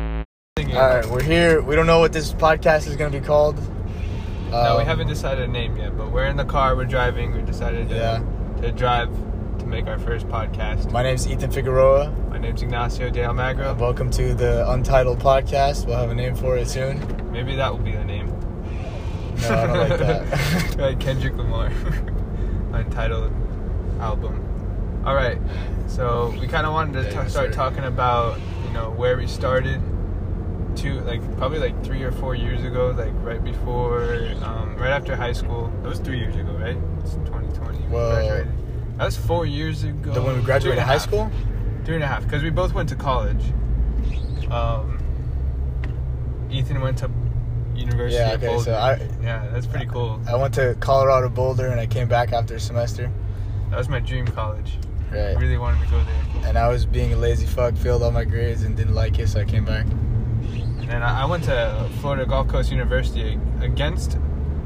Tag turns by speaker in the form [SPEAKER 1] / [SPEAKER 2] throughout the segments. [SPEAKER 1] Yeah.
[SPEAKER 2] All right, we're here. We don't know what this podcast is going to be called.
[SPEAKER 1] no, we
[SPEAKER 2] Um,
[SPEAKER 1] haven't decided a name yet, but we're in the car. We're driving. We decided to,
[SPEAKER 2] Yeah.
[SPEAKER 1] to drive to make our first podcast.
[SPEAKER 2] My name's Ethan Figueroa.
[SPEAKER 1] My name's Ignacio de Almagro.
[SPEAKER 2] Welcome to the Untitled Podcast. We'll have a name for it soon.
[SPEAKER 1] Maybe that will be the name.
[SPEAKER 2] No, I don't like that.
[SPEAKER 1] like Kendrick Lamar, untitled album. All right, so we kind of wanted to
[SPEAKER 2] Yeah,
[SPEAKER 1] ta- start
[SPEAKER 2] sure.
[SPEAKER 1] talking about you know where we started, two like probably like three or four years ago, like right before, um, right after high school. That was three years ago, right? It's 2020. we
[SPEAKER 2] Whoa.
[SPEAKER 1] graduated. That was four years ago.
[SPEAKER 2] The when we
[SPEAKER 1] Two and
[SPEAKER 2] graduated
[SPEAKER 1] a
[SPEAKER 2] high
[SPEAKER 1] half.
[SPEAKER 2] school.
[SPEAKER 1] Three and a half, because we both went to college. Um, Ethan went to University
[SPEAKER 2] Yeah,
[SPEAKER 1] of
[SPEAKER 2] okay,
[SPEAKER 1] Boulder.
[SPEAKER 2] so I-
[SPEAKER 1] yeah, that's pretty cool.
[SPEAKER 2] I went to Colorado Boulder and I came back after a semester.
[SPEAKER 1] That was my dream college. I
[SPEAKER 2] Right.
[SPEAKER 1] really wanted to go there.
[SPEAKER 2] And I was being a lazy fuck, failed all my grades and didn't like it, so I came back.
[SPEAKER 1] And then I I went to Florida Gulf Coast University against.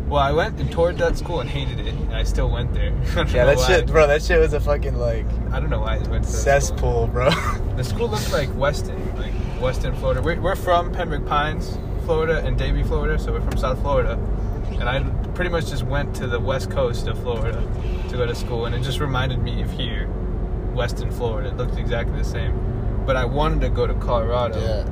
[SPEAKER 1] Well, I went and toured that school and hated it, and I still went there. I don't
[SPEAKER 2] Yeah,
[SPEAKER 1] know
[SPEAKER 2] that
[SPEAKER 1] why.
[SPEAKER 2] shit, bro. That shit was a fucking like
[SPEAKER 1] I don't know why I went to that School.
[SPEAKER 2] cesspool, bro.
[SPEAKER 1] The school looked like Weston, like Weston, Florida. We're, we're from Pembroke Pines, Florida, and Davie, Florida, so we're from South Florida. And I pretty much just went to the west coast of Florida to go to school, and it just reminded me of here, Weston, Florida. It looked exactly the same. But I wanted to go to Colorado.
[SPEAKER 2] yeah.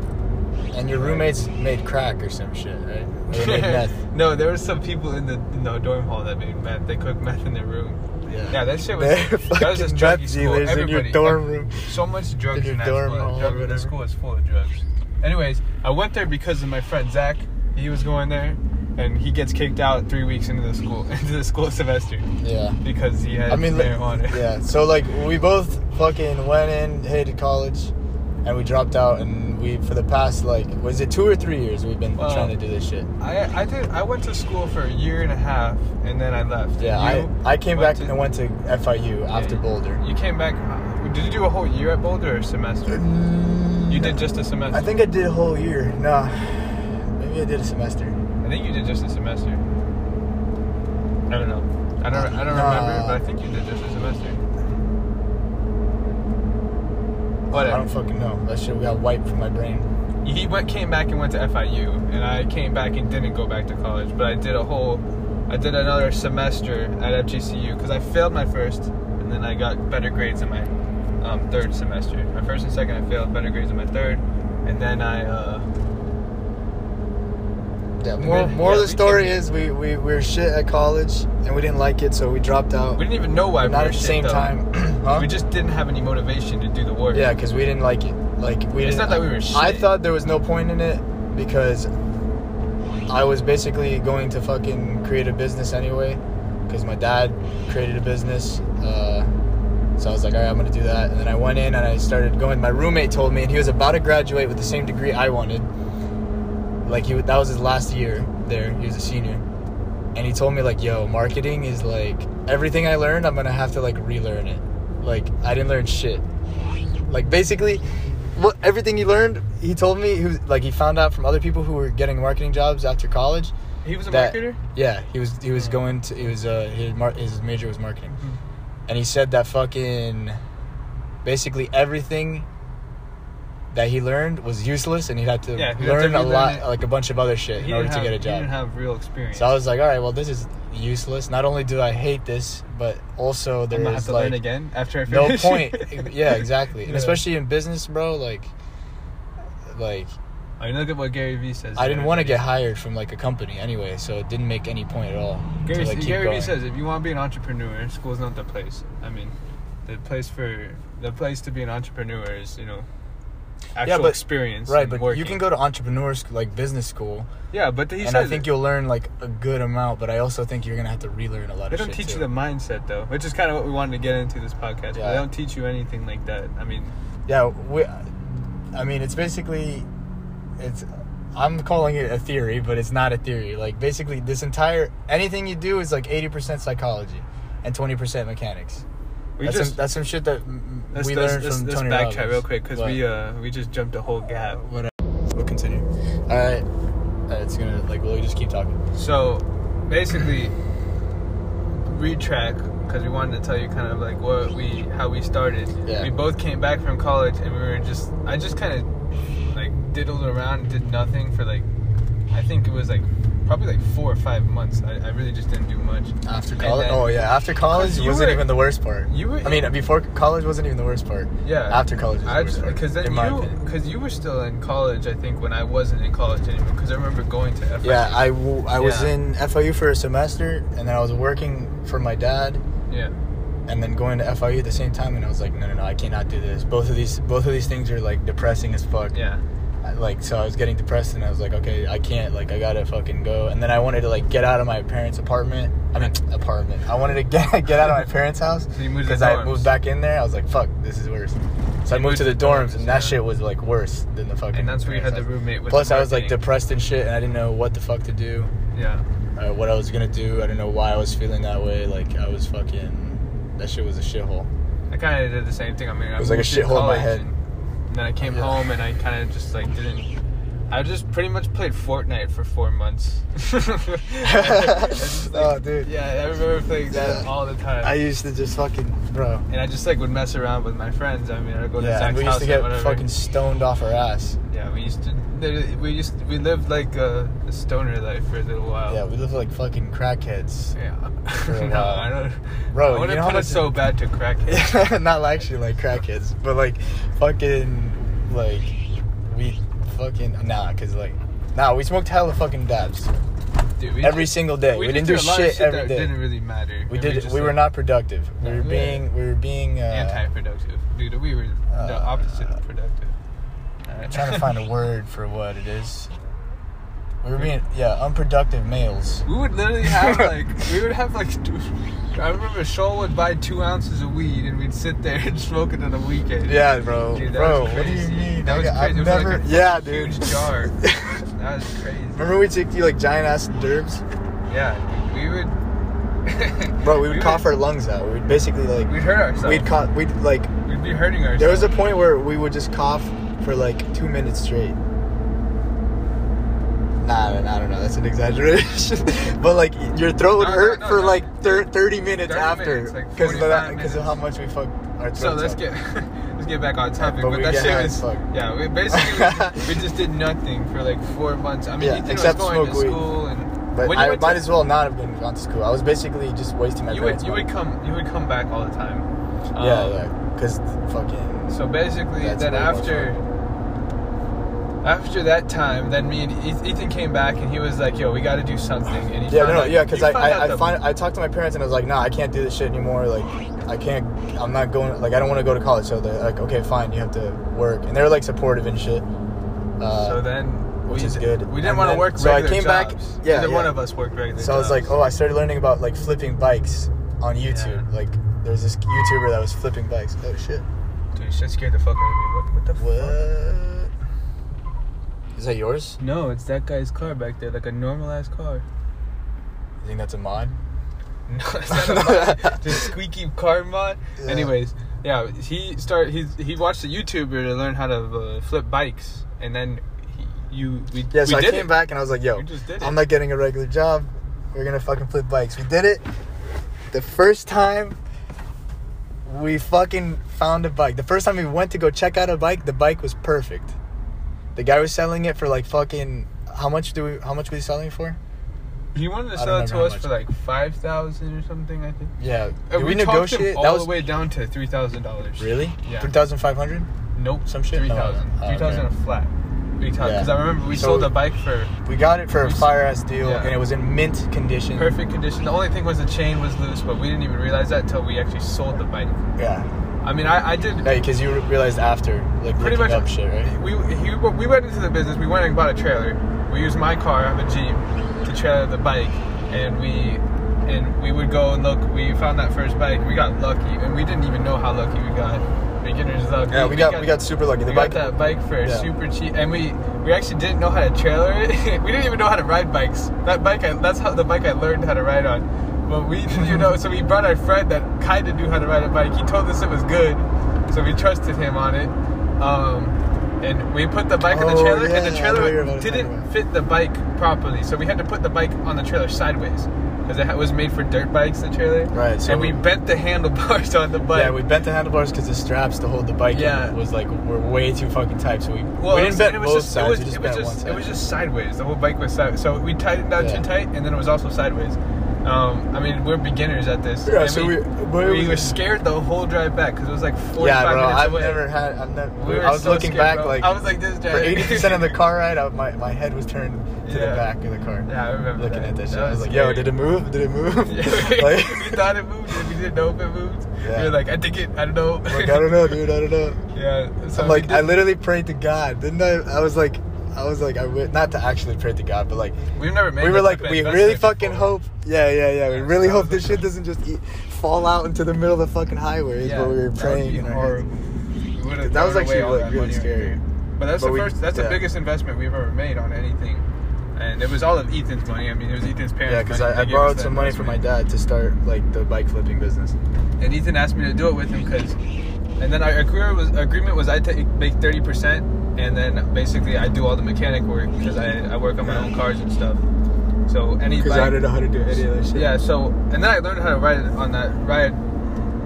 [SPEAKER 2] And your roommates made crack or some shit, right? Or they made meth.
[SPEAKER 1] no, there were some people in the in the dorm hall that made meth. They cooked meth in their room.
[SPEAKER 2] Yeah.
[SPEAKER 1] Yeah, that shit was.
[SPEAKER 2] They're
[SPEAKER 1] that was just druggy
[SPEAKER 2] fucking meth
[SPEAKER 1] school.
[SPEAKER 2] dealers in your
[SPEAKER 1] Everybody-
[SPEAKER 2] dorm room.
[SPEAKER 1] So much drugs
[SPEAKER 2] In
[SPEAKER 1] in,
[SPEAKER 2] your
[SPEAKER 1] that
[SPEAKER 2] dorm
[SPEAKER 1] school.
[SPEAKER 2] hall or
[SPEAKER 1] Drug- the
[SPEAKER 2] whatever.
[SPEAKER 1] school is full of drugs. Anyways, I went there because of my friend Zach. He was going there, and he gets kicked out three weeks into the school into the school semester
[SPEAKER 2] Yeah.
[SPEAKER 1] because he had
[SPEAKER 2] I mean, like,
[SPEAKER 1] marijuana.
[SPEAKER 2] yeah. So like, we both fucking went in, hated college, and we dropped out, and we for the past like, was it two or three years we've been
[SPEAKER 1] Well,
[SPEAKER 2] trying to do this shit.
[SPEAKER 1] I, I did I went to school for a year and a half and then I left.
[SPEAKER 2] Yeah,
[SPEAKER 1] You
[SPEAKER 2] I I came back
[SPEAKER 1] to-
[SPEAKER 2] and went to FIU after
[SPEAKER 1] Yeah.
[SPEAKER 2] Boulder.
[SPEAKER 1] You came back. uh, Did you do a whole year at Boulder or a semester? You did just a semester.
[SPEAKER 2] Uh, I think I did a whole year. Nah, maybe I did a semester.
[SPEAKER 1] I think you did just a semester. I don't know. I don't. I don't
[SPEAKER 2] Nah.
[SPEAKER 1] remember. But I think you did just a semester.
[SPEAKER 2] I don't
[SPEAKER 1] Whatever.
[SPEAKER 2] fucking know. That shit got wiped from my brain.
[SPEAKER 1] He went, came back and went to FIU, and I came back and didn't go back to college. But I did a whole. I did another semester at FGCU because I failed my first, and then I got better grades in my um, third semester. My first and second, I failed. Better grades in my third, and then I. Uh,
[SPEAKER 2] Yeah, more more
[SPEAKER 1] yeah,
[SPEAKER 2] of
[SPEAKER 1] we
[SPEAKER 2] the story
[SPEAKER 1] came-
[SPEAKER 2] is we, we, we were shit at college and we didn't like it, so we dropped out.
[SPEAKER 1] We didn't even know why. we
[SPEAKER 2] Not
[SPEAKER 1] were
[SPEAKER 2] at the
[SPEAKER 1] shit,
[SPEAKER 2] same
[SPEAKER 1] though.
[SPEAKER 2] time. huh?
[SPEAKER 1] We just didn't have any motivation to do the work.
[SPEAKER 2] Yeah, because we didn't like it. Like we.
[SPEAKER 1] It's
[SPEAKER 2] didn't,
[SPEAKER 1] not that we were
[SPEAKER 2] I
[SPEAKER 1] shit.
[SPEAKER 2] thought there was no point in it because I was basically going to fucking create a business anyway, because my dad created a business. Uh, so I was like, all right, I'm gonna do that. And then I went in and I started going. My roommate told me, and he was about to graduate with the same degree I wanted. Like he, that was his last year there. He was a senior, and he told me like, yo, marketing is like everything I learned. I'm gonna have to like relearn it. Like I didn't learn shit. Like basically, what everything he learned, he told me. He was, like he found out from other people who were getting marketing jobs after college.
[SPEAKER 1] He was a marketer.
[SPEAKER 2] Yeah, he was. He was
[SPEAKER 1] Oh.
[SPEAKER 2] going to. He was. Uh, his, mar- his major was marketing,
[SPEAKER 1] Mm-hmm.
[SPEAKER 2] and he said that fucking, basically everything. That he learned was useless, and he had to
[SPEAKER 1] Yeah, he had to
[SPEAKER 2] learn a
[SPEAKER 1] relearn
[SPEAKER 2] lot,
[SPEAKER 1] it.
[SPEAKER 2] like a bunch of other shit,
[SPEAKER 1] He
[SPEAKER 2] in order
[SPEAKER 1] didn't
[SPEAKER 2] to
[SPEAKER 1] have-
[SPEAKER 2] get a
[SPEAKER 1] He
[SPEAKER 2] job.
[SPEAKER 1] didn't have real experience.
[SPEAKER 2] So I was like, all right, well, this is useless. Not only do I hate this, but also
[SPEAKER 1] I'm
[SPEAKER 2] there
[SPEAKER 1] gonna have
[SPEAKER 2] is
[SPEAKER 1] to learn
[SPEAKER 2] like
[SPEAKER 1] again after I
[SPEAKER 2] no
[SPEAKER 1] finish.
[SPEAKER 2] point. yeah, exactly. And
[SPEAKER 1] Yeah.
[SPEAKER 2] especially in business, bro. Like, like
[SPEAKER 1] I mean, look at what Gary Vee says.
[SPEAKER 2] I didn't want to get hired from like a company anyway, so it didn't make any point at all. to,
[SPEAKER 1] Gary,
[SPEAKER 2] like, keep
[SPEAKER 1] Gary Vee
[SPEAKER 2] going.
[SPEAKER 1] says if you want to be an entrepreneur, school's not the place. I mean, the place for the place to be an entrepreneur is you know actual
[SPEAKER 2] but-
[SPEAKER 1] experience.
[SPEAKER 2] right,
[SPEAKER 1] and
[SPEAKER 2] but you
[SPEAKER 1] working.
[SPEAKER 2] can go to entrepreneur school, like business school,
[SPEAKER 1] Yeah, but he
[SPEAKER 2] and
[SPEAKER 1] says
[SPEAKER 2] I think
[SPEAKER 1] it.
[SPEAKER 2] you'll learn like a good amount. But I also think you're gonna have to relearn a lot
[SPEAKER 1] They
[SPEAKER 2] of.
[SPEAKER 1] don't
[SPEAKER 2] shit
[SPEAKER 1] teach you
[SPEAKER 2] too.
[SPEAKER 1] the mindset though, which is kind of what we wanted to get into this podcast. But
[SPEAKER 2] Yeah.
[SPEAKER 1] they don't teach you anything like that. I mean,
[SPEAKER 2] Yeah, we. I mean, it's basically, it's. I'm calling it a theory, but it's not a theory. Like basically, this entire anything you do is like 80% psychology, and 20% mechanics.
[SPEAKER 1] we
[SPEAKER 2] that's
[SPEAKER 1] just
[SPEAKER 2] some, that's some shit that mm,
[SPEAKER 1] let's,
[SPEAKER 2] we
[SPEAKER 1] let's,
[SPEAKER 2] learned
[SPEAKER 1] let's,
[SPEAKER 2] from
[SPEAKER 1] let's
[SPEAKER 2] Tony
[SPEAKER 1] backtrack
[SPEAKER 2] Robbins.
[SPEAKER 1] real quick because
[SPEAKER 2] What?
[SPEAKER 1] we uh we just jumped a whole gap.
[SPEAKER 2] Whatever. We'll continue. All right. All right, It's gonna like we'll just keep talking.
[SPEAKER 1] So basically, retrack because we wanted to tell you kind of like what we how we started.
[SPEAKER 2] Yeah.
[SPEAKER 1] We both came back from college and we were just I just kind of like diddled around and did nothing for like, I think it was like probably like four or five months. I, I really just didn't do much.
[SPEAKER 2] After
[SPEAKER 1] And
[SPEAKER 2] college?
[SPEAKER 1] then-
[SPEAKER 2] oh yeah, after college
[SPEAKER 1] you
[SPEAKER 2] wasn't
[SPEAKER 1] were-
[SPEAKER 2] even the worst part.
[SPEAKER 1] you were-
[SPEAKER 2] I mean, before college wasn't even the worst part.
[SPEAKER 1] Yeah.
[SPEAKER 2] After college was the
[SPEAKER 1] I
[SPEAKER 2] worst
[SPEAKER 1] just
[SPEAKER 2] part.
[SPEAKER 1] because then
[SPEAKER 2] in my
[SPEAKER 1] you
[SPEAKER 2] opinion.
[SPEAKER 1] because you were still in college. I think when I wasn't in college anymore because I remember going to FIU.
[SPEAKER 2] Yeah, I, w- I was
[SPEAKER 1] Yeah.
[SPEAKER 2] in FIU for a semester, and then I was working for my dad,
[SPEAKER 1] yeah
[SPEAKER 2] and then going to FIU at the same time. And I was like, no, no, no, I cannot do this. Both of these, both of these things are like depressing as fuck.
[SPEAKER 1] yeah
[SPEAKER 2] I- like so i was getting depressed and i was like okay i can't like i gotta fucking go and then i wanted to like get out of my parents apartment i mean apartment i wanted to get get out of my parents house
[SPEAKER 1] So you moved to the
[SPEAKER 2] because i
[SPEAKER 1] dorms.
[SPEAKER 2] moved back in there i was like fuck this is worse so i
[SPEAKER 1] You
[SPEAKER 2] moved to the
[SPEAKER 1] moved to
[SPEAKER 2] dorms and
[SPEAKER 1] dorms,
[SPEAKER 2] that
[SPEAKER 1] yeah.
[SPEAKER 2] shit was like worse than the fucking
[SPEAKER 1] and that's where you had
[SPEAKER 2] parents'
[SPEAKER 1] the
[SPEAKER 2] house.
[SPEAKER 1] roommate. With
[SPEAKER 2] plus
[SPEAKER 1] the
[SPEAKER 2] i was like
[SPEAKER 1] marketing.
[SPEAKER 2] depressed and shit and i didn't know what the fuck to do
[SPEAKER 1] yeah
[SPEAKER 2] or what i was gonna do i didn't know why i was feeling that way like i was fucking that shit was a shithole
[SPEAKER 1] I kind of did the same thing. I mean, I
[SPEAKER 2] It was like a
[SPEAKER 1] moved to
[SPEAKER 2] shithole in my
[SPEAKER 1] college
[SPEAKER 2] head.
[SPEAKER 1] And, and then I came
[SPEAKER 2] Yeah.
[SPEAKER 1] home and I kind of just like didn't. I just pretty much played Fortnite for four months. I just, like,
[SPEAKER 2] Oh, dude.
[SPEAKER 1] Yeah, I remember playing that
[SPEAKER 2] Yeah.
[SPEAKER 1] all the time.
[SPEAKER 2] i used to just fucking bro
[SPEAKER 1] and I just like would mess around with my friends. I mean, I'd go to
[SPEAKER 2] yeah, and
[SPEAKER 1] Zach's
[SPEAKER 2] we
[SPEAKER 1] house
[SPEAKER 2] used to
[SPEAKER 1] or
[SPEAKER 2] get
[SPEAKER 1] whatever.
[SPEAKER 2] fucking stoned off our ass.
[SPEAKER 1] yeah, we used to. literally- We used we lived like a, a stoner life for a little while.
[SPEAKER 2] Yeah, we live like fucking crackheads.
[SPEAKER 1] Yeah.
[SPEAKER 2] For
[SPEAKER 1] no,
[SPEAKER 2] a while.
[SPEAKER 1] I don't.
[SPEAKER 2] Bro,
[SPEAKER 1] I
[SPEAKER 2] you
[SPEAKER 1] wouldn't
[SPEAKER 2] know how
[SPEAKER 1] put it
[SPEAKER 2] much-
[SPEAKER 1] so bad to crack. it.
[SPEAKER 2] Not actually like crackheads, but like fucking like we fucking nah, cause like nah, we smoked hella fucking dabs
[SPEAKER 1] Dude, we
[SPEAKER 2] every
[SPEAKER 1] did-
[SPEAKER 2] single day. We,
[SPEAKER 1] just
[SPEAKER 2] didn't do
[SPEAKER 1] did a lot of
[SPEAKER 2] shit, every
[SPEAKER 1] that
[SPEAKER 2] day.
[SPEAKER 1] Didn't really matter.
[SPEAKER 2] we
[SPEAKER 1] And
[SPEAKER 2] did.
[SPEAKER 1] just,
[SPEAKER 2] We were
[SPEAKER 1] like,
[SPEAKER 2] not productive. We
[SPEAKER 1] Yeah.
[SPEAKER 2] were being. We were being. Uh,
[SPEAKER 1] anti-productive, dude. We were the
[SPEAKER 2] uh,
[SPEAKER 1] opposite of productive. Alright.
[SPEAKER 2] Trying to find a word for what it is. We were being yeah unproductive males.
[SPEAKER 1] we would literally have like we would have like. Two, I remember Shoal would buy two ounces of weed, and we'd sit there and smoke it on the weekend.
[SPEAKER 2] Yeah, bro.
[SPEAKER 1] Dude, that
[SPEAKER 2] bro,
[SPEAKER 1] was
[SPEAKER 2] what do you
[SPEAKER 1] crazy.
[SPEAKER 2] mean?
[SPEAKER 1] That was
[SPEAKER 2] Like,
[SPEAKER 1] crazy.
[SPEAKER 2] I've
[SPEAKER 1] It was like
[SPEAKER 2] never.
[SPEAKER 1] a
[SPEAKER 2] yeah, dude.
[SPEAKER 1] Huge jar. that was crazy.
[SPEAKER 2] Remember we took you like giant ass derbs?
[SPEAKER 1] Yeah, dude, we would.
[SPEAKER 2] Bro, we would cough our lungs out. We'd basically like
[SPEAKER 1] We'd hurt ourselves.
[SPEAKER 2] we'd cough. We'd like
[SPEAKER 1] We'd be hurting ourselves.
[SPEAKER 2] there was a point where we would just cough for like two minutes straight. Nah, I don't, I don't know. That's an exaggeration. but like your throat would
[SPEAKER 1] No, no,
[SPEAKER 2] hurt
[SPEAKER 1] no,
[SPEAKER 2] for
[SPEAKER 1] no.
[SPEAKER 2] like thir- thirty
[SPEAKER 1] 30
[SPEAKER 2] minutes
[SPEAKER 1] minutes,
[SPEAKER 2] after
[SPEAKER 1] like
[SPEAKER 2] because
[SPEAKER 1] 45
[SPEAKER 2] because of
[SPEAKER 1] minutes.
[SPEAKER 2] how much we fucked our throats.
[SPEAKER 1] So let's
[SPEAKER 2] up.
[SPEAKER 1] get let's get back on topic.
[SPEAKER 2] uh, but
[SPEAKER 1] but
[SPEAKER 2] we
[SPEAKER 1] that
[SPEAKER 2] get high
[SPEAKER 1] shit
[SPEAKER 2] as
[SPEAKER 1] was
[SPEAKER 2] fuck.
[SPEAKER 1] yeah. We basically we just did nothing for like four months. I mean,
[SPEAKER 2] Yeah,
[SPEAKER 1] you did
[SPEAKER 2] except
[SPEAKER 1] was going to
[SPEAKER 2] smoke weed.
[SPEAKER 1] school and
[SPEAKER 2] But
[SPEAKER 1] when you
[SPEAKER 2] I
[SPEAKER 1] went
[SPEAKER 2] might
[SPEAKER 1] to-
[SPEAKER 2] as well not have been gone to school. I was basically just wasting my
[SPEAKER 1] You would
[SPEAKER 2] parents'
[SPEAKER 1] you
[SPEAKER 2] money.
[SPEAKER 1] would come you would come back all the time. Um,
[SPEAKER 2] yeah, yeah. Because fucking.
[SPEAKER 1] So basically,
[SPEAKER 2] That's
[SPEAKER 1] then
[SPEAKER 2] way more
[SPEAKER 1] after after that time, then me and Eth- Ethan came back and he was like, "Yo, we got to do something." And he
[SPEAKER 2] Yeah,
[SPEAKER 1] found
[SPEAKER 2] no, no,
[SPEAKER 1] out-
[SPEAKER 2] yeah, because
[SPEAKER 1] you
[SPEAKER 2] I,
[SPEAKER 1] found out
[SPEAKER 2] I, I
[SPEAKER 1] the-
[SPEAKER 2] find I talked to my parents and I was like, nah, I can't do this shit anymore. Like, I can't, I'm not going, like, I don't want to go to college. So they're like, okay, fine, you have to work, and they're like supportive and shit. Uh,
[SPEAKER 1] so then
[SPEAKER 2] which
[SPEAKER 1] we,
[SPEAKER 2] is good.
[SPEAKER 1] We
[SPEAKER 2] And
[SPEAKER 1] didn't want
[SPEAKER 2] then-
[SPEAKER 1] to work.
[SPEAKER 2] so I
[SPEAKER 1] regular
[SPEAKER 2] came back-
[SPEAKER 1] jobs.
[SPEAKER 2] yeah,
[SPEAKER 1] Neither
[SPEAKER 2] yeah.
[SPEAKER 1] one of us worked regular.
[SPEAKER 2] so I was like,
[SPEAKER 1] jobs.
[SPEAKER 2] oh, I started learning about like flipping bikes on YouTube.
[SPEAKER 1] Yeah.
[SPEAKER 2] Like, there's this YouTuber that was flipping bikes. Oh shit,
[SPEAKER 1] dude, shit scared the fuck out of me. What, what the fuck?
[SPEAKER 2] what? Is that yours?
[SPEAKER 1] No, it's that guy's car back there, like a normal ass car.
[SPEAKER 2] You think that's a mod?
[SPEAKER 1] No, it's not a mod. Just squeaky car mod.
[SPEAKER 2] Yeah.
[SPEAKER 1] Anyways, yeah, he start he he watched a YouTuber to learn how to uh, flip bikes, and then he, you we
[SPEAKER 2] Yeah, so
[SPEAKER 1] we
[SPEAKER 2] I
[SPEAKER 1] did
[SPEAKER 2] came
[SPEAKER 1] it.
[SPEAKER 2] back and I was like, yo,
[SPEAKER 1] We just did
[SPEAKER 2] I'm
[SPEAKER 1] it.
[SPEAKER 2] not getting a regular job. We're gonna fucking flip bikes. We did it. The first time we fucking found a bike. The first time we went to go check out a bike, the bike was perfect. The guy was selling it for like fucking how much do we how much were you selling it for?
[SPEAKER 1] He wanted to
[SPEAKER 2] I don't
[SPEAKER 1] sell it to us
[SPEAKER 2] remember how
[SPEAKER 1] for
[SPEAKER 2] much.
[SPEAKER 1] like five thousand or something, I think.
[SPEAKER 2] Yeah. Did
[SPEAKER 1] And
[SPEAKER 2] we,
[SPEAKER 1] Uh, talked him
[SPEAKER 2] negotiate?
[SPEAKER 1] all
[SPEAKER 2] That was
[SPEAKER 1] the
[SPEAKER 2] way-
[SPEAKER 1] way down to three thousand dollars.
[SPEAKER 2] really
[SPEAKER 1] Yeah.
[SPEAKER 2] three thousand five hundred.
[SPEAKER 1] Nope,
[SPEAKER 2] Some shit?
[SPEAKER 1] Three
[SPEAKER 2] No, no.
[SPEAKER 1] thousand.
[SPEAKER 2] Oh,
[SPEAKER 1] Three thousand
[SPEAKER 2] okay.
[SPEAKER 1] a flat. Three thousand.
[SPEAKER 2] Yeah.
[SPEAKER 1] Because I remember we
[SPEAKER 2] So-
[SPEAKER 1] sold the bike for
[SPEAKER 2] We got it for a
[SPEAKER 1] We s-
[SPEAKER 2] fire ass deal,
[SPEAKER 1] yeah.
[SPEAKER 2] and it was in mint condition.
[SPEAKER 1] perfect condition. The only thing was the chain was loose, but we didn't even realize that until we actually sold the bike.
[SPEAKER 2] Yeah,
[SPEAKER 1] I mean, I, I did
[SPEAKER 2] because you realized after, like
[SPEAKER 1] pretty
[SPEAKER 2] looking
[SPEAKER 1] much
[SPEAKER 2] up shit, right?
[SPEAKER 1] We he, we went into the business. We went and bought a trailer. We used my car, I have a Jeep, to trailer the bike, and we and we would go and look. We found that first bike. We got lucky, and we didn't even know how lucky we got. Beginner's luck.
[SPEAKER 2] Yeah, we got we got super lucky. The
[SPEAKER 1] we
[SPEAKER 2] bike
[SPEAKER 1] got that bike for
[SPEAKER 2] Yeah.
[SPEAKER 1] super cheap, and we we actually didn't know how to trailer it. we didn't even know how to ride bikes. That bike, I, that's how the bike I learned how to ride on. But we didn't even know. So we brought our friend that kind of knew how to ride a bike. He told us it was good, so we trusted him on it. Um, and we put the bike on the
[SPEAKER 2] Oh,
[SPEAKER 1] trailer,
[SPEAKER 2] yeah,
[SPEAKER 1] and the
[SPEAKER 2] I know
[SPEAKER 1] trailer
[SPEAKER 2] you're about to talk
[SPEAKER 1] didn't
[SPEAKER 2] about.
[SPEAKER 1] fit the bike properly. So we had to put the bike on the trailer sideways because because it ha- was made for dirt bikes. The trailer,
[SPEAKER 2] Right, so-
[SPEAKER 1] and we bent the handlebars on the bike.
[SPEAKER 2] yeah, we bent the handlebars because the straps to hold the bike
[SPEAKER 1] Yeah.
[SPEAKER 2] in was like were way too fucking tight. So we,
[SPEAKER 1] Well,
[SPEAKER 2] we
[SPEAKER 1] it
[SPEAKER 2] didn't
[SPEAKER 1] was-
[SPEAKER 2] bend
[SPEAKER 1] it
[SPEAKER 2] both
[SPEAKER 1] was just,
[SPEAKER 2] sides.
[SPEAKER 1] It was,
[SPEAKER 2] we just
[SPEAKER 1] it was
[SPEAKER 2] bent
[SPEAKER 1] just,
[SPEAKER 2] one side.
[SPEAKER 1] It was just sideways. The whole bike was side. So we tied it down
[SPEAKER 2] Yeah.
[SPEAKER 1] too tight, and then it was also sideways. Um, I mean, we're beginners at this.
[SPEAKER 2] Yeah,
[SPEAKER 1] and
[SPEAKER 2] so we- but it
[SPEAKER 1] we
[SPEAKER 2] was-
[SPEAKER 1] were scared the whole drive back because it was like 45
[SPEAKER 2] yeah, bro.
[SPEAKER 1] minutes
[SPEAKER 2] I've
[SPEAKER 1] away.
[SPEAKER 2] never had. I've never.
[SPEAKER 1] We were
[SPEAKER 2] I was
[SPEAKER 1] so
[SPEAKER 2] looking
[SPEAKER 1] scared,
[SPEAKER 2] back
[SPEAKER 1] bro.
[SPEAKER 2] like
[SPEAKER 1] I was like this
[SPEAKER 2] for
[SPEAKER 1] drive.
[SPEAKER 2] eighty percent of the car ride, I, my my head was turned to
[SPEAKER 1] Yeah.
[SPEAKER 2] the back of the car.
[SPEAKER 1] Yeah, I remember
[SPEAKER 2] Looking
[SPEAKER 1] that.
[SPEAKER 2] at that shit,
[SPEAKER 1] That
[SPEAKER 2] I was
[SPEAKER 1] was
[SPEAKER 2] like, "Yo,
[SPEAKER 1] scary.
[SPEAKER 2] did it move? Did it move?"
[SPEAKER 1] Yeah,
[SPEAKER 2] like,
[SPEAKER 1] we thought it moved. and We didn't know if it moved.
[SPEAKER 2] Yeah.
[SPEAKER 1] We were like, I think it. I don't know.
[SPEAKER 2] like, I don't know, dude. I don't know.
[SPEAKER 1] yeah. So
[SPEAKER 2] I'm
[SPEAKER 1] we
[SPEAKER 2] like, I
[SPEAKER 1] did-
[SPEAKER 2] literally prayed to God, didn't I? I was like, I was like, I w- not to actually pray to God, but like,
[SPEAKER 1] We've never made.
[SPEAKER 2] we were
[SPEAKER 1] this
[SPEAKER 2] like,
[SPEAKER 1] type of
[SPEAKER 2] we
[SPEAKER 1] investment
[SPEAKER 2] really fucking
[SPEAKER 1] before.
[SPEAKER 2] hope. Yeah, yeah, yeah. We
[SPEAKER 1] Yeah,
[SPEAKER 2] really
[SPEAKER 1] that
[SPEAKER 2] hope
[SPEAKER 1] was
[SPEAKER 2] this
[SPEAKER 1] a-
[SPEAKER 2] shit doesn't just eat, fall out into the middle of the fucking highway. Is what we were
[SPEAKER 1] that would
[SPEAKER 2] praying.
[SPEAKER 1] be
[SPEAKER 2] in our heads.
[SPEAKER 1] horrible. We would've
[SPEAKER 2] That was
[SPEAKER 1] thrown
[SPEAKER 2] actually
[SPEAKER 1] away all
[SPEAKER 2] like,
[SPEAKER 1] that
[SPEAKER 2] really
[SPEAKER 1] money right
[SPEAKER 2] scary.
[SPEAKER 1] there. But that's
[SPEAKER 2] But
[SPEAKER 1] the
[SPEAKER 2] we-
[SPEAKER 1] first. That's
[SPEAKER 2] yeah.
[SPEAKER 1] the biggest investment we've ever made on anything, and it was all of Ethan's money. I mean, it was Ethan's parents.
[SPEAKER 2] Yeah, because
[SPEAKER 1] money.
[SPEAKER 2] I,
[SPEAKER 1] They
[SPEAKER 2] I
[SPEAKER 1] gave us
[SPEAKER 2] borrowed
[SPEAKER 1] that
[SPEAKER 2] some money from my
[SPEAKER 1] investment.
[SPEAKER 2] dad to start like the bike flipping business.
[SPEAKER 1] And Ethan asked me to do it with him because, and then our agreement was agreement was I take make thirty percent, and then basically I do all the mechanic work because I, I work on my own cars and stuff. So any
[SPEAKER 2] Because
[SPEAKER 1] bike-
[SPEAKER 2] I didn't know how to do any of that shit.
[SPEAKER 1] Yeah, so and then I learned how to ride on that ride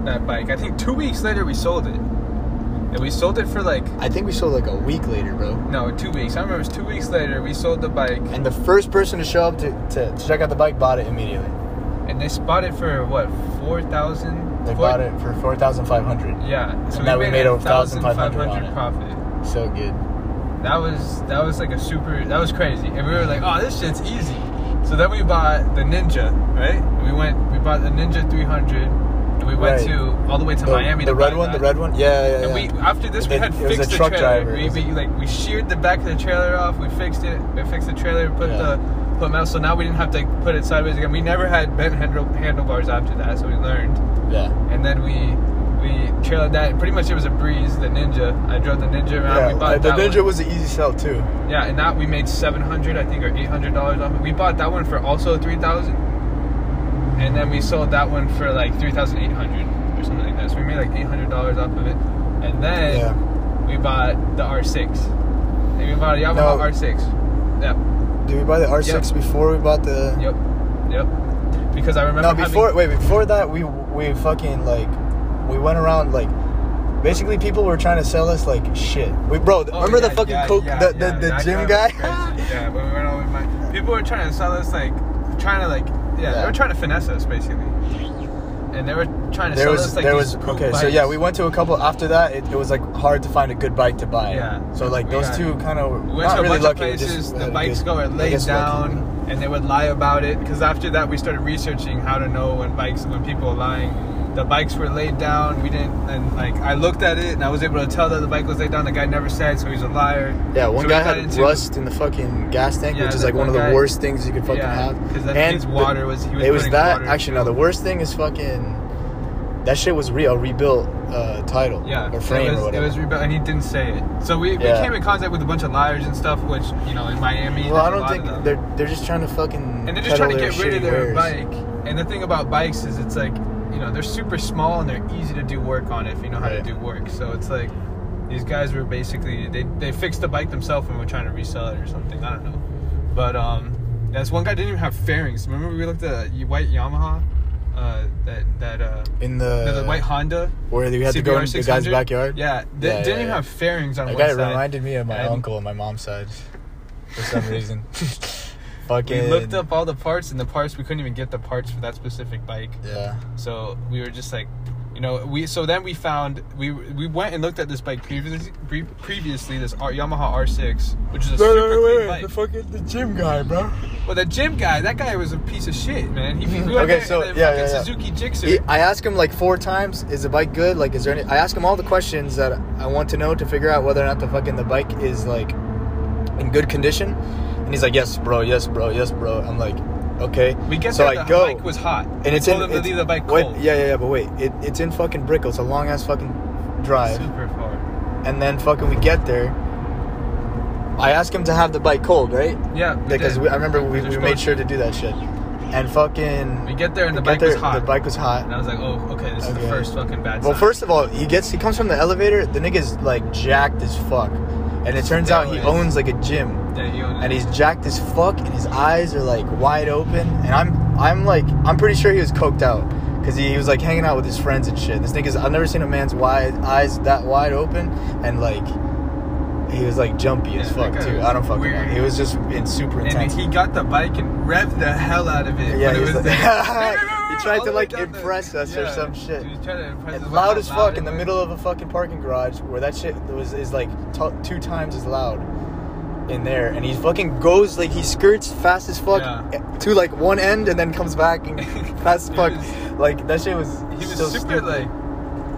[SPEAKER 1] that bike. I think two weeks later we sold it. And we sold it for like
[SPEAKER 2] I think we sold like a week later, bro.
[SPEAKER 1] no, two weeks. I remember it was two weeks later we sold the bike
[SPEAKER 2] And the first person to show up to, to, to check out the bike bought it immediately.
[SPEAKER 1] and they spot it for what, four thousand?
[SPEAKER 2] They bought it for four thousand five hundred.
[SPEAKER 1] Yeah. So
[SPEAKER 2] And that we made over
[SPEAKER 1] 1,500
[SPEAKER 2] on it.
[SPEAKER 1] profit.
[SPEAKER 2] So good.
[SPEAKER 1] That was that was like a super that was crazy. And we were like, Oh this shit's easy. So then we bought the ninja, right? We went we bought the ninja three hundred and we went
[SPEAKER 2] Right.
[SPEAKER 1] to all the way to
[SPEAKER 2] the,
[SPEAKER 1] Miami
[SPEAKER 2] the
[SPEAKER 1] to
[SPEAKER 2] red
[SPEAKER 1] buy
[SPEAKER 2] one, the
[SPEAKER 1] that.
[SPEAKER 2] red one. Yeah, yeah, yeah.
[SPEAKER 1] And we after this we
[SPEAKER 2] It-
[SPEAKER 1] had
[SPEAKER 2] it was
[SPEAKER 1] fixed
[SPEAKER 2] a
[SPEAKER 1] the
[SPEAKER 2] truck
[SPEAKER 1] trailer.
[SPEAKER 2] driver. It
[SPEAKER 1] We,
[SPEAKER 2] was a-
[SPEAKER 1] we like we sheared the back of the trailer off. We fixed it. We fixed the trailer. Put
[SPEAKER 2] Yeah.
[SPEAKER 1] the put them out. So now we didn't have to put it sideways again. We never had bent handle, handlebars after that, so we learned.
[SPEAKER 2] yeah.
[SPEAKER 1] And then we we trailered that. Pretty much it was a breeze. The ninja. I drove the ninja around. we
[SPEAKER 2] Yeah,
[SPEAKER 1] bought
[SPEAKER 2] like, the
[SPEAKER 1] that
[SPEAKER 2] ninja
[SPEAKER 1] one.
[SPEAKER 2] was an easy sell too.
[SPEAKER 1] Yeah, and that we made seven hundred, I think, or eight hundred dollars off. it. We bought that one for also three thousand, and then we sold that one for like three thousand eight hundred or something like that. So we made like eight hundred dollars off of it, and then we bought the R six, and we bought a Yamaha
[SPEAKER 2] No.
[SPEAKER 1] R six. Yep,
[SPEAKER 2] Did we buy the R6 before we bought the?
[SPEAKER 1] yep, yep. Because I remember
[SPEAKER 2] No, before
[SPEAKER 1] having,
[SPEAKER 2] wait, before that we we fucking like we went around like basically people were trying to sell us like shit. We bro,
[SPEAKER 1] Oh,
[SPEAKER 2] remember the
[SPEAKER 1] yeah,
[SPEAKER 2] fucking
[SPEAKER 1] yeah,
[SPEAKER 2] coke
[SPEAKER 1] yeah,
[SPEAKER 2] the, the,
[SPEAKER 1] yeah,
[SPEAKER 2] the
[SPEAKER 1] that
[SPEAKER 2] gym
[SPEAKER 1] guy
[SPEAKER 2] guy?
[SPEAKER 1] was crazy. yeah, when we went over my people were trying to sell us like trying to like yeah, they
[SPEAKER 2] Yeah.
[SPEAKER 1] were trying to finesse us basically, and they were trying to
[SPEAKER 2] there
[SPEAKER 1] sell
[SPEAKER 2] was
[SPEAKER 1] us like
[SPEAKER 2] there
[SPEAKER 1] these
[SPEAKER 2] was
[SPEAKER 1] poop
[SPEAKER 2] okay, so yeah,
[SPEAKER 1] bikes.
[SPEAKER 2] we went to a couple after that. It, it was like hard to find a good bike to buy.
[SPEAKER 1] Yeah.
[SPEAKER 2] So like
[SPEAKER 1] We
[SPEAKER 2] those
[SPEAKER 1] got-
[SPEAKER 2] two kind of
[SPEAKER 1] We went
[SPEAKER 2] not
[SPEAKER 1] to a
[SPEAKER 2] really
[SPEAKER 1] bunch
[SPEAKER 2] lucky. we
[SPEAKER 1] of
[SPEAKER 2] just
[SPEAKER 1] places.
[SPEAKER 2] had
[SPEAKER 1] The
[SPEAKER 2] a
[SPEAKER 1] bikes
[SPEAKER 2] good-
[SPEAKER 1] go
[SPEAKER 2] I
[SPEAKER 1] are laid
[SPEAKER 2] guess lucky.
[SPEAKER 1] down, and they would lie about it. Because after that, we started researching how to know when bikes when people are lying. The bikes were laid down. We didn't, and like I looked at it, and I was able to tell that the bike was laid down. The guy never said, so he's a liar.
[SPEAKER 2] Yeah, one
[SPEAKER 1] So we
[SPEAKER 2] guy
[SPEAKER 1] got
[SPEAKER 2] had
[SPEAKER 1] into-
[SPEAKER 2] rust in the fucking gas tank,
[SPEAKER 1] Yeah,
[SPEAKER 2] which is
[SPEAKER 1] like
[SPEAKER 2] like one of
[SPEAKER 1] one
[SPEAKER 2] the
[SPEAKER 1] guy-
[SPEAKER 2] worst things you could fucking
[SPEAKER 1] Yeah,
[SPEAKER 2] have.
[SPEAKER 1] 'cause that means
[SPEAKER 2] but
[SPEAKER 1] water was- he was
[SPEAKER 2] it was
[SPEAKER 1] putting
[SPEAKER 2] that
[SPEAKER 1] water
[SPEAKER 2] actually no. The worst thing is fucking that shit was real rebuilt uh, title
[SPEAKER 1] Yeah,
[SPEAKER 2] or frame
[SPEAKER 1] it was,
[SPEAKER 2] or whatever.
[SPEAKER 1] It was rebu- and he didn't say it. So we,
[SPEAKER 2] Yeah.
[SPEAKER 1] we came in contact with a bunch of liars and stuff, which you know in Miami.
[SPEAKER 2] well, I
[SPEAKER 1] there's a
[SPEAKER 2] don't
[SPEAKER 1] lot
[SPEAKER 2] think
[SPEAKER 1] of them.
[SPEAKER 2] they're they're just trying to fucking
[SPEAKER 1] and they're just trying to
[SPEAKER 2] peddle
[SPEAKER 1] get rid of
[SPEAKER 2] shitty
[SPEAKER 1] their
[SPEAKER 2] wares.
[SPEAKER 1] bike. And the thing about bikes is it's like, you know, they're super small and they're easy to do work on if you know how
[SPEAKER 2] Right.
[SPEAKER 1] to do work. So it's like these guys were basically they, they fixed the bike themselves and were trying to resell it or something. I don't know. But um that's one guy didn't even have fairings. Remember we looked at a white Yamaha? Uh that that uh
[SPEAKER 2] in the,
[SPEAKER 1] no, the white Honda
[SPEAKER 2] where you had to go
[SPEAKER 1] CBR
[SPEAKER 2] in the guy's
[SPEAKER 1] 600?
[SPEAKER 2] backyard.
[SPEAKER 1] Yeah, they
[SPEAKER 2] Yeah, yeah,
[SPEAKER 1] didn't even
[SPEAKER 2] yeah.
[SPEAKER 1] have fairings on
[SPEAKER 2] that
[SPEAKER 1] one
[SPEAKER 2] guy
[SPEAKER 1] side.
[SPEAKER 2] reminded me of my
[SPEAKER 1] And-
[SPEAKER 2] uncle on my mom's side for some reason.
[SPEAKER 1] We
[SPEAKER 2] fucking
[SPEAKER 1] looked up all the parts, and the parts we couldn't even get the parts for that specific bike.
[SPEAKER 2] Yeah,
[SPEAKER 1] So we were just like, you know, we so then we found we we went and looked at this bike previously pre- previously this R, Yamaha R6, which is a super clean bike.
[SPEAKER 2] fucking the gym guy, bro.
[SPEAKER 1] Well, the gym guy, that guy was a piece of shit, man. He, he went
[SPEAKER 2] Mm-hmm. Okay,
[SPEAKER 1] there
[SPEAKER 2] so,
[SPEAKER 1] and the
[SPEAKER 2] yeah,
[SPEAKER 1] fucking
[SPEAKER 2] yeah,
[SPEAKER 1] Suzuki
[SPEAKER 2] yeah.
[SPEAKER 1] Gixxer.
[SPEAKER 2] He- I asked him like four times, is the bike good? Like, is there any? I ask him all the questions that I want to know to figure out whether or not the fucking the bike is like in good condition. And he's like, yes, bro, yes, bro, yes, bro. I'm like, okay.
[SPEAKER 1] we get
[SPEAKER 2] so
[SPEAKER 1] there,
[SPEAKER 2] I
[SPEAKER 1] the
[SPEAKER 2] go,
[SPEAKER 1] bike was hot,
[SPEAKER 2] and it's
[SPEAKER 1] we
[SPEAKER 2] in.
[SPEAKER 1] told him to
[SPEAKER 2] it's-
[SPEAKER 1] leave the bike
[SPEAKER 2] wait,
[SPEAKER 1] cold.
[SPEAKER 2] yeah, yeah, yeah. But wait, it, it's in fucking Brickell. It's a long ass fucking drive.
[SPEAKER 1] super far.
[SPEAKER 2] And then fucking we get there. I ask him to have the bike cold, right?
[SPEAKER 1] Yeah, we
[SPEAKER 2] Because
[SPEAKER 1] did.
[SPEAKER 2] we, I remember we,
[SPEAKER 1] They're
[SPEAKER 2] we
[SPEAKER 1] supposed
[SPEAKER 2] made sure
[SPEAKER 1] to.
[SPEAKER 2] to do that shit. And fucking
[SPEAKER 1] We get there and the
[SPEAKER 2] we
[SPEAKER 1] bike
[SPEAKER 2] get there,
[SPEAKER 1] was hot.
[SPEAKER 2] The bike was hot.
[SPEAKER 1] and I was like, oh, okay, this is
[SPEAKER 2] Okay.
[SPEAKER 1] the first fucking bad.
[SPEAKER 2] Well,
[SPEAKER 1] sign.
[SPEAKER 2] first of all, he gets he comes from the elevator. The nigga's like jacked as fuck, and it turns out he
[SPEAKER 1] Steroids.
[SPEAKER 2] owns like a gym,
[SPEAKER 1] Yeah, he owned it.
[SPEAKER 2] and he's jacked as fuck, and his eyes are like wide open, and I'm I'm like, I'm pretty sure he was coked out because he, he was like hanging out with his friends and shit. This nigga's, I've never seen a man's wide eyes that wide open and like, he was like jumpy as
[SPEAKER 1] Yeah, that
[SPEAKER 2] fuck
[SPEAKER 1] guy
[SPEAKER 2] too.
[SPEAKER 1] was
[SPEAKER 2] I don't fucking
[SPEAKER 1] weird.
[SPEAKER 2] know. He was just in super
[SPEAKER 1] And
[SPEAKER 2] intense.
[SPEAKER 1] he got the bike and revved the hell out of it.
[SPEAKER 2] Yeah,
[SPEAKER 1] but it
[SPEAKER 2] he was
[SPEAKER 1] was
[SPEAKER 2] like-
[SPEAKER 1] the-
[SPEAKER 2] He tried to, like,
[SPEAKER 1] All the way down the-
[SPEAKER 2] impress us or some shit.
[SPEAKER 1] He was trying to impress
[SPEAKER 2] And
[SPEAKER 1] us
[SPEAKER 2] loud
[SPEAKER 1] how
[SPEAKER 2] as fuck
[SPEAKER 1] it
[SPEAKER 2] in the
[SPEAKER 1] was.
[SPEAKER 2] middle of a fucking parking garage where that shit was is like t- two times as loud in there and he fucking goes like he skirts fast as fuck eh,
[SPEAKER 1] Yeah.
[SPEAKER 2] to like one end and then comes back and fast as
[SPEAKER 1] He
[SPEAKER 2] fuck
[SPEAKER 1] was-
[SPEAKER 2] like that shit was
[SPEAKER 1] He was
[SPEAKER 2] so
[SPEAKER 1] super
[SPEAKER 2] stupid.
[SPEAKER 1] like,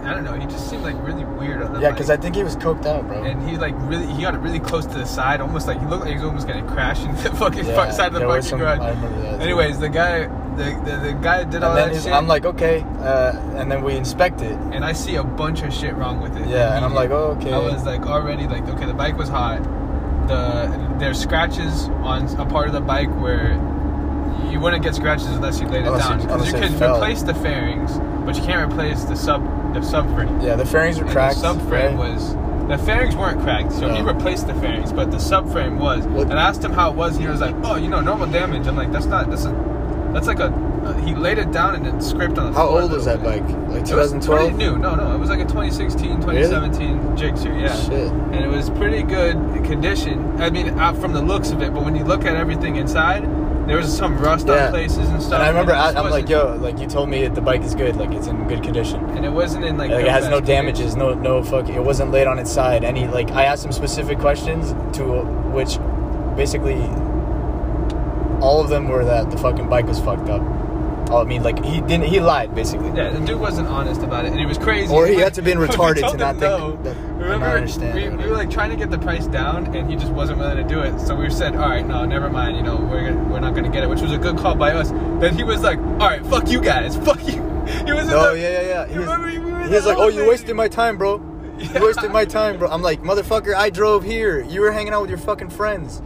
[SPEAKER 1] I don't know. He just seemed like really weird on the
[SPEAKER 2] yeah
[SPEAKER 1] bike.
[SPEAKER 2] because I think he was coked out bro
[SPEAKER 1] And he like really, he got it really close to the side, almost like he looked like he was almost gonna crash into the fucking
[SPEAKER 2] Yeah,
[SPEAKER 1] fuck side of the
[SPEAKER 2] there
[SPEAKER 1] parking
[SPEAKER 2] was some-
[SPEAKER 1] garage.
[SPEAKER 2] I remember that, too.
[SPEAKER 1] Anyways, the guy, the, the, the guy did
[SPEAKER 2] And
[SPEAKER 1] all
[SPEAKER 2] then
[SPEAKER 1] that
[SPEAKER 2] he's-
[SPEAKER 1] shit.
[SPEAKER 2] I'm like okay uh, and then we inspect it
[SPEAKER 1] and I see a bunch of shit wrong with it.
[SPEAKER 2] Yeah, and I'm like, oh, okay.
[SPEAKER 1] I was like already like, okay, the bike was hot. The there's scratches on a part of the bike where you wouldn't get scratches unless you laid it
[SPEAKER 2] Unless you-
[SPEAKER 1] down because you,
[SPEAKER 2] unless it
[SPEAKER 1] can
[SPEAKER 2] fell.
[SPEAKER 1] replace the fairings, but you can't replace the sub the subframe.
[SPEAKER 2] yeah the fairings were
[SPEAKER 1] And
[SPEAKER 2] cracked
[SPEAKER 1] the subframe
[SPEAKER 2] right?
[SPEAKER 1] was the fairings weren't cracked, so he
[SPEAKER 2] No.
[SPEAKER 1] replaced the fairings, but the subframe was.
[SPEAKER 2] What-
[SPEAKER 1] And I asked him how it was, and he was like, oh, you know, normal damage. I'm like, that's not that's a that's like a uh, he laid it down and it scraped on the
[SPEAKER 2] how
[SPEAKER 1] floor a
[SPEAKER 2] old was
[SPEAKER 1] little
[SPEAKER 2] that
[SPEAKER 1] bit.
[SPEAKER 2] bike like
[SPEAKER 1] It was
[SPEAKER 2] 2012
[SPEAKER 1] pretty new. No, no, it was like a 2016, 2017 Jigsaw, yeah.
[SPEAKER 2] Shit.
[SPEAKER 1] And it was pretty good condition. I mean, out from the looks of it, but when you look at everything inside, there was some rust on places and stuff.
[SPEAKER 2] And I remember
[SPEAKER 1] it just
[SPEAKER 2] I, I'm like,
[SPEAKER 1] wasn't-
[SPEAKER 2] yo, like you told me that the bike is good, like it's in good condition.
[SPEAKER 1] And it wasn't in like.
[SPEAKER 2] Like,
[SPEAKER 1] the
[SPEAKER 2] it has no
[SPEAKER 1] best condition.
[SPEAKER 2] damages, no no fucking. It wasn't laid on its side. Any like I asked him specific questions to which, basically, all of them were that the fucking bike was fucked up. Oh, I mean, like he didn't. He lied basically.
[SPEAKER 1] Yeah, the dude wasn't honest about it, and he was crazy.
[SPEAKER 2] Or he
[SPEAKER 1] Like,
[SPEAKER 2] had to been
[SPEAKER 1] we
[SPEAKER 2] retarded
[SPEAKER 1] told
[SPEAKER 2] to not
[SPEAKER 1] him
[SPEAKER 2] think
[SPEAKER 1] no.
[SPEAKER 2] that- and not
[SPEAKER 1] Remember,
[SPEAKER 2] understand or
[SPEAKER 1] we, we
[SPEAKER 2] whatever.
[SPEAKER 1] were like trying to get the price down, and he just wasn't willing to do it. So we said, "All right, no, never mind. You know, we're gonna, we're not gonna get it," which was a good call by us. Then he was like, "All right, fuck you guys, fuck you." He was in
[SPEAKER 2] No,
[SPEAKER 1] the-
[SPEAKER 2] yeah, yeah, yeah.
[SPEAKER 1] You
[SPEAKER 2] He
[SPEAKER 1] remember we were in
[SPEAKER 2] was, he
[SPEAKER 1] that
[SPEAKER 2] was like, "Oh, you
[SPEAKER 1] elevator?"
[SPEAKER 2] wasted my time, bro.
[SPEAKER 1] Yeah.
[SPEAKER 2] You wasted my time, bro." I'm like, "Motherfucker, I drove here. You were hanging out with your fucking friends.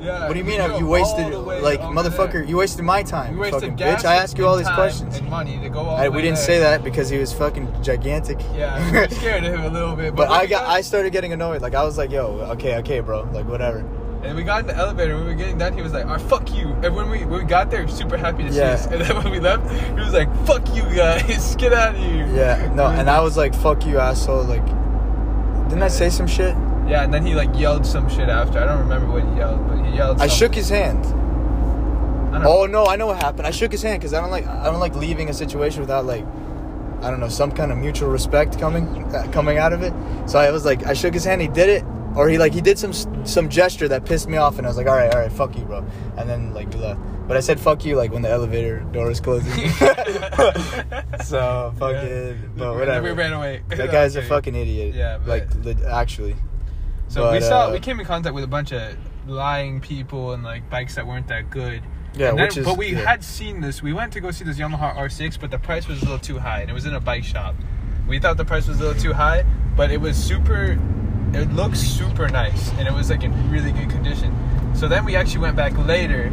[SPEAKER 1] Yeah,
[SPEAKER 2] What do you
[SPEAKER 1] we
[SPEAKER 2] mean? have
[SPEAKER 1] drove
[SPEAKER 2] you
[SPEAKER 1] all
[SPEAKER 2] wasted?
[SPEAKER 1] the way
[SPEAKER 2] Like,
[SPEAKER 1] over
[SPEAKER 2] motherfucker,
[SPEAKER 1] there.
[SPEAKER 2] you wasted my
[SPEAKER 1] We
[SPEAKER 2] time. you
[SPEAKER 1] wasted
[SPEAKER 2] fucking
[SPEAKER 1] gas
[SPEAKER 2] bitch. I asked you all
[SPEAKER 1] and
[SPEAKER 2] these
[SPEAKER 1] time
[SPEAKER 2] questions.
[SPEAKER 1] And money to go all
[SPEAKER 2] I,
[SPEAKER 1] the
[SPEAKER 2] we
[SPEAKER 1] way
[SPEAKER 2] didn't
[SPEAKER 1] there.
[SPEAKER 2] say that because he was fucking gigantic.
[SPEAKER 1] Yeah, we were scared of him a little bit, but,
[SPEAKER 2] but I
[SPEAKER 1] we
[SPEAKER 2] got I started getting annoyed. Like I was like, yo, okay, okay, bro. Like whatever.
[SPEAKER 1] And we got in the elevator. When we were getting down, he was like, "Ah, fuck you!" And when we when we got there, he was super happy to
[SPEAKER 2] Yeah.
[SPEAKER 1] see us. And then when we left, he was like, "Fuck you guys, get out of here!"
[SPEAKER 2] Yeah. No. And I was like, fuck you, asshole. Like, didn't I say some shit?
[SPEAKER 1] yeah. And then he like yelled some shit after. I don't remember what he yelled, but he yelled.
[SPEAKER 2] I
[SPEAKER 1] something.
[SPEAKER 2] shook his hand.
[SPEAKER 1] I don't
[SPEAKER 2] Oh no, I know what happened. I shook his hand because I don't like I don't like leaving a situation without like I don't know some kind of mutual respect coming uh, coming out of it. So I was like, I shook his hand. He did it, or he like he did some some gesture that pissed me off, and I was like, all right, all right, fuck you, bro. And then like we left. But I said fuck you like when the elevator door was closing. so
[SPEAKER 1] Yeah.
[SPEAKER 2] fucking, but
[SPEAKER 1] We-
[SPEAKER 2] whatever.
[SPEAKER 1] We ran away.
[SPEAKER 2] That guy's a
[SPEAKER 1] Okay.
[SPEAKER 2] fucking idiot.
[SPEAKER 1] Yeah, but-
[SPEAKER 2] like lit actually.
[SPEAKER 1] So we
[SPEAKER 2] but,
[SPEAKER 1] saw
[SPEAKER 2] uh,
[SPEAKER 1] we came in contact with a bunch of lying people and like bikes that weren't that good.
[SPEAKER 2] Yeah,
[SPEAKER 1] And then-
[SPEAKER 2] which is-
[SPEAKER 1] But we
[SPEAKER 2] yeah.
[SPEAKER 1] had seen this. We went to go see this Yamaha R6, but the price was a little too high, and it was in a bike shop. We thought the price was a little too high, but it was super. It looked super nice, and it was like in really good condition. So then we actually went back later.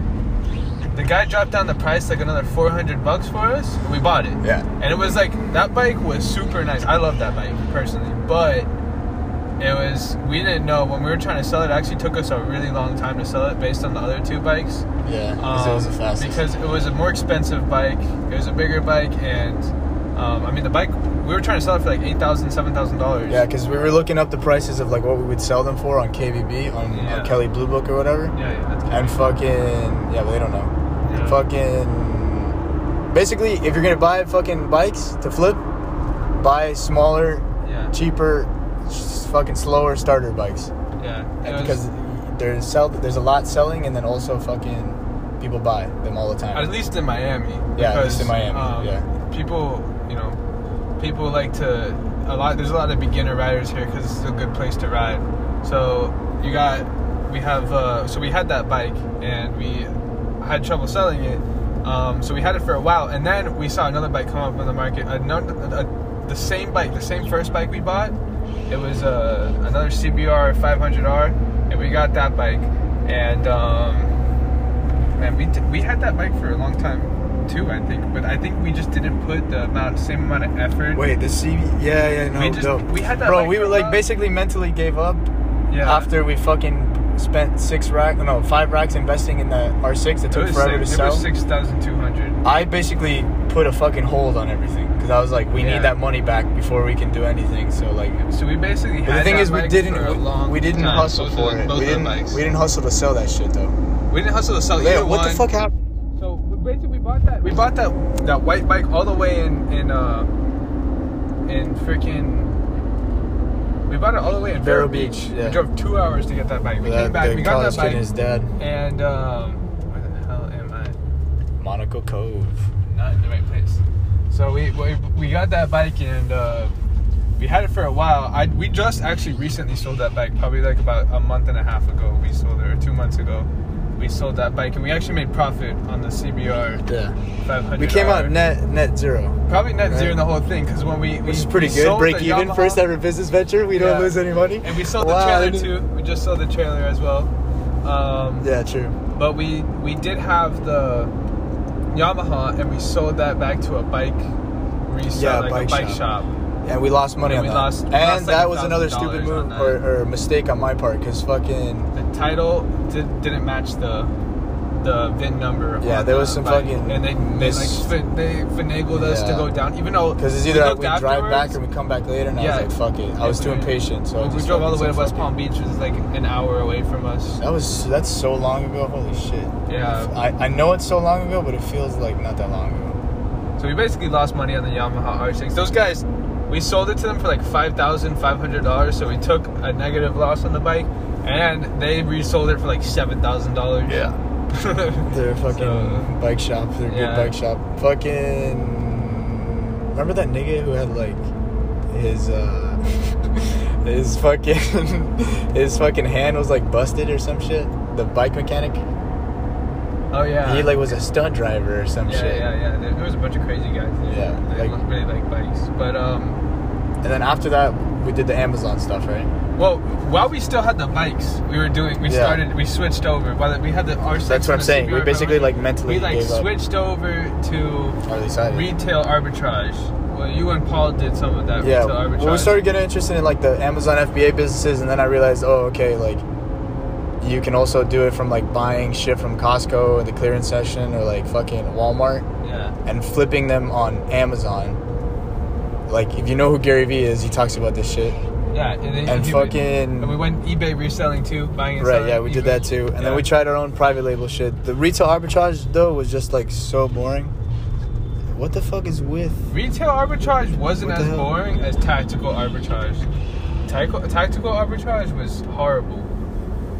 [SPEAKER 1] The guy dropped down the price like another 400 bucks for us. And we bought it.
[SPEAKER 2] Yeah.
[SPEAKER 1] And it was like that bike was super nice. I love that bike personally, but it was we didn't know when we were trying to sell it. It actually took us a really long time to sell it based on the other two bikes.
[SPEAKER 2] Yeah, because it was the
[SPEAKER 1] Um,
[SPEAKER 2] fastest.
[SPEAKER 1] Because it was a more expensive bike. It was a bigger bike, and um, I mean the bike we were trying to sell it for like eight thousand, seven thousand dollars.
[SPEAKER 2] Yeah, because we were looking up the prices of like what we would sell them for on KBB on,
[SPEAKER 1] Yeah.
[SPEAKER 2] on Kelly Blue Book or whatever.
[SPEAKER 1] Yeah, yeah, that's
[SPEAKER 2] And fucking yeah, but they don't know.
[SPEAKER 1] Yeah.
[SPEAKER 2] Fucking basically, if you're gonna buy fucking bikes to flip, buy smaller,
[SPEAKER 1] Yeah.
[SPEAKER 2] cheaper, s- fucking slower starter bikes
[SPEAKER 1] Yeah. It
[SPEAKER 2] and
[SPEAKER 1] was-
[SPEAKER 2] because there's sell there's a lot selling and then also fucking people buy them all the time.
[SPEAKER 1] At least in Miami.
[SPEAKER 2] Yeah, at least in Miami,
[SPEAKER 1] um,
[SPEAKER 2] yeah.
[SPEAKER 1] People, you know, people like to a lot. There's a lot of beginner riders here because it's a good place to ride. So you got, we have, uh, so we had that bike and we had trouble selling it. Um, so we had it for a while, and then we saw another bike come up on the market. Another, a, the same bike, the same first bike we bought. It was uh, another CBR 500R, and we got that bike. And um, Man, we, did, we had that bike for a long time too, I think. But I think we just didn't put the amount, same amount of effort.
[SPEAKER 2] Wait, the CB. Yeah, yeah, no,
[SPEAKER 1] We just-
[SPEAKER 2] no.
[SPEAKER 1] we had that
[SPEAKER 2] Bro,
[SPEAKER 1] bike
[SPEAKER 2] we
[SPEAKER 1] for
[SPEAKER 2] were
[SPEAKER 1] a
[SPEAKER 2] like
[SPEAKER 1] while.
[SPEAKER 2] basically mentally gave up after we fucking spent six rack, no, five racks investing in the R6 that
[SPEAKER 1] It
[SPEAKER 2] took
[SPEAKER 1] was
[SPEAKER 2] forever
[SPEAKER 1] six,
[SPEAKER 2] to sell.
[SPEAKER 1] It was six thousand two hundred.
[SPEAKER 2] I basically put a fucking hold on everything because I was like, we
[SPEAKER 1] Yeah.
[SPEAKER 2] need that money back before we can do anything. So like,
[SPEAKER 1] So we basically.
[SPEAKER 2] but
[SPEAKER 1] had
[SPEAKER 2] the thing
[SPEAKER 1] that
[SPEAKER 2] is, we
[SPEAKER 1] bike
[SPEAKER 2] didn't
[SPEAKER 1] for a
[SPEAKER 2] we,
[SPEAKER 1] long
[SPEAKER 2] we didn't
[SPEAKER 1] time,
[SPEAKER 2] hustle
[SPEAKER 1] both
[SPEAKER 2] for
[SPEAKER 1] of the-
[SPEAKER 2] it.
[SPEAKER 1] Both
[SPEAKER 2] We
[SPEAKER 1] of the
[SPEAKER 2] didn't
[SPEAKER 1] bikes.
[SPEAKER 2] we didn't hustle to sell that shit though.
[SPEAKER 1] We didn't hustle to sell
[SPEAKER 2] Leo,
[SPEAKER 1] either
[SPEAKER 2] what
[SPEAKER 1] one.
[SPEAKER 2] the fuck happened?
[SPEAKER 1] So we basically, we bought that. We bought that that white bike all the way in in uh in freaking. We bought it all the way in Vero
[SPEAKER 2] Vero
[SPEAKER 1] Beach.
[SPEAKER 2] Beach, yeah.
[SPEAKER 1] We drove two hours to get that bike. We came back.
[SPEAKER 2] the
[SPEAKER 1] We got
[SPEAKER 2] college
[SPEAKER 1] that bike.
[SPEAKER 2] kid is dead.
[SPEAKER 1] and um, where the hell am I?
[SPEAKER 2] Monaco Cove.
[SPEAKER 1] Not in the right place. So we we, we got that bike and uh, we had it for a while. I we just actually recently sold that bike, probably like about a month and a half ago. We sold it, or two months ago. We sold that bike and we actually made profit on the CBR
[SPEAKER 2] Yeah.
[SPEAKER 1] 500.
[SPEAKER 2] We came out
[SPEAKER 1] hour.
[SPEAKER 2] net net zero,
[SPEAKER 1] probably net
[SPEAKER 2] right?
[SPEAKER 1] zero in the whole thing because when we we-
[SPEAKER 2] which is pretty
[SPEAKER 1] we
[SPEAKER 2] good.
[SPEAKER 1] sold
[SPEAKER 2] Break
[SPEAKER 1] the
[SPEAKER 2] even
[SPEAKER 1] Yamaha,
[SPEAKER 2] first ever business venture. We
[SPEAKER 1] Yeah.
[SPEAKER 2] don't lose any money.
[SPEAKER 1] and we sold
[SPEAKER 2] Wow,
[SPEAKER 1] the
[SPEAKER 2] I
[SPEAKER 1] trailer
[SPEAKER 2] didn't-
[SPEAKER 1] too. We just sold the trailer as well. Um,
[SPEAKER 2] Yeah, true.
[SPEAKER 1] But we we did have the Yamaha, and we sold that back to a bike resale,
[SPEAKER 2] Yeah,
[SPEAKER 1] like
[SPEAKER 2] bike
[SPEAKER 1] a bike
[SPEAKER 2] shop.
[SPEAKER 1] shop.
[SPEAKER 2] And we lost money
[SPEAKER 1] And
[SPEAKER 2] on
[SPEAKER 1] we
[SPEAKER 2] that.
[SPEAKER 1] lost- we
[SPEAKER 2] and
[SPEAKER 1] lost, like,
[SPEAKER 2] that was another
[SPEAKER 1] $1,000
[SPEAKER 2] stupid
[SPEAKER 1] on
[SPEAKER 2] move
[SPEAKER 1] that.
[SPEAKER 2] or, or mistake on my part because fucking
[SPEAKER 1] The title did, didn't match the the VIN number.
[SPEAKER 2] Yeah,
[SPEAKER 1] on
[SPEAKER 2] there was
[SPEAKER 1] the
[SPEAKER 2] some
[SPEAKER 1] bike,
[SPEAKER 2] fucking
[SPEAKER 1] and they they like
[SPEAKER 2] mis-
[SPEAKER 1] fin- they finagled us to
[SPEAKER 2] Yeah.
[SPEAKER 1] go down, even though
[SPEAKER 2] because it's either
[SPEAKER 1] we
[SPEAKER 2] like
[SPEAKER 1] looked
[SPEAKER 2] we drive back
[SPEAKER 1] afterwards,
[SPEAKER 2] and we come back later, and
[SPEAKER 1] Yeah.
[SPEAKER 2] I was like, fuck it. I
[SPEAKER 1] and
[SPEAKER 2] was too
[SPEAKER 1] we-
[SPEAKER 2] impatient, so I
[SPEAKER 1] we
[SPEAKER 2] just
[SPEAKER 1] drove all the
[SPEAKER 2] fucking
[SPEAKER 1] way to
[SPEAKER 2] said,
[SPEAKER 1] West
[SPEAKER 2] fuck
[SPEAKER 1] Palm
[SPEAKER 2] it.
[SPEAKER 1] Beach, which is like an hour away from us.
[SPEAKER 2] That was that's so long ago. Holy shit.
[SPEAKER 1] Yeah.
[SPEAKER 2] I, I know it's so long ago, but it feels like not that long ago.
[SPEAKER 1] So we basically lost money on the Yamaha R6. Those guys, we sold it to them for like five thousand five hundred dollars. So we took a negative loss on the bike, and they resold it for like seven thousand dollars. Yeah.
[SPEAKER 2] They're fucking
[SPEAKER 1] So-
[SPEAKER 2] bike shop. They're
[SPEAKER 1] Yeah.
[SPEAKER 2] good bike shop. Fucking remember that nigga who had like his uh his fucking his fucking hand was like busted or some shit. The bike mechanic.
[SPEAKER 1] oh yeah.
[SPEAKER 2] He like was a stunt driver or some
[SPEAKER 1] yeah,
[SPEAKER 2] shit.
[SPEAKER 1] yeah, yeah. There, there was a bunch of crazy guys. There.
[SPEAKER 2] Yeah,
[SPEAKER 1] They
[SPEAKER 2] like-
[SPEAKER 1] really like bikes, but um.
[SPEAKER 2] And then after that, we did the Amazon stuff, right?
[SPEAKER 1] Well, while we still had the bikes, we were doing. We
[SPEAKER 2] Yeah.
[SPEAKER 1] started. We switched over. While we had the R6.
[SPEAKER 2] That's
[SPEAKER 1] and
[SPEAKER 2] what I'm
[SPEAKER 1] the
[SPEAKER 2] saying. We
[SPEAKER 1] CBR,
[SPEAKER 2] basically,
[SPEAKER 1] remember?
[SPEAKER 2] like, mentally
[SPEAKER 1] We like
[SPEAKER 2] gave up.
[SPEAKER 1] switched over to
[SPEAKER 2] Or at least I did.
[SPEAKER 1] retail arbitrage. Well, you and Paul did some of that
[SPEAKER 2] yeah.
[SPEAKER 1] retail arbitrage.
[SPEAKER 2] Well, we started getting interested in like the Amazon FBA businesses, and then I realized, oh, okay, like you can also do it from like buying shit from Costco in the clearance session or like fucking Walmart
[SPEAKER 1] Yeah.
[SPEAKER 2] and flipping them on Amazon. Like, if you know who Gary Vee is, he talks about this shit.
[SPEAKER 1] Yeah. And, then
[SPEAKER 2] And
[SPEAKER 1] he-
[SPEAKER 2] fucking-
[SPEAKER 1] and we went eBay reselling too, buying. And
[SPEAKER 2] Right,
[SPEAKER 1] selling
[SPEAKER 2] yeah, we did
[SPEAKER 1] eBay.
[SPEAKER 2] that too. And
[SPEAKER 1] Yeah.
[SPEAKER 2] then we tried our own private label shit. The retail arbitrage, though, was just like so boring. What the fuck is with.
[SPEAKER 1] Retail arbitrage wasn't
[SPEAKER 2] What the
[SPEAKER 1] as
[SPEAKER 2] hell?
[SPEAKER 1] boring as tactical arbitrage. Tactical, tactical arbitrage was horrible.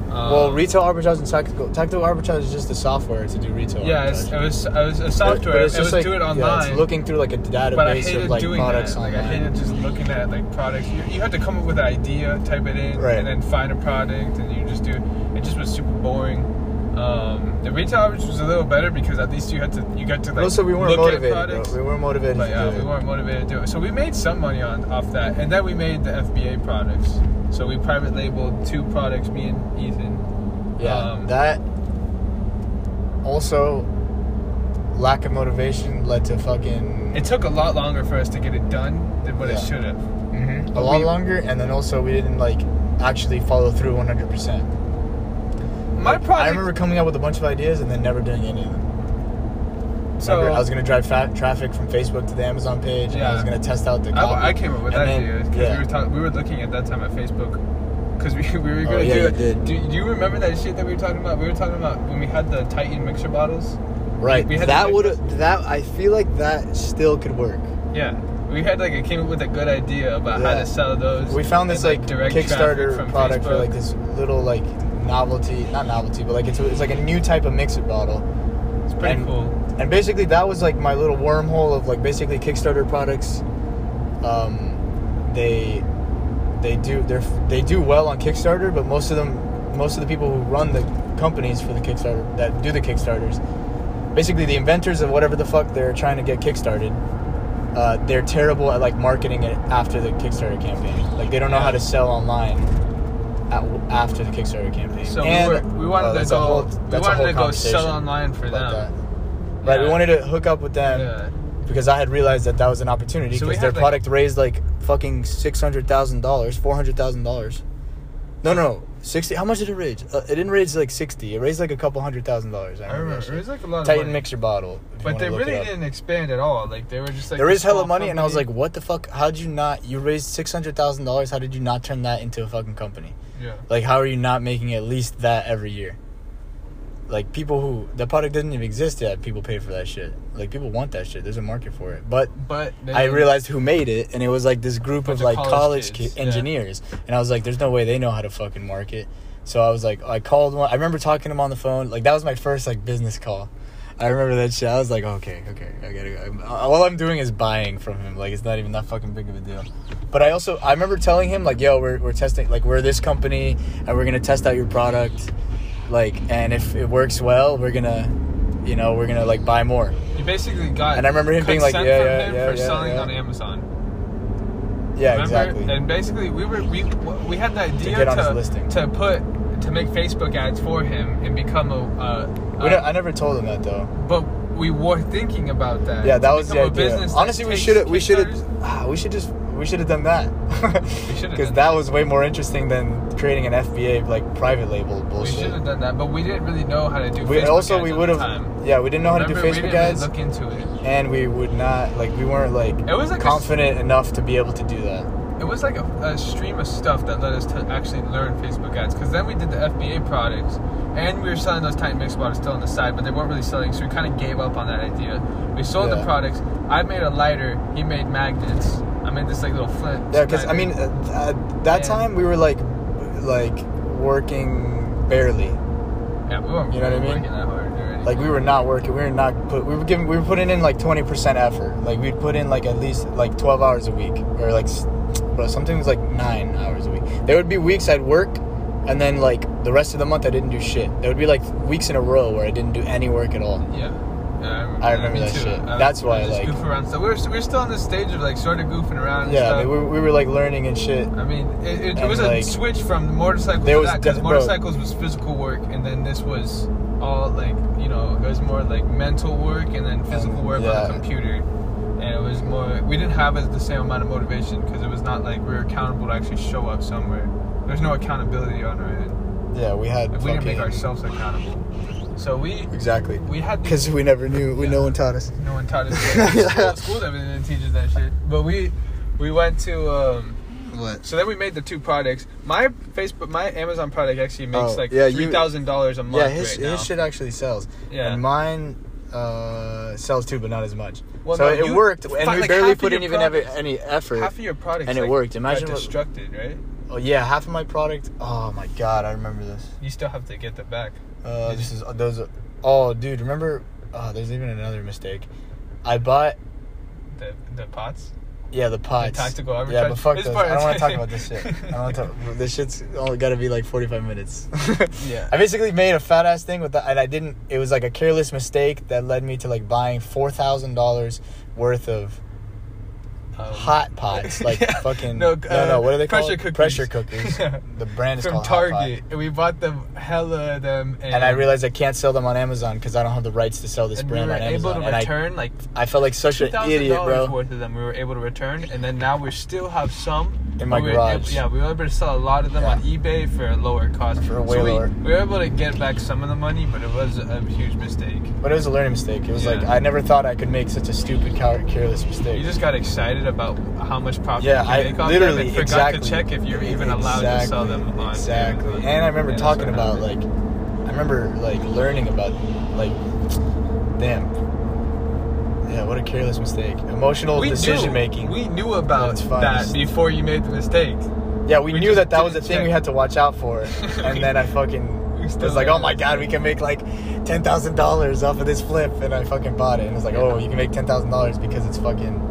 [SPEAKER 1] Um,
[SPEAKER 2] Well, retail arbitrage and tactical tactical arbitrage is just the software to do retail.
[SPEAKER 1] Yeah,
[SPEAKER 2] arbitrage.
[SPEAKER 1] it's, it was it was a software.
[SPEAKER 2] But it's
[SPEAKER 1] it
[SPEAKER 2] just
[SPEAKER 1] was
[SPEAKER 2] like-
[SPEAKER 1] do it
[SPEAKER 2] yeah,
[SPEAKER 1] online.
[SPEAKER 2] it's looking through like a
[SPEAKER 1] but I
[SPEAKER 2] database
[SPEAKER 1] hated
[SPEAKER 2] of like
[SPEAKER 1] doing
[SPEAKER 2] products
[SPEAKER 1] that.
[SPEAKER 2] online.
[SPEAKER 1] Like I hated just looking at like products. You, you had to come up with an idea, type it in,
[SPEAKER 2] Right.
[SPEAKER 1] and then find a product, and you just do. It just was super boring. Um, the retail average was a little better because at least you had to you got to like
[SPEAKER 2] also, we weren't
[SPEAKER 1] look
[SPEAKER 2] motivated.
[SPEAKER 1] at
[SPEAKER 2] bro.
[SPEAKER 1] products.
[SPEAKER 2] We weren't motivated.
[SPEAKER 1] But
[SPEAKER 2] to
[SPEAKER 1] yeah,
[SPEAKER 2] do
[SPEAKER 1] we
[SPEAKER 2] it.
[SPEAKER 1] weren't motivated to do it. So we made some money on off that, and then we made the FBA products. So we private labeled two products, me and Ethan.
[SPEAKER 2] Yeah,
[SPEAKER 1] um,
[SPEAKER 2] that also lack of motivation led to fucking
[SPEAKER 1] It took a lot longer for us to get it done than what
[SPEAKER 2] Yeah.
[SPEAKER 1] it should have.
[SPEAKER 2] a lot longer, and then also we didn't like actually follow through one hundred percent.
[SPEAKER 1] My
[SPEAKER 2] I
[SPEAKER 1] project.
[SPEAKER 2] remember coming up with a bunch of ideas and then never doing any of them.
[SPEAKER 1] so
[SPEAKER 2] Remember, I was gonna drive fa- traffic from Facebook to the Amazon page, and I was
[SPEAKER 1] Yeah.
[SPEAKER 2] gonna test out the. copy.
[SPEAKER 1] I, I came up with
[SPEAKER 2] And
[SPEAKER 1] that
[SPEAKER 2] then-
[SPEAKER 1] idea because
[SPEAKER 2] yeah.
[SPEAKER 1] we were talking. We were looking at that time at Facebook because we, we were
[SPEAKER 2] Oh,
[SPEAKER 1] gonna
[SPEAKER 2] yeah,
[SPEAKER 1] do
[SPEAKER 2] you
[SPEAKER 1] it.
[SPEAKER 2] did.
[SPEAKER 1] Do, do you remember that shit that we were talking about? We were talking about when we had the Titan mixer bottles.
[SPEAKER 2] Right.
[SPEAKER 1] We had to
[SPEAKER 2] that
[SPEAKER 1] make
[SPEAKER 2] would that I feel like that still could work.
[SPEAKER 1] Yeah, we had like it came up with a good idea about how
[SPEAKER 2] Yeah.
[SPEAKER 1] to sell those.
[SPEAKER 2] We found this
[SPEAKER 1] and,
[SPEAKER 2] like Kickstarter
[SPEAKER 1] traffic from
[SPEAKER 2] product for
[SPEAKER 1] Facebook.
[SPEAKER 2] like this little like novelty, not novelty, but like it's, it's like a new type of mixer bottle.
[SPEAKER 1] It's pretty
[SPEAKER 2] and-
[SPEAKER 1] cool.
[SPEAKER 2] And basically that was like my little wormhole of like basically Kickstarter products um they they do they're they do well on Kickstarter, but most of them most of the people who run the companies for the Kickstarter that do the Kickstarters basically the inventors of whatever the fuck they're trying to get kickstarted uh, they're terrible at like marketing it after the kickstarter campaign like they don't know how to sell online at, after the kickstarter campaign
[SPEAKER 1] So
[SPEAKER 2] And-
[SPEAKER 1] we, were, we wanted
[SPEAKER 2] oh,
[SPEAKER 1] to
[SPEAKER 2] that's a
[SPEAKER 1] go.
[SPEAKER 2] whole-
[SPEAKER 1] we
[SPEAKER 2] that's a
[SPEAKER 1] wanted
[SPEAKER 2] whole
[SPEAKER 1] to go sell
[SPEAKER 2] conversation
[SPEAKER 1] online for
[SPEAKER 2] about that.
[SPEAKER 1] them.
[SPEAKER 2] right we
[SPEAKER 1] Yeah.
[SPEAKER 2] wanted to hook up with them
[SPEAKER 1] Yeah.
[SPEAKER 2] because i had realized that that was an opportunity
[SPEAKER 1] So
[SPEAKER 2] because
[SPEAKER 1] we
[SPEAKER 2] their
[SPEAKER 1] had, like-
[SPEAKER 2] product raised like fucking $600000 $400000 no no Sixty. How much did it raise? Uh, it didn't raise like sixty. It raised like a couple hundred thousand dollars. I
[SPEAKER 1] I
[SPEAKER 2] remember. that
[SPEAKER 1] remember
[SPEAKER 2] shit.
[SPEAKER 1] it was like a lot.
[SPEAKER 2] Titan
[SPEAKER 1] of money.
[SPEAKER 2] mixer bottle. if you
[SPEAKER 1] But
[SPEAKER 2] wanna
[SPEAKER 1] they
[SPEAKER 2] look it
[SPEAKER 1] really
[SPEAKER 2] up.
[SPEAKER 1] didn't expand at all. Like they were just like
[SPEAKER 2] There
[SPEAKER 1] this
[SPEAKER 2] is hella
[SPEAKER 1] small
[SPEAKER 2] money, and I was like,
[SPEAKER 1] company.
[SPEAKER 2] "What the fuck? How'd you not? You raised six hundred thousand dollars. How did you not turn that into a fucking company?
[SPEAKER 1] yeah,
[SPEAKER 2] Like, how are you not making at least that every year? Like, people who the product doesn't even exist yet, people pay for that shit. Like, people want that shit. There's a market for it. But
[SPEAKER 1] but they
[SPEAKER 2] I
[SPEAKER 1] were-
[SPEAKER 2] realized who made it, and it was like this group
[SPEAKER 1] Bunch
[SPEAKER 2] of
[SPEAKER 1] of
[SPEAKER 2] like
[SPEAKER 1] college
[SPEAKER 2] college,
[SPEAKER 1] kids,
[SPEAKER 2] ki-
[SPEAKER 1] yeah.
[SPEAKER 2] engineers, and I was like, "There's no way they know how to fucking market." So I was like, I called one. I remember talking to him on the phone. Like that was my first like business call. I remember that shit. I was like, "Okay, okay, I gotta." Go. I'm- All I'm doing is buying from him. Like it's not even that fucking big of a deal. But I also I remember telling him like, "Yo, we're we're testing. Like we're this company, and we're gonna test out your product. Like, and if it works well, we're gonna." You know, we're gonna like buy more.
[SPEAKER 1] you basically got.
[SPEAKER 2] And I remember him being like,
[SPEAKER 1] consent
[SPEAKER 2] yeah,
[SPEAKER 1] from
[SPEAKER 2] yeah,
[SPEAKER 1] him
[SPEAKER 2] yeah,
[SPEAKER 1] for
[SPEAKER 2] yeah,
[SPEAKER 1] selling
[SPEAKER 2] yeah.
[SPEAKER 1] on Amazon.
[SPEAKER 2] Yeah,
[SPEAKER 1] Remember?
[SPEAKER 2] exactly.
[SPEAKER 1] And basically, we were we we had the idea
[SPEAKER 2] get on his
[SPEAKER 1] to,
[SPEAKER 2] listing.
[SPEAKER 1] to put to make Facebook ads for him and become a. Uh,
[SPEAKER 2] We
[SPEAKER 1] uh,
[SPEAKER 2] don't, I never told him that though.
[SPEAKER 1] but we were thinking about that.
[SPEAKER 2] Yeah, that
[SPEAKER 1] to
[SPEAKER 2] was the
[SPEAKER 1] become a
[SPEAKER 2] idea.
[SPEAKER 1] business that
[SPEAKER 2] Honestly, we
[SPEAKER 1] takes
[SPEAKER 2] should have. We should have.
[SPEAKER 1] Kickstarters.
[SPEAKER 2] Ah, we should just. We should have done that.
[SPEAKER 1] should've
[SPEAKER 2] Because
[SPEAKER 1] done
[SPEAKER 2] that was way more interesting than creating an FBA like private label
[SPEAKER 1] We should have
[SPEAKER 2] bullshit.
[SPEAKER 1] done that, but we didn't really know how to do.
[SPEAKER 2] We
[SPEAKER 1] Facebook
[SPEAKER 2] also
[SPEAKER 1] ads
[SPEAKER 2] we
[SPEAKER 1] at the
[SPEAKER 2] would have.
[SPEAKER 1] time.
[SPEAKER 2] Yeah, we didn't know how
[SPEAKER 1] Remember,
[SPEAKER 2] to do
[SPEAKER 1] we
[SPEAKER 2] Facebook
[SPEAKER 1] didn't really
[SPEAKER 2] ads,
[SPEAKER 1] look into it.
[SPEAKER 2] and we would not like we weren't like
[SPEAKER 1] It was like a s-
[SPEAKER 2] confident enough to be able to do that.
[SPEAKER 1] It was like a, a stream of stuff that led us to actually learn Facebook ads. Because then we did the FBA products, and we were selling those Titan Mix bottles still on the side, but they weren't really selling, so we kind of gave up on that idea. We sold
[SPEAKER 2] Yeah.
[SPEAKER 1] the products. I made a lighter. He made magnets. I made this like little flint.
[SPEAKER 2] Yeah, because I
[SPEAKER 1] lighter.
[SPEAKER 2] mean, uh, at that
[SPEAKER 1] Yeah.
[SPEAKER 2] time we were like, like working barely.
[SPEAKER 1] yeah, we weren't
[SPEAKER 2] you know what I
[SPEAKER 1] really
[SPEAKER 2] mean?
[SPEAKER 1] working that hard already.
[SPEAKER 2] like we were not working we were not put we were giving we were putting in like 20% effort like we'd put in like at least like 12 hours a week or like s- bro something was like 9 hours a week there would be weeks i'd work and then like the rest of the month i didn't do shit there would be like weeks in a row where i didn't do any work at all
[SPEAKER 1] Yeah. Yeah,
[SPEAKER 2] I
[SPEAKER 1] that.
[SPEAKER 2] remember
[SPEAKER 1] Me
[SPEAKER 2] that
[SPEAKER 1] too.
[SPEAKER 2] shit.
[SPEAKER 1] I
[SPEAKER 2] That's why,
[SPEAKER 1] I just
[SPEAKER 2] like-
[SPEAKER 1] goof around. So we were, we were still on the stage of like sort of goofing around. and
[SPEAKER 2] yeah
[SPEAKER 1] stuff.
[SPEAKER 2] they were, we were like learning and shit
[SPEAKER 1] I mean, it, it, it
[SPEAKER 2] And,
[SPEAKER 1] was a
[SPEAKER 2] like,
[SPEAKER 1] switch from the motorcycles
[SPEAKER 2] there
[SPEAKER 1] to
[SPEAKER 2] was
[SPEAKER 1] that because
[SPEAKER 2] de- bro.
[SPEAKER 1] motorcycles was physical work, and then this was all like you know it was more like mental work and then physical
[SPEAKER 2] Um,
[SPEAKER 1] work
[SPEAKER 2] yeah.
[SPEAKER 1] on the computer, and it was more we didn't have as the same amount of motivation because it was not like we were accountable to actually show up somewhere. There's no accountability on our end.
[SPEAKER 2] yeah we had
[SPEAKER 1] If we didn't make
[SPEAKER 2] fucking-
[SPEAKER 1] ourselves accountable, so we
[SPEAKER 2] exactly
[SPEAKER 1] we had these
[SPEAKER 2] because we never knew we no one taught us
[SPEAKER 1] no one taught us that. school, school never didn't teach us that shit. But we we went to um,
[SPEAKER 2] what
[SPEAKER 1] so then we made the two products. My Facebook, my Amazon product actually makes
[SPEAKER 2] Oh,
[SPEAKER 1] like
[SPEAKER 2] yeah, you-
[SPEAKER 1] three thousand dollars a month
[SPEAKER 2] yeah his,
[SPEAKER 1] right now.
[SPEAKER 2] his shit actually sells
[SPEAKER 1] Yeah.
[SPEAKER 2] and mine uh, sells too, but not as much.
[SPEAKER 1] Well,
[SPEAKER 2] so
[SPEAKER 1] no,
[SPEAKER 2] it
[SPEAKER 1] you-
[SPEAKER 2] worked, and
[SPEAKER 1] fuck,
[SPEAKER 2] we
[SPEAKER 1] like,
[SPEAKER 2] barely
[SPEAKER 1] half of
[SPEAKER 2] put in
[SPEAKER 1] your
[SPEAKER 2] even ever,
[SPEAKER 1] products-
[SPEAKER 2] any effort.
[SPEAKER 1] Half of your products
[SPEAKER 2] and it
[SPEAKER 1] like,
[SPEAKER 2] worked.
[SPEAKER 1] got
[SPEAKER 2] Imagine what-
[SPEAKER 1] destructed, right?
[SPEAKER 2] Oh yeah, half of my product. Oh my god, I remember this.
[SPEAKER 1] You still have to get them back.
[SPEAKER 2] Uh, this is those. are- Oh dude, remember? Oh, there's even another mistake. I bought
[SPEAKER 1] The the pots.
[SPEAKER 2] yeah the pots.
[SPEAKER 1] tactical
[SPEAKER 2] Yeah,
[SPEAKER 1] arbitrage.
[SPEAKER 2] but fuck
[SPEAKER 1] This
[SPEAKER 2] those.
[SPEAKER 1] part-
[SPEAKER 2] I don't want to talk about this shit. I don't want to talk. This shit's only got to be like 45 minutes.
[SPEAKER 1] Yeah.
[SPEAKER 2] I basically made a fat ass thing with that, and I didn't. It was like a careless mistake that led me to like buying four thousand dollars worth of
[SPEAKER 1] Um,
[SPEAKER 2] hot pots, like
[SPEAKER 1] yeah.
[SPEAKER 2] fucking
[SPEAKER 1] No,
[SPEAKER 2] no,
[SPEAKER 1] uh,
[SPEAKER 2] no, What are they
[SPEAKER 1] pressure
[SPEAKER 2] called?
[SPEAKER 1] cookers.
[SPEAKER 2] Pressure cookers. the brand is
[SPEAKER 1] From
[SPEAKER 2] called Hot Pot.
[SPEAKER 1] Target, and we bought them hella of them, and,
[SPEAKER 2] And I realized I can't sell them on Amazon because I don't have the rights to sell this
[SPEAKER 1] and we
[SPEAKER 2] brand
[SPEAKER 1] were
[SPEAKER 2] on
[SPEAKER 1] able
[SPEAKER 2] Amazon.
[SPEAKER 1] to
[SPEAKER 2] and I,
[SPEAKER 1] return like
[SPEAKER 2] I felt like such
[SPEAKER 1] two
[SPEAKER 2] an
[SPEAKER 1] thousand
[SPEAKER 2] idiot,
[SPEAKER 1] dollars
[SPEAKER 2] bro.
[SPEAKER 1] worth of them. We were able to return, and then now we still have some
[SPEAKER 2] In my
[SPEAKER 1] we were
[SPEAKER 2] garage.
[SPEAKER 1] able- yeah, we were able to sell a lot of them
[SPEAKER 2] Yeah.
[SPEAKER 1] on eBay for a lower cost.
[SPEAKER 2] For way
[SPEAKER 1] so we,
[SPEAKER 2] lower.
[SPEAKER 1] we were able to get back some of the money, but it was a huge mistake.
[SPEAKER 2] But it was a learning mistake. It was like
[SPEAKER 1] Yeah.
[SPEAKER 2] I never thought I could make such a stupid, cow- careless mistake.
[SPEAKER 1] You just got excited about how much profit
[SPEAKER 2] Yeah,
[SPEAKER 1] you
[SPEAKER 2] I
[SPEAKER 1] make off them,
[SPEAKER 2] literally
[SPEAKER 1] and forgot
[SPEAKER 2] exactly,
[SPEAKER 1] to check if you're even allowed to sell them on
[SPEAKER 2] exactly.
[SPEAKER 1] Amazon.
[SPEAKER 2] And I remember
[SPEAKER 1] that's
[SPEAKER 2] talking
[SPEAKER 1] what
[SPEAKER 2] about
[SPEAKER 1] happened.
[SPEAKER 2] like, I remember like learning about like, damn, yeah, what a careless mistake. Emotional
[SPEAKER 1] we
[SPEAKER 2] decision
[SPEAKER 1] knew,
[SPEAKER 2] making.
[SPEAKER 1] We knew about
[SPEAKER 2] It's fine.
[SPEAKER 1] that before you made the mistake.
[SPEAKER 2] yeah, we,
[SPEAKER 1] we
[SPEAKER 2] knew
[SPEAKER 1] just
[SPEAKER 2] that that was a
[SPEAKER 1] didn't
[SPEAKER 2] thing
[SPEAKER 1] check.
[SPEAKER 2] we had to watch out for, and then I
[SPEAKER 1] We
[SPEAKER 2] fucking was
[SPEAKER 1] still
[SPEAKER 2] like,
[SPEAKER 1] had
[SPEAKER 2] oh my
[SPEAKER 1] it.
[SPEAKER 2] god, we can make like ten thousand dollars off of this flip, and I fucking bought it, and it was like, oh, you can make ten thousand dollars because it's fucking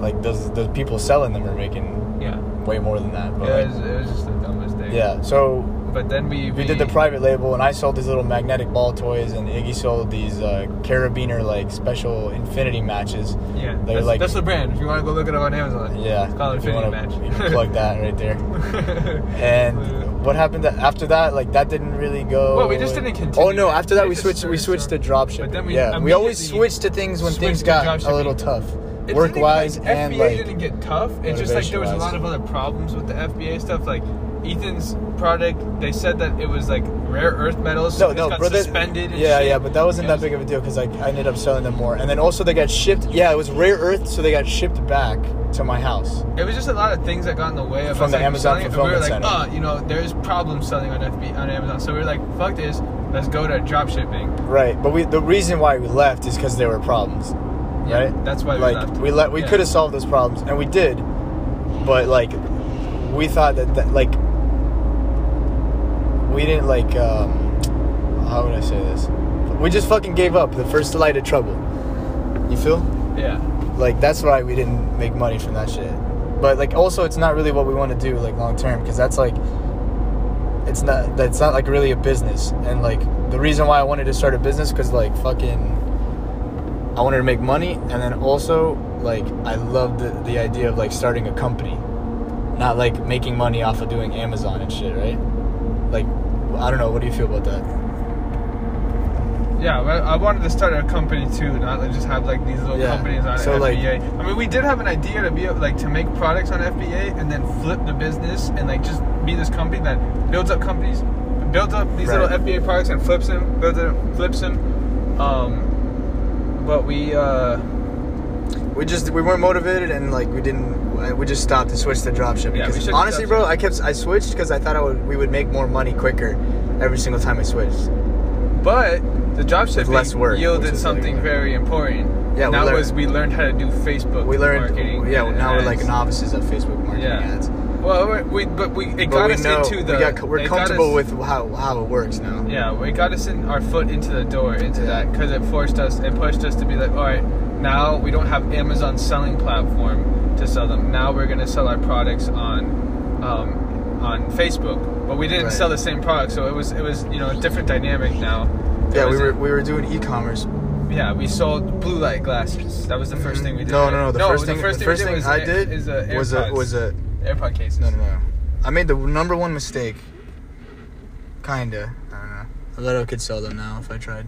[SPEAKER 2] like those those people selling them are making
[SPEAKER 1] Yeah,
[SPEAKER 2] way more than that. But
[SPEAKER 1] it,
[SPEAKER 2] like,
[SPEAKER 1] was, it was just a dumb mistake.
[SPEAKER 2] yeah, so
[SPEAKER 1] but then we
[SPEAKER 2] We did the private label, and I sold these little magnetic ball toys, and Iggy sold these uh, carabiner like special infinity matches.
[SPEAKER 1] Yeah,
[SPEAKER 2] They were
[SPEAKER 1] that's,
[SPEAKER 2] like-
[SPEAKER 1] that's the brand. If you want to go look it up on Amazon,
[SPEAKER 2] Yeah,
[SPEAKER 1] it's called
[SPEAKER 2] if you
[SPEAKER 1] Infinity
[SPEAKER 2] wanna-
[SPEAKER 1] Match.
[SPEAKER 2] you can plug that right there. And what happened that, after that? Like that didn't really go.
[SPEAKER 1] Well, we just didn't continue
[SPEAKER 2] Oh no!
[SPEAKER 1] it.
[SPEAKER 2] After that,
[SPEAKER 1] They
[SPEAKER 2] we
[SPEAKER 1] just
[SPEAKER 2] switched. We
[SPEAKER 1] started
[SPEAKER 2] switched to
[SPEAKER 1] selling-
[SPEAKER 2] dropship.
[SPEAKER 1] but then we
[SPEAKER 2] yeah, we always
[SPEAKER 1] immediately
[SPEAKER 2] switched to things when
[SPEAKER 1] switched
[SPEAKER 2] things
[SPEAKER 1] to
[SPEAKER 2] got a
[SPEAKER 1] dropshipping.
[SPEAKER 2] little tough.
[SPEAKER 1] It's
[SPEAKER 2] work wise
[SPEAKER 1] like,
[SPEAKER 2] and
[SPEAKER 1] FBA
[SPEAKER 2] like
[SPEAKER 1] didn't get tough. It's just like there was a
[SPEAKER 2] motivation-wise.
[SPEAKER 1] lot of other problems with the FBA stuff. Like Ethan's product, they said that it was like rare earth metals. so
[SPEAKER 2] no,
[SPEAKER 1] it
[SPEAKER 2] no,
[SPEAKER 1] got
[SPEAKER 2] brother.
[SPEAKER 1] suspended. And
[SPEAKER 2] yeah,
[SPEAKER 1] shit.
[SPEAKER 2] yeah, but that wasn't
[SPEAKER 1] It
[SPEAKER 2] that big of a deal because like I ended up selling them more, and then also they got shipped. Yeah, it was rare earth, so they got shipped back to my house.
[SPEAKER 1] It was just a lot of things that got in the way of
[SPEAKER 2] From
[SPEAKER 1] us,
[SPEAKER 2] the
[SPEAKER 1] like,
[SPEAKER 2] Amazon
[SPEAKER 1] selling it.
[SPEAKER 2] fulfillment
[SPEAKER 1] We were like,
[SPEAKER 2] center.
[SPEAKER 1] oh, you know, there's problems selling on FB on Amazon. So we were like, fuck this, let's go to drop shipping.
[SPEAKER 2] Right, but we the reason why we left is because there were problems,
[SPEAKER 1] Yeah,
[SPEAKER 2] right?
[SPEAKER 1] that's why we
[SPEAKER 2] like,
[SPEAKER 1] left.
[SPEAKER 2] We let we
[SPEAKER 1] Yeah.
[SPEAKER 2] could have solved those problems, and we did, but like we thought that, that like we didn't like um, how would I say this? We just fucking gave up the first light of trouble. You feel?
[SPEAKER 1] Yeah,
[SPEAKER 2] like that's why we didn't make money from that shit but like also it's not really what we want to do like long term because that's like it's not that's not like really a business and like the reason why i wanted to start a business because like fucking i wanted to make money and then also like i loved the, the idea of like starting a company not like making money off of doing amazon and shit right like i don't know what do you feel about that
[SPEAKER 1] yeah. well, I wanted to start a company too, not like just have like these little
[SPEAKER 2] Yeah.
[SPEAKER 1] companies on
[SPEAKER 2] So, like-
[SPEAKER 1] FBA. I mean, we did have an idea to be like to make products on FBA and then flip the business and like just be this company that builds up companies, builds up these
[SPEAKER 2] Right.
[SPEAKER 1] little FBA products and flips them, builds them, flips them. Um, but we. uh
[SPEAKER 2] we just we weren't motivated and like we didn't we just stopped to switch to dropshipping.
[SPEAKER 1] Yeah, we
[SPEAKER 2] 'Cause
[SPEAKER 1] should've
[SPEAKER 2] honestly,
[SPEAKER 1] stopped
[SPEAKER 2] bro,
[SPEAKER 1] shipping.
[SPEAKER 2] I kept I switched because I thought I would we would make more money quicker every single time I switched.
[SPEAKER 1] But the job shipping
[SPEAKER 2] less work, which
[SPEAKER 1] yielded
[SPEAKER 2] is like-
[SPEAKER 1] something very important.
[SPEAKER 2] Yeah,
[SPEAKER 1] and
[SPEAKER 2] we
[SPEAKER 1] that
[SPEAKER 2] learned-
[SPEAKER 1] was we learned how to do Facebook.
[SPEAKER 2] We learned,
[SPEAKER 1] marketing.
[SPEAKER 2] yeah.
[SPEAKER 1] and
[SPEAKER 2] Now we're like
[SPEAKER 1] ads.
[SPEAKER 2] novices at Facebook marketing
[SPEAKER 1] Yeah.
[SPEAKER 2] ads.
[SPEAKER 1] Well, we're- we but we it
[SPEAKER 2] But
[SPEAKER 1] got
[SPEAKER 2] we
[SPEAKER 1] us
[SPEAKER 2] know
[SPEAKER 1] into the
[SPEAKER 2] we got, we're
[SPEAKER 1] it got
[SPEAKER 2] comfortable
[SPEAKER 1] us-
[SPEAKER 2] with how how it works now.
[SPEAKER 1] Yeah, it got us in our foot into the door into
[SPEAKER 2] Yeah.
[SPEAKER 1] that because it forced us, it pushed us to be like, all right, now we don't have Amazon selling platform to sell them. Now we're gonna sell our products on, um, on Facebook. But we didn't
[SPEAKER 2] Right.
[SPEAKER 1] sell the same product, so it was it was you know a different dynamic now. It
[SPEAKER 2] Yeah, we
[SPEAKER 1] was
[SPEAKER 2] were
[SPEAKER 1] a-
[SPEAKER 2] we were doing e-commerce.
[SPEAKER 1] Yeah, we sold blue light glasses. That was the first thing we did.
[SPEAKER 2] Mm-hmm. No,
[SPEAKER 1] right?
[SPEAKER 2] no, no. The first thing, the first
[SPEAKER 1] we
[SPEAKER 2] thing
[SPEAKER 1] was
[SPEAKER 2] I
[SPEAKER 1] a-
[SPEAKER 2] did
[SPEAKER 1] is a
[SPEAKER 2] was a
[SPEAKER 1] AirPods.
[SPEAKER 2] was a
[SPEAKER 1] AirPod case.
[SPEAKER 2] No, no, no. I made the number one mistake. Kinda. I don't know. I thought I could sell them now if I tried.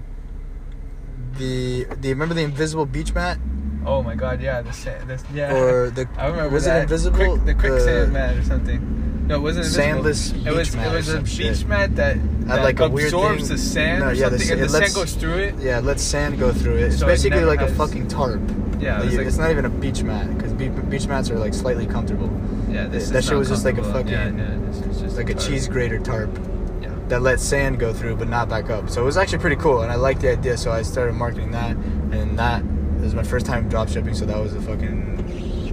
[SPEAKER 2] The the remember the invisible beach mat
[SPEAKER 1] Oh my god, yeah, the sand. This, yeah.
[SPEAKER 2] or the
[SPEAKER 1] I remember
[SPEAKER 2] was
[SPEAKER 1] that.
[SPEAKER 2] it invisible
[SPEAKER 1] Quick, the quicksand
[SPEAKER 2] The-
[SPEAKER 1] mat or something. No, it wasn't invisible.
[SPEAKER 2] Sandless
[SPEAKER 1] it
[SPEAKER 2] beach
[SPEAKER 1] was,
[SPEAKER 2] mat
[SPEAKER 1] It
[SPEAKER 2] or
[SPEAKER 1] was a
[SPEAKER 2] some
[SPEAKER 1] beach
[SPEAKER 2] shit.
[SPEAKER 1] mat that, that
[SPEAKER 2] like, a weird
[SPEAKER 1] absorbs
[SPEAKER 2] thing.
[SPEAKER 1] the sand
[SPEAKER 2] No,
[SPEAKER 1] or
[SPEAKER 2] yeah, the
[SPEAKER 1] something,
[SPEAKER 2] sa-
[SPEAKER 1] and the
[SPEAKER 2] it
[SPEAKER 1] sand
[SPEAKER 2] lets-
[SPEAKER 1] goes through it.
[SPEAKER 2] Yeah, let sand go through it. It's
[SPEAKER 1] So it
[SPEAKER 2] basically
[SPEAKER 1] never
[SPEAKER 2] like a
[SPEAKER 1] has-
[SPEAKER 2] fucking tarp.
[SPEAKER 1] Yeah, it
[SPEAKER 2] Like,
[SPEAKER 1] was like-
[SPEAKER 2] it's not even a beach mat because be- beach mats are like slightly comfortable.
[SPEAKER 1] Yeah, this
[SPEAKER 2] That
[SPEAKER 1] is
[SPEAKER 2] shit
[SPEAKER 1] not
[SPEAKER 2] was just like a
[SPEAKER 1] comfortable. Yeah,
[SPEAKER 2] fucking-
[SPEAKER 1] yeah, this is just
[SPEAKER 2] It's like a
[SPEAKER 1] tar-
[SPEAKER 2] cheese grater tarp.
[SPEAKER 1] Yeah.
[SPEAKER 2] that let sand go through but not back up. So it was actually pretty cool, and I liked the idea. So I started marketing that, and that it was my first time drop shipping. So that was a fucking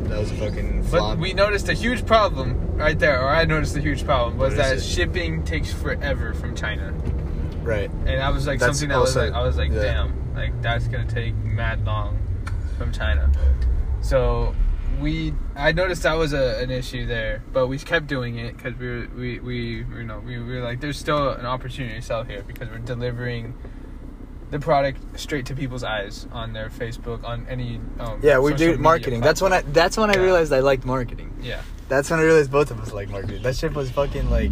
[SPEAKER 2] that was a fucking flop.
[SPEAKER 1] But we noticed a huge problem right there, or I noticed a huge problem was
[SPEAKER 2] What is
[SPEAKER 1] that
[SPEAKER 2] it?
[SPEAKER 1] shipping takes forever from China.
[SPEAKER 2] right.
[SPEAKER 1] and I was like
[SPEAKER 2] That's
[SPEAKER 1] something that was
[SPEAKER 2] also-
[SPEAKER 1] like I was like
[SPEAKER 2] yeah.
[SPEAKER 1] damn like that's gonna take mad long from China so we I noticed that was a, an issue there but we kept doing it because we were we, we you know we were like there's still an opportunity to sell here because we're delivering the product straight to people's eyes on their Facebook on any um,
[SPEAKER 2] Yeah, we
[SPEAKER 1] social
[SPEAKER 2] do
[SPEAKER 1] media
[SPEAKER 2] marketing. That's when I that's when I
[SPEAKER 1] Yeah.
[SPEAKER 2] realized I liked marketing.
[SPEAKER 1] platform. yeah
[SPEAKER 2] That's when I realized both of us like marketing. That shit was fucking like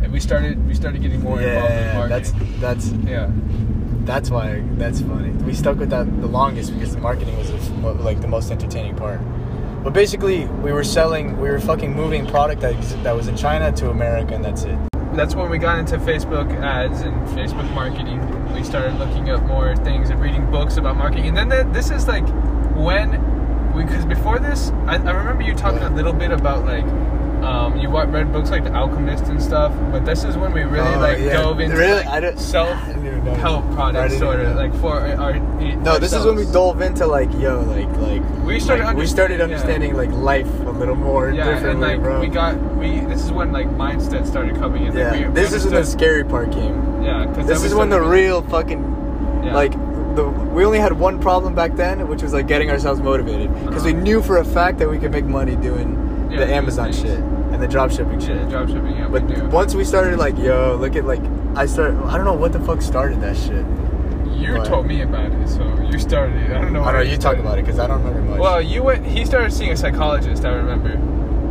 [SPEAKER 1] and we started we started getting more involved in
[SPEAKER 2] yeah. That's
[SPEAKER 1] marketing
[SPEAKER 2] that's
[SPEAKER 1] yeah
[SPEAKER 2] that's why that's funny. We stuck with that the longest because the marketing was the f- mo- like the most entertaining part. But basically, we were selling, we were fucking moving product that ex- that was in China to America, and that's it.
[SPEAKER 1] that's when we got into Facebook ads and Facebook marketing. We started looking up more things and reading books about marketing. And then th- this is like when, because before this, I, I remember you talking a little bit about like um, you wa- read books like The Alchemist and stuff. But this is when we really
[SPEAKER 2] Oh,
[SPEAKER 1] like
[SPEAKER 2] yeah.
[SPEAKER 1] dove into
[SPEAKER 2] Really?
[SPEAKER 1] like,
[SPEAKER 2] I don't-
[SPEAKER 1] self
[SPEAKER 2] I didn't even know.
[SPEAKER 1] help
[SPEAKER 2] I didn't
[SPEAKER 1] products, sort
[SPEAKER 2] even
[SPEAKER 1] of
[SPEAKER 2] know.
[SPEAKER 1] like for our.
[SPEAKER 2] No, this is when we
[SPEAKER 1] ourselves.
[SPEAKER 2] dove into like yo, like like
[SPEAKER 1] We started
[SPEAKER 2] like, we started
[SPEAKER 1] understanding-
[SPEAKER 2] understanding like life a little more
[SPEAKER 1] Yeah, and
[SPEAKER 2] differently,
[SPEAKER 1] like
[SPEAKER 2] bro.
[SPEAKER 1] we got we. This is when like mindset started coming in.
[SPEAKER 2] yeah,
[SPEAKER 1] like, we,
[SPEAKER 2] this
[SPEAKER 1] we
[SPEAKER 2] is when the
[SPEAKER 1] understood-
[SPEAKER 2] scary part came.
[SPEAKER 1] yeah. 'cause that
[SPEAKER 2] This
[SPEAKER 1] was
[SPEAKER 2] is when the
[SPEAKER 1] something-
[SPEAKER 2] real fucking
[SPEAKER 1] yeah.
[SPEAKER 2] like the we only had one problem back then, which was like getting ourselves motivated because we
[SPEAKER 1] Uh-huh.
[SPEAKER 2] knew for a fact that we could make money doing
[SPEAKER 1] Yeah,
[SPEAKER 2] the
[SPEAKER 1] doing
[SPEAKER 2] Amazon
[SPEAKER 1] things.
[SPEAKER 2] shit and the drop shipping shit.
[SPEAKER 1] yeah, dropshipping. Yeah,
[SPEAKER 2] But
[SPEAKER 1] we do.
[SPEAKER 2] once we started, like, yo, look at like, I started. I don't know what the fuck started that shit.
[SPEAKER 1] You
[SPEAKER 2] But-
[SPEAKER 1] told me about it, so you started it. I don't know.
[SPEAKER 2] I
[SPEAKER 1] why
[SPEAKER 2] don't know. You talk
[SPEAKER 1] started
[SPEAKER 2] about it because I don't remember much.
[SPEAKER 1] Well, you went. He started seeing a psychologist. I remember,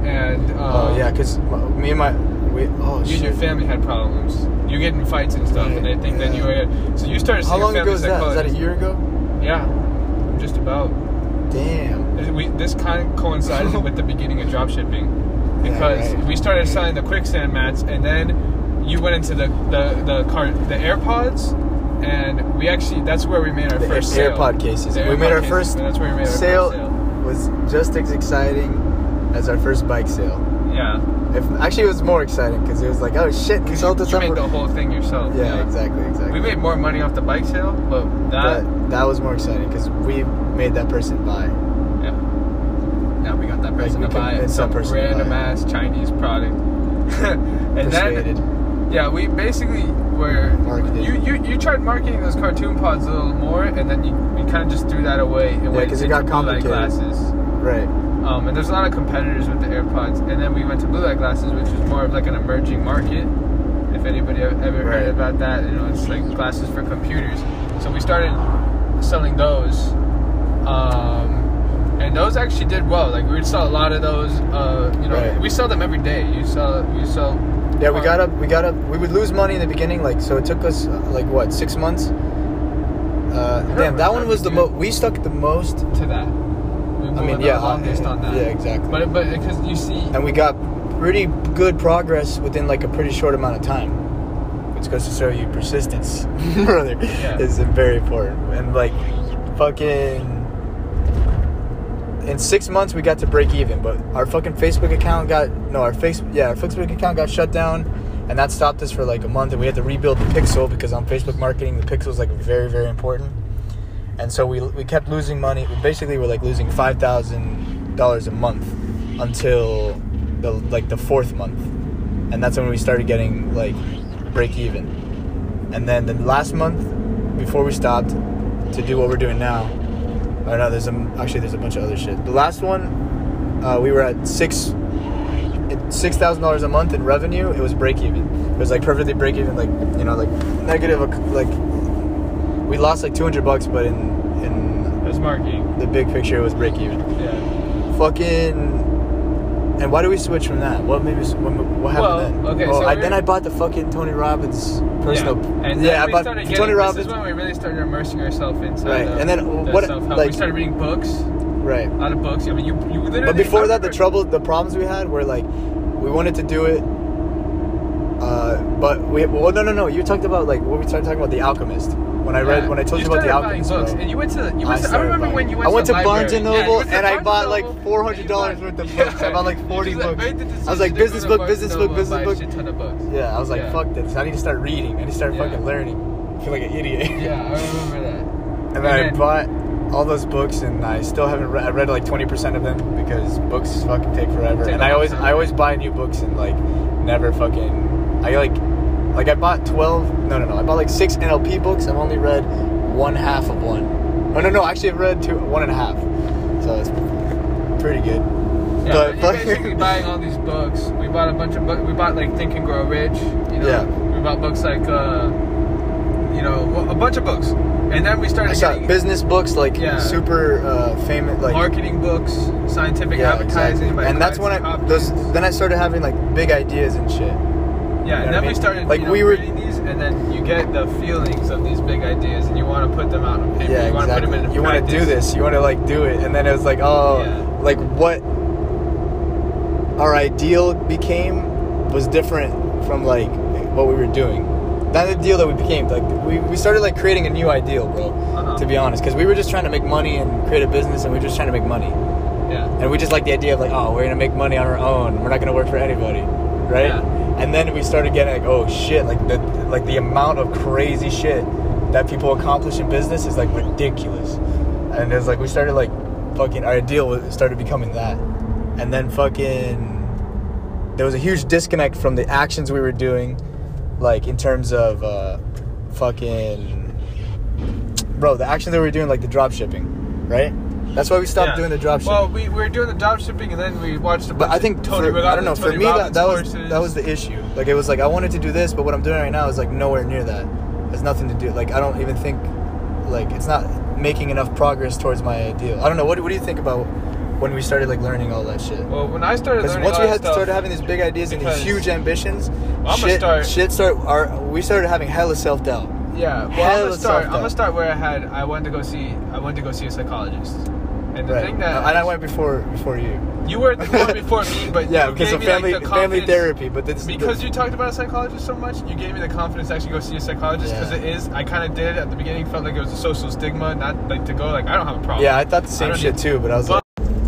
[SPEAKER 1] and um,
[SPEAKER 2] oh yeah, because me and my we. Oh
[SPEAKER 1] you
[SPEAKER 2] shit.
[SPEAKER 1] and your family had problems. You get in fights and stuff, and I think then you
[SPEAKER 2] Yeah.
[SPEAKER 1] were. So you started
[SPEAKER 2] How
[SPEAKER 1] seeing
[SPEAKER 2] long
[SPEAKER 1] a family
[SPEAKER 2] ago is that? Is that a
[SPEAKER 1] psychologist.
[SPEAKER 2] year ago?
[SPEAKER 1] Yeah, just about.
[SPEAKER 2] Damn.
[SPEAKER 1] We, this kind of coincided with the beginning of dropshipping because
[SPEAKER 2] Yeah, right.
[SPEAKER 1] we started selling the quicksand mats, and then you went into the the the car the AirPods, and we actually that's where we made our
[SPEAKER 2] The
[SPEAKER 1] first
[SPEAKER 2] Air-
[SPEAKER 1] sale.
[SPEAKER 2] AirPod cases.
[SPEAKER 1] The
[SPEAKER 2] we made
[SPEAKER 1] AirPod
[SPEAKER 2] our
[SPEAKER 1] cases,
[SPEAKER 2] first
[SPEAKER 1] and that's where we made our
[SPEAKER 2] sale,
[SPEAKER 1] first sale.
[SPEAKER 2] was just as exciting as our first bike sale.
[SPEAKER 1] Yeah,
[SPEAKER 2] If, actually, it was more exciting because it was like, oh shit, we
[SPEAKER 1] because
[SPEAKER 2] sold
[SPEAKER 1] you,
[SPEAKER 2] this
[SPEAKER 1] you
[SPEAKER 2] up
[SPEAKER 1] made
[SPEAKER 2] for-
[SPEAKER 1] the whole thing yourself.
[SPEAKER 2] Yeah, exactly, exactly.
[SPEAKER 1] We made more money off the bike sale, but that
[SPEAKER 2] that, that was more exciting because we made that person buy.
[SPEAKER 1] yeah. Now we got that
[SPEAKER 2] Like,
[SPEAKER 1] person
[SPEAKER 2] we
[SPEAKER 1] to buy
[SPEAKER 2] convinced
[SPEAKER 1] some
[SPEAKER 2] that person to buy
[SPEAKER 1] random
[SPEAKER 2] it.
[SPEAKER 1] ass Chinese product, and then.
[SPEAKER 2] Persuaded.
[SPEAKER 1] Yeah, we basically were
[SPEAKER 2] Marketed.
[SPEAKER 1] you, you you tried marketing those cartoon pods a little more, and then you, we kind of just threw that away. And
[SPEAKER 2] Yeah,
[SPEAKER 1] went
[SPEAKER 2] 'cause it got
[SPEAKER 1] into blue light
[SPEAKER 2] complicated.
[SPEAKER 1] Glasses.
[SPEAKER 2] right.
[SPEAKER 1] Um, and there's a lot of competitors with the AirPods, and then we went to blue light glasses, which is more of like an emerging market. If anybody ever ever
[SPEAKER 2] Right.
[SPEAKER 1] heard about that, you know, it's like glasses for computers. So we started selling those, um, and those actually did well. Like we would sell a lot of those. Uh, you know,
[SPEAKER 2] Right.
[SPEAKER 1] we sell them every day. You sell, you sell.
[SPEAKER 2] Yeah, we
[SPEAKER 1] or-
[SPEAKER 2] got up. We got up. We would lose money in the beginning, like so. It took us uh, like what six months. Uh,
[SPEAKER 1] don't
[SPEAKER 2] damn, that one
[SPEAKER 1] remember,
[SPEAKER 2] was the
[SPEAKER 1] dude.
[SPEAKER 2] most. We stuck the most,
[SPEAKER 1] to that. We
[SPEAKER 2] I
[SPEAKER 1] were
[SPEAKER 2] mean,
[SPEAKER 1] the
[SPEAKER 2] yeah,
[SPEAKER 1] longest
[SPEAKER 2] I-
[SPEAKER 1] on that.
[SPEAKER 2] yeah, exactly.
[SPEAKER 1] But but because you see,
[SPEAKER 2] and we got pretty good progress within like a pretty short amount of time. Which goes to show you persistence, brother,
[SPEAKER 1] Yeah.
[SPEAKER 2] is very important. And like, fucking. In six months, we got to break even, but our fucking Facebook account got no, our face yeah, our Facebook account got shut down, and that stopped us for like a month, and we had to rebuild the pixel because on Facebook marketing, the pixel is like very very important, and so we we kept losing money. We basically were like losing five thousand dollars a month until the like the fourth month, and that's when we started getting like break even, and then the last month before we stopped to do what we're doing now Oh no, there's a, actually there's a bunch of other shit. The last one, uh, we were at six six thousand dollars a month in revenue. It was break even. It was like perfectly break even, like you know, like negative. Like we lost like two hundred bucks, but in in
[SPEAKER 1] it was marketing.
[SPEAKER 2] the big picture, it was break even.
[SPEAKER 1] Yeah.
[SPEAKER 2] Fucking. And why do we switch from that? What maybe what, what happened
[SPEAKER 1] Well,
[SPEAKER 2] then?
[SPEAKER 1] okay,
[SPEAKER 2] oh,
[SPEAKER 1] so
[SPEAKER 2] I,
[SPEAKER 1] we
[SPEAKER 2] then
[SPEAKER 1] were-
[SPEAKER 2] I bought the fucking Tony Robbins personal.
[SPEAKER 1] yeah. And
[SPEAKER 2] yeah,
[SPEAKER 1] yeah,
[SPEAKER 2] I
[SPEAKER 1] we
[SPEAKER 2] bought
[SPEAKER 1] started
[SPEAKER 2] Tony
[SPEAKER 1] getting,
[SPEAKER 2] Robbins.
[SPEAKER 1] This is when we really started immersing ourselves inside.
[SPEAKER 2] Right,
[SPEAKER 1] the-
[SPEAKER 2] and then
[SPEAKER 1] the
[SPEAKER 2] what-
[SPEAKER 1] self-help.
[SPEAKER 2] like-
[SPEAKER 1] we started reading books,
[SPEAKER 2] Right.
[SPEAKER 1] a lot of books. I mean, you you literally.
[SPEAKER 2] But
[SPEAKER 1] I
[SPEAKER 2] before that, the
[SPEAKER 1] remember-
[SPEAKER 2] trouble, the problems we had were like, we wanted to do it, uh, but we. Well, no, no, no. You talked about like what we started talking about the Alchemist. When I read,
[SPEAKER 1] Yeah.
[SPEAKER 2] when I told you, about
[SPEAKER 1] started
[SPEAKER 2] the
[SPEAKER 1] buying
[SPEAKER 2] Alchemist,
[SPEAKER 1] books,
[SPEAKER 2] bro.
[SPEAKER 1] and you went to the, you went
[SPEAKER 2] I
[SPEAKER 1] to, I
[SPEAKER 2] started
[SPEAKER 1] remember
[SPEAKER 2] buying-
[SPEAKER 1] when you went.
[SPEAKER 2] I went
[SPEAKER 1] to,
[SPEAKER 2] to
[SPEAKER 1] the
[SPEAKER 2] Barnes and
[SPEAKER 1] library. Yeah, you
[SPEAKER 2] Noble,
[SPEAKER 1] went to
[SPEAKER 2] and I
[SPEAKER 1] Barnes
[SPEAKER 2] bought, like,
[SPEAKER 1] Noble,
[SPEAKER 2] $400
[SPEAKER 1] and you bought-
[SPEAKER 2] worth of
[SPEAKER 1] yeah.
[SPEAKER 2] books. I bought, like,
[SPEAKER 1] You just,
[SPEAKER 2] 40
[SPEAKER 1] made
[SPEAKER 2] books.
[SPEAKER 1] the
[SPEAKER 2] I was
[SPEAKER 1] decision to
[SPEAKER 2] like,
[SPEAKER 1] go
[SPEAKER 2] business
[SPEAKER 1] to
[SPEAKER 2] book,
[SPEAKER 1] Barnes
[SPEAKER 2] business
[SPEAKER 1] Noble and
[SPEAKER 2] book, business
[SPEAKER 1] buy a
[SPEAKER 2] book.
[SPEAKER 1] shit ton of books.
[SPEAKER 2] Yeah, I was like,
[SPEAKER 1] Yeah.
[SPEAKER 2] fuck this. I need to start reading. I need to start
[SPEAKER 1] Yeah.
[SPEAKER 2] fucking learning. I feel like an idiot.
[SPEAKER 1] Yeah, I remember that.
[SPEAKER 2] And then I
[SPEAKER 1] then-
[SPEAKER 2] bought all those books, and I still haven't read. I read like twenty percent of them because books fucking take forever.
[SPEAKER 1] Take
[SPEAKER 2] and
[SPEAKER 1] a
[SPEAKER 2] I
[SPEAKER 1] long
[SPEAKER 2] always,
[SPEAKER 1] time.
[SPEAKER 2] I always buy new books and like never fucking. I like, like I bought twelve. No, no, no. I bought like six NLP books. I've only read one half of one. Oh no, no. Actually, I've read two, one and a half. So it's pretty good.
[SPEAKER 1] Yeah,
[SPEAKER 2] But-
[SPEAKER 1] but you're basically buying all these books. We bought a bunch of books. We bought like Think and Grow Rich. You know,
[SPEAKER 2] Yeah.
[SPEAKER 1] we bought books like, uh, you know, well, a bunch of books, and then we started
[SPEAKER 2] I got
[SPEAKER 1] getting
[SPEAKER 2] business books like
[SPEAKER 1] Yeah.
[SPEAKER 2] super uh, famous, like
[SPEAKER 1] marketing books, scientific
[SPEAKER 2] exactly.
[SPEAKER 1] advertising, by
[SPEAKER 2] And that's when I
[SPEAKER 1] Clarence
[SPEAKER 2] those.
[SPEAKER 1] Hopkins.
[SPEAKER 2] Then I started having like big ideas and shit.
[SPEAKER 1] yeah,
[SPEAKER 2] know what
[SPEAKER 1] and
[SPEAKER 2] I
[SPEAKER 1] then
[SPEAKER 2] mean?
[SPEAKER 1] we started
[SPEAKER 2] Like,
[SPEAKER 1] you know,
[SPEAKER 2] we were-
[SPEAKER 1] reading these, and then you get the feelings of these big ideas, and you want to put them out on paper.
[SPEAKER 2] Yeah,
[SPEAKER 1] you want to
[SPEAKER 2] exactly.
[SPEAKER 1] put them into
[SPEAKER 2] you want
[SPEAKER 1] practice.
[SPEAKER 2] to do this. You want to like do it, and then it was like, oh,
[SPEAKER 1] Yeah.
[SPEAKER 2] like what our ideal became was different from like what we were doing. Not the deal that we became. Like we, we started like creating a new ideal, bro.
[SPEAKER 1] Uh-huh.
[SPEAKER 2] To be honest, because we were just trying to make money and create a business, and we were just trying to make money,
[SPEAKER 1] Yeah,
[SPEAKER 2] and we just like the idea of like, oh, we're gonna make money on our own. We're not gonna work for anybody, right?
[SPEAKER 1] Yeah.
[SPEAKER 2] And then we started getting like, oh shit, like the like the amount of crazy shit that people accomplish in business is like ridiculous. And it was like we started like fucking our ideal was- started becoming that. And then fucking there was a huge disconnect from the actions we were doing, like in terms of uh fucking bro, the action that we were doing like the drop shipping, right? That's why we stopped
[SPEAKER 1] yeah.
[SPEAKER 2] doing the drop shipping.
[SPEAKER 1] Well, we, we were doing the drop shipping, and then we watched a bunch
[SPEAKER 2] But I
[SPEAKER 1] of
[SPEAKER 2] think
[SPEAKER 1] Tony.
[SPEAKER 2] for-
[SPEAKER 1] we got
[SPEAKER 2] I don't
[SPEAKER 1] the
[SPEAKER 2] know. For
[SPEAKER 1] Tony
[SPEAKER 2] me, that, that was
[SPEAKER 1] Robbins
[SPEAKER 2] that
[SPEAKER 1] courses.
[SPEAKER 2] was the issue. Like it was like I wanted to do this, but what I'm doing right now is like nowhere near that. There's nothing to do. Like I don't even think, like it's not making enough progress towards my ideal. I don't know. What, what do you think about when we started like learning all that shit?
[SPEAKER 1] Well, when I started
[SPEAKER 2] Because
[SPEAKER 1] learning
[SPEAKER 2] once
[SPEAKER 1] all
[SPEAKER 2] we
[SPEAKER 1] that
[SPEAKER 2] had
[SPEAKER 1] stuff,
[SPEAKER 2] started having these big ideas and these
[SPEAKER 1] because-
[SPEAKER 2] huge ambitions,
[SPEAKER 1] gonna
[SPEAKER 2] shit,
[SPEAKER 1] start-
[SPEAKER 2] shit start. Our, we started having hella self doubt.
[SPEAKER 1] Yeah, well, I'm
[SPEAKER 2] Hell of
[SPEAKER 1] gonna start.
[SPEAKER 2] self-doubt.
[SPEAKER 1] I'm gonna start where I had. I wanted to go see. I wanted to go see a psychologist, and And the thing that
[SPEAKER 2] and I went before before you.
[SPEAKER 1] you were the one before me, but
[SPEAKER 2] yeah,
[SPEAKER 1] you
[SPEAKER 2] because
[SPEAKER 1] gave
[SPEAKER 2] of
[SPEAKER 1] me, like,
[SPEAKER 2] family
[SPEAKER 1] the
[SPEAKER 2] family
[SPEAKER 1] confidence-
[SPEAKER 2] therapy. But this
[SPEAKER 1] Because you talked about a psychologist so much, you gave me the confidence to actually go see a psychologist because
[SPEAKER 2] Yeah.
[SPEAKER 1] it is. I kind of did at the beginning, felt like it was a social stigma, not like to go like I don't have a problem.
[SPEAKER 2] yeah, I thought the same
[SPEAKER 1] don't
[SPEAKER 2] shit
[SPEAKER 1] need-
[SPEAKER 2] too. But I was
[SPEAKER 1] But-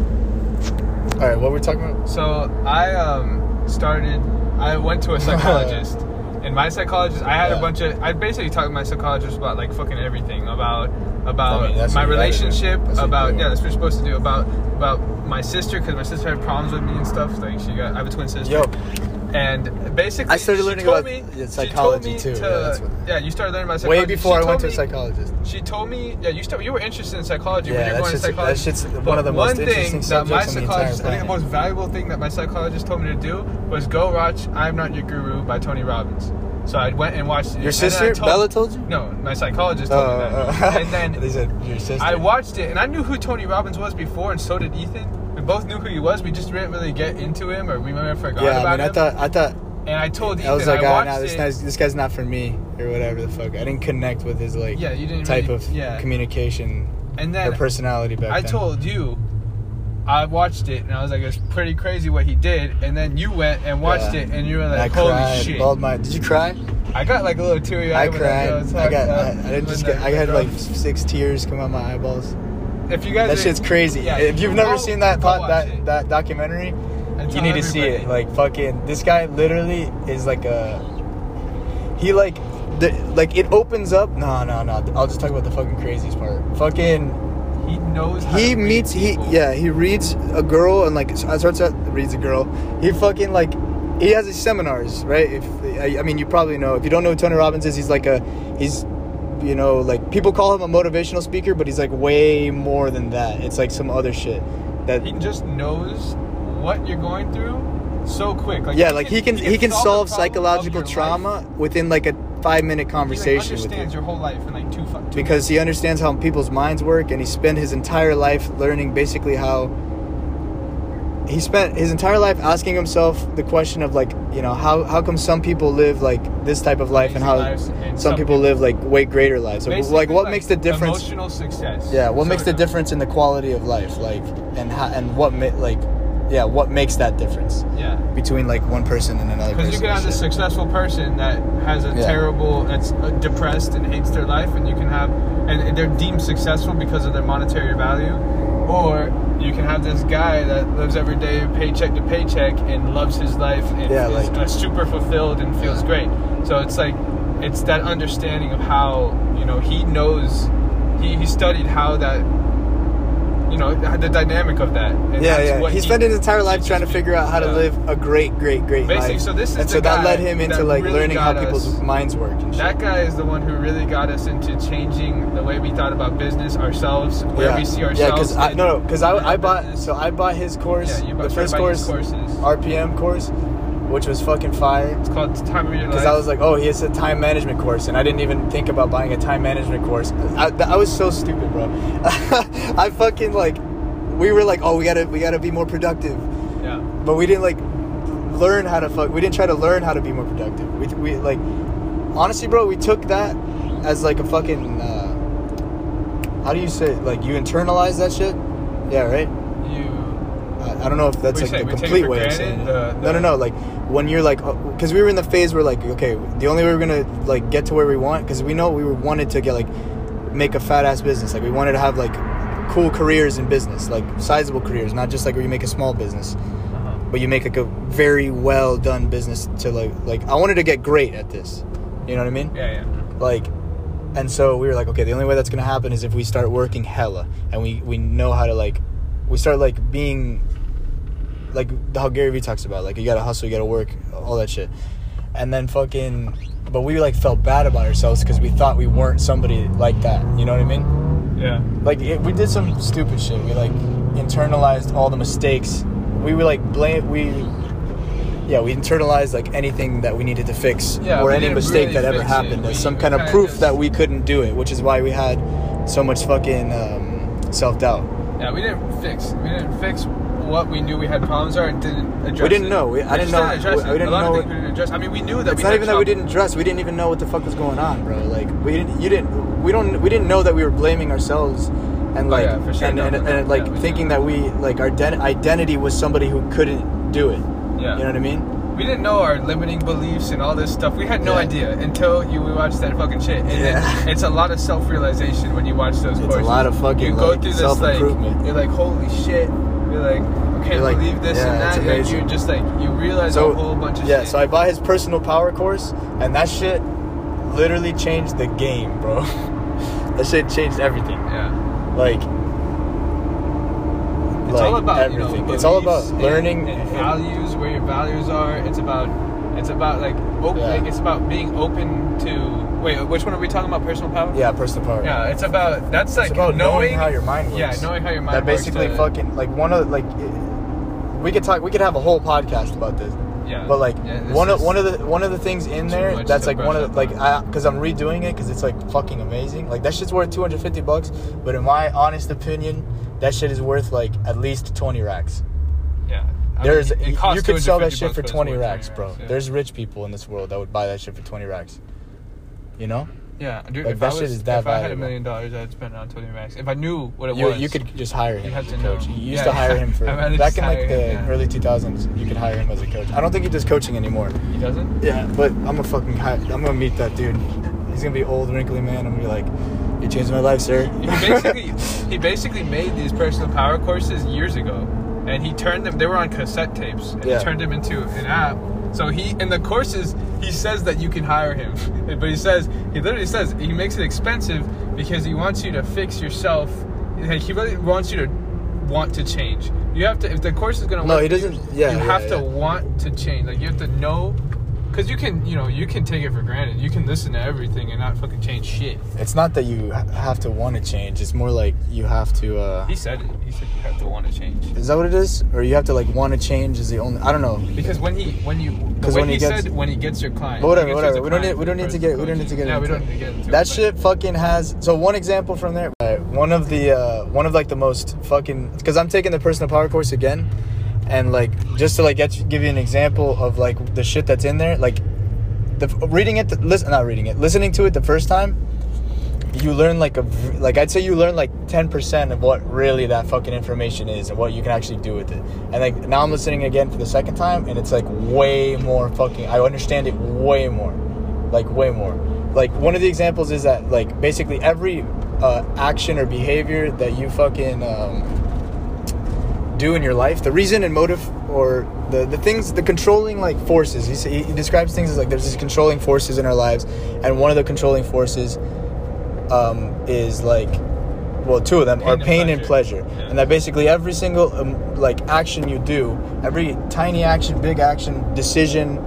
[SPEAKER 2] like, all right, what were we talking about?
[SPEAKER 1] So I um, started. I went to a psychologist, and my psychologist. I had
[SPEAKER 2] Yeah.
[SPEAKER 1] a bunch of. I basically talked to my psychologist about like fucking everything about about
[SPEAKER 2] I mean, that's
[SPEAKER 1] my
[SPEAKER 2] what you gotta do.
[SPEAKER 1] relationship,
[SPEAKER 2] That's what you
[SPEAKER 1] about
[SPEAKER 2] do.
[SPEAKER 1] yeah, that's what you're supposed to do. About about my sister because my sister had problems with me and stuff. Like she got. I have a twin sister.
[SPEAKER 2] Yo,
[SPEAKER 1] And basically,
[SPEAKER 2] I started
[SPEAKER 1] she
[SPEAKER 2] learning
[SPEAKER 1] told
[SPEAKER 2] about
[SPEAKER 1] me-
[SPEAKER 2] the
[SPEAKER 1] she
[SPEAKER 2] psychology,
[SPEAKER 1] told
[SPEAKER 2] too.
[SPEAKER 1] me
[SPEAKER 2] Yeah,
[SPEAKER 1] To,
[SPEAKER 2] that's what-
[SPEAKER 1] yeah, you started learning about psychology.
[SPEAKER 2] way before
[SPEAKER 1] She
[SPEAKER 2] I went
[SPEAKER 1] told
[SPEAKER 2] to a
[SPEAKER 1] me-
[SPEAKER 2] psychologist.
[SPEAKER 1] She told me, yeah, you st- you were interested in psychology
[SPEAKER 2] Yeah,
[SPEAKER 1] when
[SPEAKER 2] that
[SPEAKER 1] you're going to
[SPEAKER 2] shit's- that
[SPEAKER 1] psychology.
[SPEAKER 2] shit's one
[SPEAKER 1] But
[SPEAKER 2] of the most
[SPEAKER 1] one thing
[SPEAKER 2] interesting
[SPEAKER 1] that my
[SPEAKER 2] subjects on the entire
[SPEAKER 1] psychologist, I think the
[SPEAKER 2] planet.
[SPEAKER 1] most valuable thing that my psychologist told me to do was go watch "I'm Not Your Guru" by Tony Robbins. So I went and watched it.
[SPEAKER 2] Your
[SPEAKER 1] and then I
[SPEAKER 2] sister Bella told you?
[SPEAKER 1] No, my psychologist
[SPEAKER 2] Oh,
[SPEAKER 1] told me that.
[SPEAKER 2] oh.
[SPEAKER 1] and then
[SPEAKER 2] they said your sister.
[SPEAKER 1] I watched it, and I knew who Tony Robbins was before, and so did Ethan. We both knew who he was. We just didn't really get into him, or we might have forgot
[SPEAKER 2] Yeah, I
[SPEAKER 1] about
[SPEAKER 2] mean, I
[SPEAKER 1] him.
[SPEAKER 2] thought I thought
[SPEAKER 1] and I told Ethan
[SPEAKER 2] I was like,
[SPEAKER 1] I
[SPEAKER 2] ah,
[SPEAKER 1] watched
[SPEAKER 2] nah, this
[SPEAKER 1] it.
[SPEAKER 2] guy's this guy's not for me or whatever the fuck. I didn't connect with his like
[SPEAKER 1] Yeah, you didn't
[SPEAKER 2] type
[SPEAKER 1] really-
[SPEAKER 2] of
[SPEAKER 1] yeah.
[SPEAKER 2] communication
[SPEAKER 1] and
[SPEAKER 2] or
[SPEAKER 1] then
[SPEAKER 2] personality back
[SPEAKER 1] I
[SPEAKER 2] then.
[SPEAKER 1] told you, I watched it and I was like, it's pretty crazy what he did. And then you went and watched
[SPEAKER 2] Yeah.
[SPEAKER 1] it and you were
[SPEAKER 2] And I
[SPEAKER 1] like, holy
[SPEAKER 2] cried,
[SPEAKER 1] shit.
[SPEAKER 2] bawled my. Did you cry?
[SPEAKER 1] I got like a little teary
[SPEAKER 2] I
[SPEAKER 1] eyed.
[SPEAKER 2] cried.
[SPEAKER 1] When
[SPEAKER 2] I got. I, I
[SPEAKER 1] talked about-
[SPEAKER 2] didn't just
[SPEAKER 1] when
[SPEAKER 2] get.
[SPEAKER 1] the-
[SPEAKER 2] I had
[SPEAKER 1] the-
[SPEAKER 2] like six tears come out my eyeballs.
[SPEAKER 1] If you guys,
[SPEAKER 2] That
[SPEAKER 1] are-
[SPEAKER 2] shit's crazy.
[SPEAKER 1] yeah,
[SPEAKER 2] if you've
[SPEAKER 1] go-
[SPEAKER 2] never seen that
[SPEAKER 1] go
[SPEAKER 2] pot,
[SPEAKER 1] watch
[SPEAKER 2] that
[SPEAKER 1] it
[SPEAKER 2] that documentary,
[SPEAKER 1] and
[SPEAKER 2] you
[SPEAKER 1] tell
[SPEAKER 2] need to see it.
[SPEAKER 1] everybody.
[SPEAKER 2] Like fucking, this guy literally is like a. He like, the, like it opens up. No, no, no. I'll just talk about the fucking craziest part. Fucking
[SPEAKER 1] he knows. How
[SPEAKER 2] he
[SPEAKER 1] to read
[SPEAKER 2] meets he
[SPEAKER 1] people.
[SPEAKER 2] yeah he reads a girl and like s- starts out reads a girl he fucking like he has his seminars right if I, I mean you probably know if you don't know who tony robbins is he's like a he's you know like people call him a motivational speaker but he's like way more than that it's like some other shit that
[SPEAKER 1] He just knows what you're going through so quick. Like
[SPEAKER 2] yeah like he can he can solve
[SPEAKER 1] the problem of
[SPEAKER 2] psychological
[SPEAKER 1] your life.
[SPEAKER 2] trauma within like a five minute
[SPEAKER 1] He like,
[SPEAKER 2] conversation with you
[SPEAKER 1] understands your whole life in like two. fu- two
[SPEAKER 2] because he understands how people's minds work and he spent his entire life learning basically how he spent his entire life asking himself the question of like you know how, how come some people live like this type of life and
[SPEAKER 1] Amazing
[SPEAKER 2] how
[SPEAKER 1] lives and some
[SPEAKER 2] some people
[SPEAKER 1] people-
[SPEAKER 2] live like way greater lives so
[SPEAKER 1] Basically,
[SPEAKER 2] like what makes the difference
[SPEAKER 1] Emotional success.
[SPEAKER 2] yeah what
[SPEAKER 1] So
[SPEAKER 2] makes the
[SPEAKER 1] it-
[SPEAKER 2] difference in the quality of life like and how and what ma- like yeah what makes that difference
[SPEAKER 1] Yeah.
[SPEAKER 2] between like one person and another person
[SPEAKER 1] Because you can
[SPEAKER 2] and
[SPEAKER 1] have
[SPEAKER 2] shit.
[SPEAKER 1] this successful person that has a
[SPEAKER 2] Yeah.
[SPEAKER 1] terrible, that's uh, depressed and hates their life, and you can have, and they're deemed successful because of their monetary value, or you can have this guy that lives every day paycheck to paycheck and loves his life and
[SPEAKER 2] Yeah,
[SPEAKER 1] is
[SPEAKER 2] like-
[SPEAKER 1] uh, super fulfilled and feels great. So it's like, it's that understanding of how you know he knows, he, he studied how that. You know the dynamic of that. And
[SPEAKER 2] Yeah,
[SPEAKER 1] that's
[SPEAKER 2] yeah.
[SPEAKER 1] what
[SPEAKER 2] He spent his entire life
[SPEAKER 1] teaches
[SPEAKER 2] trying to
[SPEAKER 1] people.
[SPEAKER 2] figure out how to
[SPEAKER 1] Yeah.
[SPEAKER 2] live a great, great, great
[SPEAKER 1] Basically,
[SPEAKER 2] life.
[SPEAKER 1] so this is
[SPEAKER 2] and
[SPEAKER 1] the
[SPEAKER 2] so that
[SPEAKER 1] guy
[SPEAKER 2] led him into
[SPEAKER 1] that
[SPEAKER 2] like
[SPEAKER 1] really
[SPEAKER 2] learning how
[SPEAKER 1] got us-
[SPEAKER 2] people's minds work and shit.
[SPEAKER 1] That guy is the one who really got us into changing the way we thought about business, ourselves, where
[SPEAKER 2] yeah.
[SPEAKER 1] we see
[SPEAKER 2] Yeah,
[SPEAKER 1] ourselves.
[SPEAKER 2] because I
[SPEAKER 1] in-
[SPEAKER 2] no, no, because I,
[SPEAKER 1] in our
[SPEAKER 2] I bought
[SPEAKER 1] business.
[SPEAKER 2] so I bought his course,
[SPEAKER 1] Yeah, you bought-
[SPEAKER 2] the first
[SPEAKER 1] I bought
[SPEAKER 2] course,
[SPEAKER 1] his courses.
[SPEAKER 2] RPM course, which was fucking fire.
[SPEAKER 1] it's called time of your life.
[SPEAKER 2] Because I was like, oh, he has a time management course, and I didn't even think about buying a time management course. I, th- I was so stupid, bro. I fucking like, we were like, oh, we gotta we gotta be more productive.
[SPEAKER 1] yeah,
[SPEAKER 2] but we didn't like learn how to fuck. We didn't try to learn how to be more productive. We, we like honestly, bro, we took that as like a fucking uh, how do you say it? like you internalize that shit? Yeah, right.
[SPEAKER 1] you.
[SPEAKER 2] I, I don't know if that's
[SPEAKER 1] We
[SPEAKER 2] like
[SPEAKER 1] say-
[SPEAKER 2] the
[SPEAKER 1] we take
[SPEAKER 2] complete
[SPEAKER 1] for
[SPEAKER 2] way of
[SPEAKER 1] granted
[SPEAKER 2] saying it.
[SPEAKER 1] the-
[SPEAKER 2] no, no,
[SPEAKER 1] the-
[SPEAKER 2] no. Like when you're like, because we were in the phase where like, okay, the only way we're gonna like get to where we want, because we know we were wanted to get like make a fat ass business. Like we wanted to have like cool careers in business, like sizable careers, not just like where you make a small business
[SPEAKER 1] Uh-huh.
[SPEAKER 2] but you make like a very well done business to like like I wanted to get great at this. You know what I mean?
[SPEAKER 1] Yeah, yeah.
[SPEAKER 2] Like and so we were like, okay, the only way that's gonna happen is if we start working hella and we we know how to like we start like being like how Gary Vee talks about, like you gotta hustle, you gotta work, all that shit. And then fucking but we like felt bad about ourselves because we thought we weren't somebody like that. You know what I mean?
[SPEAKER 1] Yeah.
[SPEAKER 2] like it, we did some stupid shit. We like internalized all the mistakes. We were like blame we. Yeah, we internalized like anything that we needed to fix
[SPEAKER 1] Yeah,
[SPEAKER 2] or
[SPEAKER 1] we
[SPEAKER 2] any
[SPEAKER 1] didn't
[SPEAKER 2] mistake
[SPEAKER 1] really
[SPEAKER 2] that ever
[SPEAKER 1] fix it.
[SPEAKER 2] happened
[SPEAKER 1] We-
[SPEAKER 2] as some
[SPEAKER 1] we
[SPEAKER 2] kind of
[SPEAKER 1] kinda
[SPEAKER 2] proof
[SPEAKER 1] just-
[SPEAKER 2] that we couldn't do it, which is why we had so much fucking um, self doubt.
[SPEAKER 1] Yeah, we didn't fix. We didn't fix what we knew we had problems are and didn't address.
[SPEAKER 2] didn't
[SPEAKER 1] it.
[SPEAKER 2] know. We- I didn't
[SPEAKER 1] just
[SPEAKER 2] know.
[SPEAKER 1] address
[SPEAKER 2] We-
[SPEAKER 1] it.
[SPEAKER 2] we didn't
[SPEAKER 1] a lot
[SPEAKER 2] know
[SPEAKER 1] of
[SPEAKER 2] it-
[SPEAKER 1] things we didn't address. I mean, we knew that.
[SPEAKER 2] It's
[SPEAKER 1] we
[SPEAKER 2] not
[SPEAKER 1] had
[SPEAKER 2] even that we
[SPEAKER 1] trouble.
[SPEAKER 2] didn't dress. We didn't even know what the fuck was going on, bro. Like we didn't. You didn't. We don't. We didn't know that we were blaming ourselves and
[SPEAKER 1] Oh,
[SPEAKER 2] like
[SPEAKER 1] yeah, for sure.
[SPEAKER 2] and,
[SPEAKER 1] No,
[SPEAKER 2] and,
[SPEAKER 1] no, no.
[SPEAKER 2] and, like
[SPEAKER 1] Yeah, we-
[SPEAKER 2] thinking that we like our den- identity was somebody who couldn't do it.
[SPEAKER 1] Yeah.
[SPEAKER 2] You know what I mean?
[SPEAKER 1] We didn't know our limiting beliefs and all this stuff. We had no
[SPEAKER 2] Yeah.
[SPEAKER 1] idea until you we watched that fucking shit. And
[SPEAKER 2] Yeah.
[SPEAKER 1] then it's a lot of self realization when you watch those
[SPEAKER 2] It's a
[SPEAKER 1] courses.
[SPEAKER 2] lot of fucking,
[SPEAKER 1] you go
[SPEAKER 2] like,
[SPEAKER 1] through this like
[SPEAKER 2] self-improvement.
[SPEAKER 1] you're like, holy shit. You're like, I can't
[SPEAKER 2] You're like,
[SPEAKER 1] believe this
[SPEAKER 2] yeah,
[SPEAKER 1] and
[SPEAKER 2] it's
[SPEAKER 1] that. And
[SPEAKER 2] amazing.
[SPEAKER 1] you just like you realize a whole bunch of
[SPEAKER 2] yeah.
[SPEAKER 1] shit.
[SPEAKER 2] So I bought his personal power course, and that shit literally changed the game, bro. that shit changed everything.
[SPEAKER 1] yeah.
[SPEAKER 2] Like.
[SPEAKER 1] It's
[SPEAKER 2] like
[SPEAKER 1] all about
[SPEAKER 2] everything.
[SPEAKER 1] You know,
[SPEAKER 2] it's all about
[SPEAKER 1] beliefs and-
[SPEAKER 2] learning
[SPEAKER 1] and, values, where your values are. It's about it's about like op-
[SPEAKER 2] Yeah.
[SPEAKER 1] like it's about being open to wait, which one are we talking about? Personal power?
[SPEAKER 2] Yeah, personal power.
[SPEAKER 1] Yeah, it's about that's like
[SPEAKER 2] it's about knowing, how your mind works.
[SPEAKER 1] Yeah, knowing how your mind
[SPEAKER 2] That
[SPEAKER 1] works
[SPEAKER 2] basically
[SPEAKER 1] to-
[SPEAKER 2] fucking like one of like it- we could talk. We could have a whole podcast about this.
[SPEAKER 1] Yeah.
[SPEAKER 2] But like
[SPEAKER 1] Yeah, this
[SPEAKER 2] one of
[SPEAKER 1] is-
[SPEAKER 2] one of the one of the things in
[SPEAKER 1] too
[SPEAKER 2] there
[SPEAKER 1] much
[SPEAKER 2] that's
[SPEAKER 1] to
[SPEAKER 2] like one
[SPEAKER 1] brush
[SPEAKER 2] of the,
[SPEAKER 1] up on.
[SPEAKER 2] like I because I'm redoing it because it's like fucking amazing. Like that shit's worth 250 bucks, but in my honest opinion, that shit is worth like at least 20 racks.
[SPEAKER 1] yeah. I
[SPEAKER 2] There's
[SPEAKER 1] mean, it
[SPEAKER 2] you-
[SPEAKER 1] costs
[SPEAKER 2] you could sell that
[SPEAKER 1] 250
[SPEAKER 2] shit
[SPEAKER 1] bucks,
[SPEAKER 2] for
[SPEAKER 1] but it's
[SPEAKER 2] 20
[SPEAKER 1] worth
[SPEAKER 2] racks, bro.
[SPEAKER 1] yeah.
[SPEAKER 2] There's rich people in this world that would buy that shit for 20 racks. You know,
[SPEAKER 1] yeah, dude,
[SPEAKER 2] like,
[SPEAKER 1] if
[SPEAKER 2] that
[SPEAKER 1] I
[SPEAKER 2] shit
[SPEAKER 1] was-
[SPEAKER 2] is that
[SPEAKER 1] If I had a
[SPEAKER 2] valuable.
[SPEAKER 1] million dollars, I'd spend it on Tony Max. If I knew what it
[SPEAKER 2] you,
[SPEAKER 1] was,
[SPEAKER 2] you could just hire him
[SPEAKER 1] You
[SPEAKER 2] as
[SPEAKER 1] have
[SPEAKER 2] a
[SPEAKER 1] to know.
[SPEAKER 2] coach. You used
[SPEAKER 1] Yeah,
[SPEAKER 2] to hire him for
[SPEAKER 1] I'd rather
[SPEAKER 2] back
[SPEAKER 1] just
[SPEAKER 2] in like
[SPEAKER 1] hire
[SPEAKER 2] the
[SPEAKER 1] him, yeah.
[SPEAKER 2] early 2000s. You could hire him as a coach. I don't think he does coaching anymore.
[SPEAKER 1] He doesn't.
[SPEAKER 2] Yeah, but I'm a fucking. Hi- I'm gonna meet that dude. He's gonna be old, wrinkly man. I'm gonna be like, you changed my life, sir.
[SPEAKER 1] He basically he basically made these personal power courses years ago, and he turned them. They were on cassette tapes, and
[SPEAKER 2] Yeah.
[SPEAKER 1] he turned them into an app. So he in the courses he says that you can hire him, but he says he literally says he makes it expensive because he wants you to fix yourself. Like he really wants you to want to change. You have to if the course is gonna
[SPEAKER 2] No,
[SPEAKER 1] work.
[SPEAKER 2] he
[SPEAKER 1] for you,
[SPEAKER 2] doesn't- yeah,
[SPEAKER 1] you
[SPEAKER 2] yeah,
[SPEAKER 1] have to
[SPEAKER 2] yeah.
[SPEAKER 1] want to change. Like you have to know. Cause you can, you know, you can take it for granted. You can listen to everything and not fucking change shit.
[SPEAKER 2] it's not that you ha- have to want to change. It's more like you have to. uh
[SPEAKER 1] He said it. He said you have to want to change.
[SPEAKER 2] Is that what it is? Or you have to like want to change is the only. I don't know.
[SPEAKER 1] Because when he when you because
[SPEAKER 2] Because
[SPEAKER 1] when,
[SPEAKER 2] when
[SPEAKER 1] he,
[SPEAKER 2] he gets-
[SPEAKER 1] said when he gets your client.
[SPEAKER 2] But whatever,
[SPEAKER 1] when he gets
[SPEAKER 2] whatever.
[SPEAKER 1] your
[SPEAKER 2] We don't
[SPEAKER 1] client
[SPEAKER 2] need- we don't need to
[SPEAKER 1] versus
[SPEAKER 2] get- we don't need to
[SPEAKER 1] coaching.
[SPEAKER 2] get
[SPEAKER 1] Yeah, we
[SPEAKER 2] into
[SPEAKER 1] don't need to get into it,
[SPEAKER 2] That
[SPEAKER 1] but-
[SPEAKER 2] shit fucking has. So one example from there, uh, one of the uh, one of like the most fucking because I'm taking the personal power course again, and like just to like get you- give you an example of like the shit that's in there, like the reading it, listen, not reading it, listening to it the first time, you learn like a v- like I'd say you learn like ten percent of what really that fucking information is and what you can actually do with it. And like now I'm listening again for the second time, and it's like way more fucking. I understand it way more, like way more. Like one of the examples is that like basically every uh, action or behavior that you fucking um, do in your life, the reason and motive or the, the things, the controlling like forces. He, say, he describes things as like there's these controlling forces in our lives, and one of the controlling forces um, is like well two of them
[SPEAKER 1] Pain
[SPEAKER 2] are
[SPEAKER 1] and
[SPEAKER 2] pain and
[SPEAKER 1] pleasure.
[SPEAKER 2] pleasure
[SPEAKER 1] Yeah.
[SPEAKER 2] and that basically every single um, like action you do every tiny action big action decision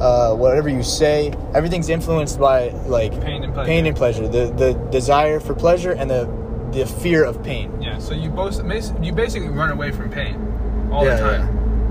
[SPEAKER 2] uh, whatever you say everything's influenced by like
[SPEAKER 1] Pain and pleasure.
[SPEAKER 2] pain and pleasure the the desire for pleasure and the the fear of pain
[SPEAKER 1] Yeah, so you both you basically run away from pain all
[SPEAKER 2] Yeah,
[SPEAKER 1] the time.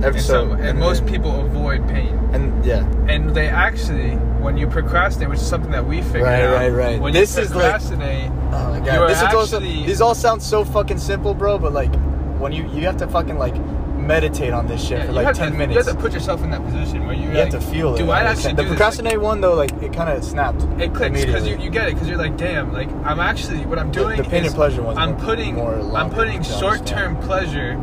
[SPEAKER 2] yeah. Every-
[SPEAKER 1] and
[SPEAKER 2] so-
[SPEAKER 1] some, and,
[SPEAKER 2] and
[SPEAKER 1] most
[SPEAKER 2] then-
[SPEAKER 1] people avoid pain.
[SPEAKER 2] and yeah
[SPEAKER 1] And they actually, when you procrastinate, which is something that we figured
[SPEAKER 2] Right,
[SPEAKER 1] out,
[SPEAKER 2] right, right.
[SPEAKER 1] When
[SPEAKER 2] This
[SPEAKER 1] you
[SPEAKER 2] is like-
[SPEAKER 1] procrastinate,
[SPEAKER 2] Oh my
[SPEAKER 1] You
[SPEAKER 2] god.
[SPEAKER 1] are
[SPEAKER 2] This is also
[SPEAKER 1] actually-
[SPEAKER 2] these all sound so fucking simple, bro, but like when you you have to fucking like meditate on this shit
[SPEAKER 1] yeah,
[SPEAKER 2] for
[SPEAKER 1] you
[SPEAKER 2] like
[SPEAKER 1] have
[SPEAKER 2] 10
[SPEAKER 1] to,
[SPEAKER 2] minutes.
[SPEAKER 1] You have to put yourself in that position where you,
[SPEAKER 2] You have to feel it.
[SPEAKER 1] Do I
[SPEAKER 2] 100%.
[SPEAKER 1] actually do
[SPEAKER 2] The
[SPEAKER 1] this? Like,
[SPEAKER 2] procrastinate one though like it kind of snapped.
[SPEAKER 1] it clicks because you,
[SPEAKER 2] immediately.
[SPEAKER 1] you get it because you're like damn like i'm actually what i'm
[SPEAKER 2] The- the
[SPEAKER 1] doing
[SPEAKER 2] pain
[SPEAKER 1] is
[SPEAKER 2] and pleasure one's
[SPEAKER 1] i'm
[SPEAKER 2] more-
[SPEAKER 1] putting
[SPEAKER 2] more
[SPEAKER 1] i'm
[SPEAKER 2] longer
[SPEAKER 1] putting
[SPEAKER 2] to understand.
[SPEAKER 1] short-term pleasure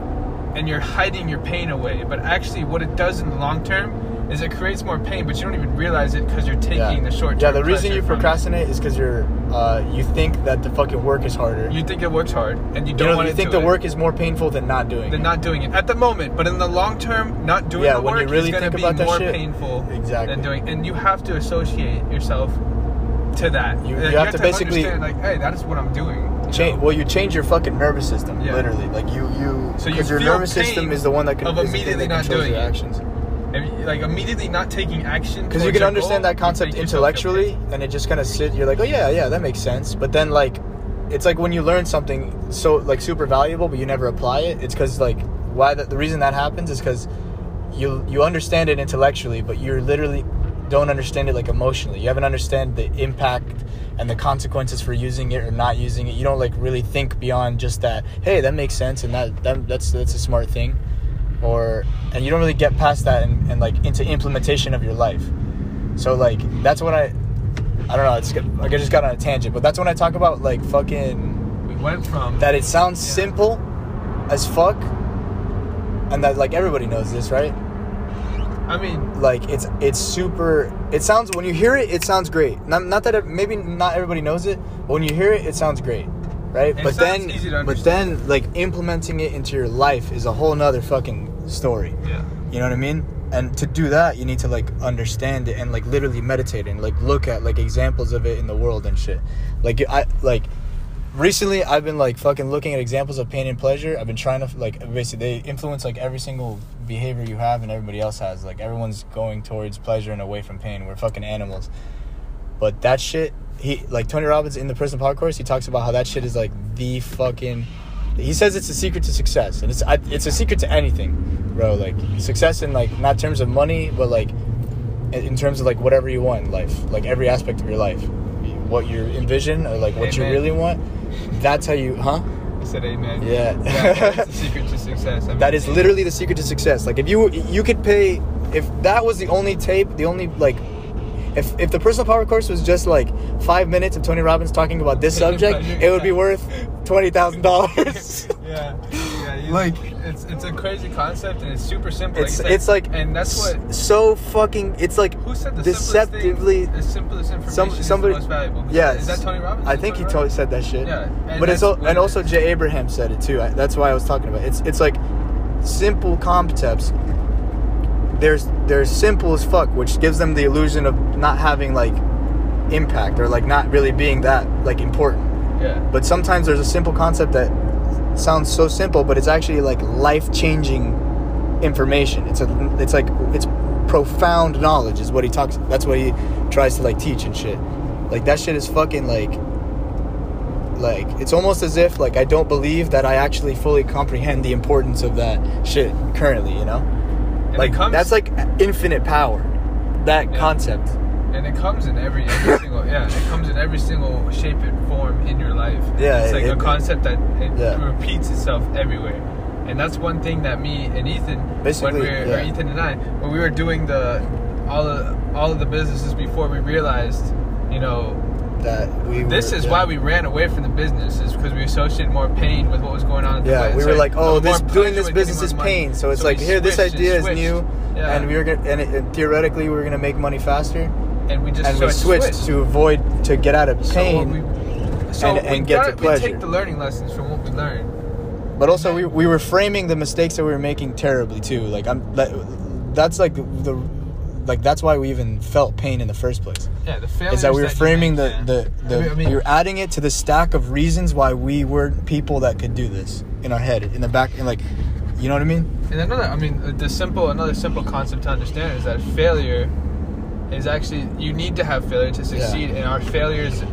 [SPEAKER 1] and you're hiding your pain away but actually what it does in the long term is it creates more pain but you don't even realize it because you're taking the short-term
[SPEAKER 2] Yeah, the reason
[SPEAKER 1] pleasure
[SPEAKER 2] you
[SPEAKER 1] from it.
[SPEAKER 2] procrastinate is because you're uh, you think that the fucking work is harder.
[SPEAKER 1] you think it works hard and you
[SPEAKER 2] You
[SPEAKER 1] don't
[SPEAKER 2] know,
[SPEAKER 1] want
[SPEAKER 2] you
[SPEAKER 1] to
[SPEAKER 2] think
[SPEAKER 1] do
[SPEAKER 2] the
[SPEAKER 1] it.
[SPEAKER 2] work is more painful than not doing.
[SPEAKER 1] than
[SPEAKER 2] it.
[SPEAKER 1] not doing it at the moment, but in the long term, not doing
[SPEAKER 2] Yeah,
[SPEAKER 1] the
[SPEAKER 2] when
[SPEAKER 1] work
[SPEAKER 2] you
[SPEAKER 1] is
[SPEAKER 2] really
[SPEAKER 1] going
[SPEAKER 2] think
[SPEAKER 1] to be
[SPEAKER 2] about that
[SPEAKER 1] more
[SPEAKER 2] shit,
[SPEAKER 1] painful
[SPEAKER 2] exactly.
[SPEAKER 1] than doing. And you have to associate yourself to that.
[SPEAKER 2] You-
[SPEAKER 1] Like,
[SPEAKER 2] you have to basically-
[SPEAKER 1] understand, like, hey, that is what I'm doing. you
[SPEAKER 2] Change,
[SPEAKER 1] know?
[SPEAKER 2] well, you change your fucking nervous system,
[SPEAKER 1] Yeah.
[SPEAKER 2] literally. Like you, you,
[SPEAKER 1] So you
[SPEAKER 2] 'cause your
[SPEAKER 1] feel
[SPEAKER 2] nervous
[SPEAKER 1] pain
[SPEAKER 2] system is the one that can
[SPEAKER 1] of
[SPEAKER 2] is the thing
[SPEAKER 1] immediately
[SPEAKER 2] that
[SPEAKER 1] not
[SPEAKER 2] controls
[SPEAKER 1] doing
[SPEAKER 2] your
[SPEAKER 1] it.
[SPEAKER 2] actions.
[SPEAKER 1] And, like immediately not taking action
[SPEAKER 2] because you
[SPEAKER 1] towards
[SPEAKER 2] can
[SPEAKER 1] your
[SPEAKER 2] understand
[SPEAKER 1] goal,
[SPEAKER 2] that concept
[SPEAKER 1] you make yourself feel
[SPEAKER 2] intellectually and it just kind of sit you're like oh yeah yeah that makes sense but then like it's like when you learn something so like super valuable but you never apply it it's because like why the, the reason that happens is because you you understand it intellectually but you literally don't understand it like emotionally you haven't understand the impact and the consequences for using it or not using it you don't like really think beyond just that hey that makes sense and that, that that's that's a smart thing or and you don't really get past that and, and like into implementation of your life so like that's when I, I don't know. It's like I just got on a tangent, but that's when I talk about like fucking
[SPEAKER 1] pain. went from
[SPEAKER 2] that it sounds
[SPEAKER 1] Yeah.
[SPEAKER 2] simple as fuck and that like everybody knows this right
[SPEAKER 1] I mean,
[SPEAKER 2] like it's it's super it sounds when you hear it it sounds great not, not that it, maybe not everybody knows it but when you hear it it sounds great right
[SPEAKER 1] It
[SPEAKER 2] but
[SPEAKER 1] sounds
[SPEAKER 2] then
[SPEAKER 1] easy to
[SPEAKER 2] but
[SPEAKER 1] understand.
[SPEAKER 2] then like implementing it into your life is a whole nother fucking story
[SPEAKER 1] yeah.
[SPEAKER 2] you know what i mean and to do that you need to like understand it and like literally meditate and like look at like examples of it in the world and shit like i like recently i've been like fucking looking at examples of pain and pleasure i've been trying to like basically they influence like every single behavior you have and everybody else has like everyone's going towards pleasure and away from pain we're fucking animals but that shit he like tony robbins in the prison power course he talks about how that shit is like the fucking he says it's a secret to success and it's I, it's a secret to anything bro like success in like not terms of money but like in- in terms of like whatever you want in life like every aspect of your life what you envision or like what you
[SPEAKER 1] Amen.
[SPEAKER 2] really want that's how you huh
[SPEAKER 1] I said amen.
[SPEAKER 2] Yeah.
[SPEAKER 1] that's the secret to success. I mean,
[SPEAKER 2] that is literally the secret to success like if you you could pay if that was the only tape the only like if, if the personal power course was just like five minutes of Tony Robbins talking about this subject, it would be worth twenty thousand dollars.
[SPEAKER 1] Yeah, yeah. You,
[SPEAKER 2] Like-
[SPEAKER 1] it's it's a crazy concept and it's super simple.
[SPEAKER 2] It's
[SPEAKER 1] you
[SPEAKER 2] it's
[SPEAKER 1] said.
[SPEAKER 2] like
[SPEAKER 1] and that's
[SPEAKER 2] s-
[SPEAKER 1] what
[SPEAKER 2] so fucking. It's like
[SPEAKER 1] who said the simplest
[SPEAKER 2] deceptively.
[SPEAKER 1] thing, the simplest information
[SPEAKER 2] Some somebody.
[SPEAKER 1] is the most valuable.
[SPEAKER 2] Yeah,
[SPEAKER 1] is that Tony Robbins?
[SPEAKER 2] I
[SPEAKER 1] Is
[SPEAKER 2] think
[SPEAKER 1] Tony
[SPEAKER 2] he totally
[SPEAKER 1] Robbins?
[SPEAKER 2] said that shit.
[SPEAKER 1] Yeah, and
[SPEAKER 2] but it's
[SPEAKER 1] that's
[SPEAKER 2] al-
[SPEAKER 1] what
[SPEAKER 2] and
[SPEAKER 1] it
[SPEAKER 2] also
[SPEAKER 1] is.
[SPEAKER 2] Jay Abraham said it too. I, that's why I was talking about. It. It's it's like simple concepts. There's they're simple as fuck, which gives them the illusion of not having like impact or like not really being that like important.
[SPEAKER 1] Yeah.
[SPEAKER 2] But sometimes there's a simple concept that sounds so simple, but it's actually like life-changing information. It's a, it's like it's profound knowledge is what he talks. That's what he tries to like teach and shit. Like that shit is fucking like, like it's almost as if like I don't believe that I actually fully comprehend the importance of that shit currently. You know,
[SPEAKER 1] And
[SPEAKER 2] like
[SPEAKER 1] it comes,
[SPEAKER 2] that's like infinite power. That
[SPEAKER 1] Yeah.
[SPEAKER 2] concept.
[SPEAKER 1] and it comes in every, every single yeah, it comes in every single shape and form in your life.
[SPEAKER 2] Yeah,
[SPEAKER 1] it's like
[SPEAKER 2] it-
[SPEAKER 1] a concept that it
[SPEAKER 2] Yeah.
[SPEAKER 1] repeats itself everywhere, and that's one thing that me and Ethan,
[SPEAKER 2] Basically,
[SPEAKER 1] when we were, or
[SPEAKER 2] yeah.
[SPEAKER 1] Ethan and I, when we were doing the all of, all of the businesses before we realized, you know,
[SPEAKER 2] That we.
[SPEAKER 1] This
[SPEAKER 2] were-
[SPEAKER 1] is
[SPEAKER 2] yeah.
[SPEAKER 1] why we ran away from the business, is because we associated more pain with what was going on. At the
[SPEAKER 2] Yeah,
[SPEAKER 1] plant.
[SPEAKER 2] we
[SPEAKER 1] So
[SPEAKER 2] were like, oh,
[SPEAKER 1] the
[SPEAKER 2] this
[SPEAKER 1] more
[SPEAKER 2] doing
[SPEAKER 1] pleasure
[SPEAKER 2] this
[SPEAKER 1] was
[SPEAKER 2] business
[SPEAKER 1] getting
[SPEAKER 2] is
[SPEAKER 1] more money.
[SPEAKER 2] pain. So it's
[SPEAKER 1] So
[SPEAKER 2] like
[SPEAKER 1] we
[SPEAKER 2] here, this
[SPEAKER 1] switched and
[SPEAKER 2] idea is
[SPEAKER 1] switched.
[SPEAKER 2] new,
[SPEAKER 1] Yeah.
[SPEAKER 2] and we were gonna, and, it, and theoretically we were gonna make money faster,
[SPEAKER 1] and we just
[SPEAKER 2] and
[SPEAKER 1] so
[SPEAKER 2] we
[SPEAKER 1] it
[SPEAKER 2] switched, to avoid to get out of
[SPEAKER 1] So what
[SPEAKER 2] pain,
[SPEAKER 1] we- so
[SPEAKER 2] and-
[SPEAKER 1] we
[SPEAKER 2] and get
[SPEAKER 1] gotta-
[SPEAKER 2] to
[SPEAKER 1] We
[SPEAKER 2] pleasure.
[SPEAKER 1] take the learning lessons from what we learned.
[SPEAKER 2] but also we, we were framing the mistakes that we were making terribly too. Like I'm, that, that's like the, like that's why we even felt pain in the first place.
[SPEAKER 1] Yeah, the failures.
[SPEAKER 2] Is that we were
[SPEAKER 1] you
[SPEAKER 2] framing
[SPEAKER 1] make, yeah.
[SPEAKER 2] the the, the
[SPEAKER 1] I mean- I mean,
[SPEAKER 2] we were adding it to the stack of reasons why we weren't people that could do this in our head, in the back, in like, you know what I mean?
[SPEAKER 1] and another, I mean, uh, the simple, another simple concept to understand is that failure is actually you need to have failure to succeed, and our failures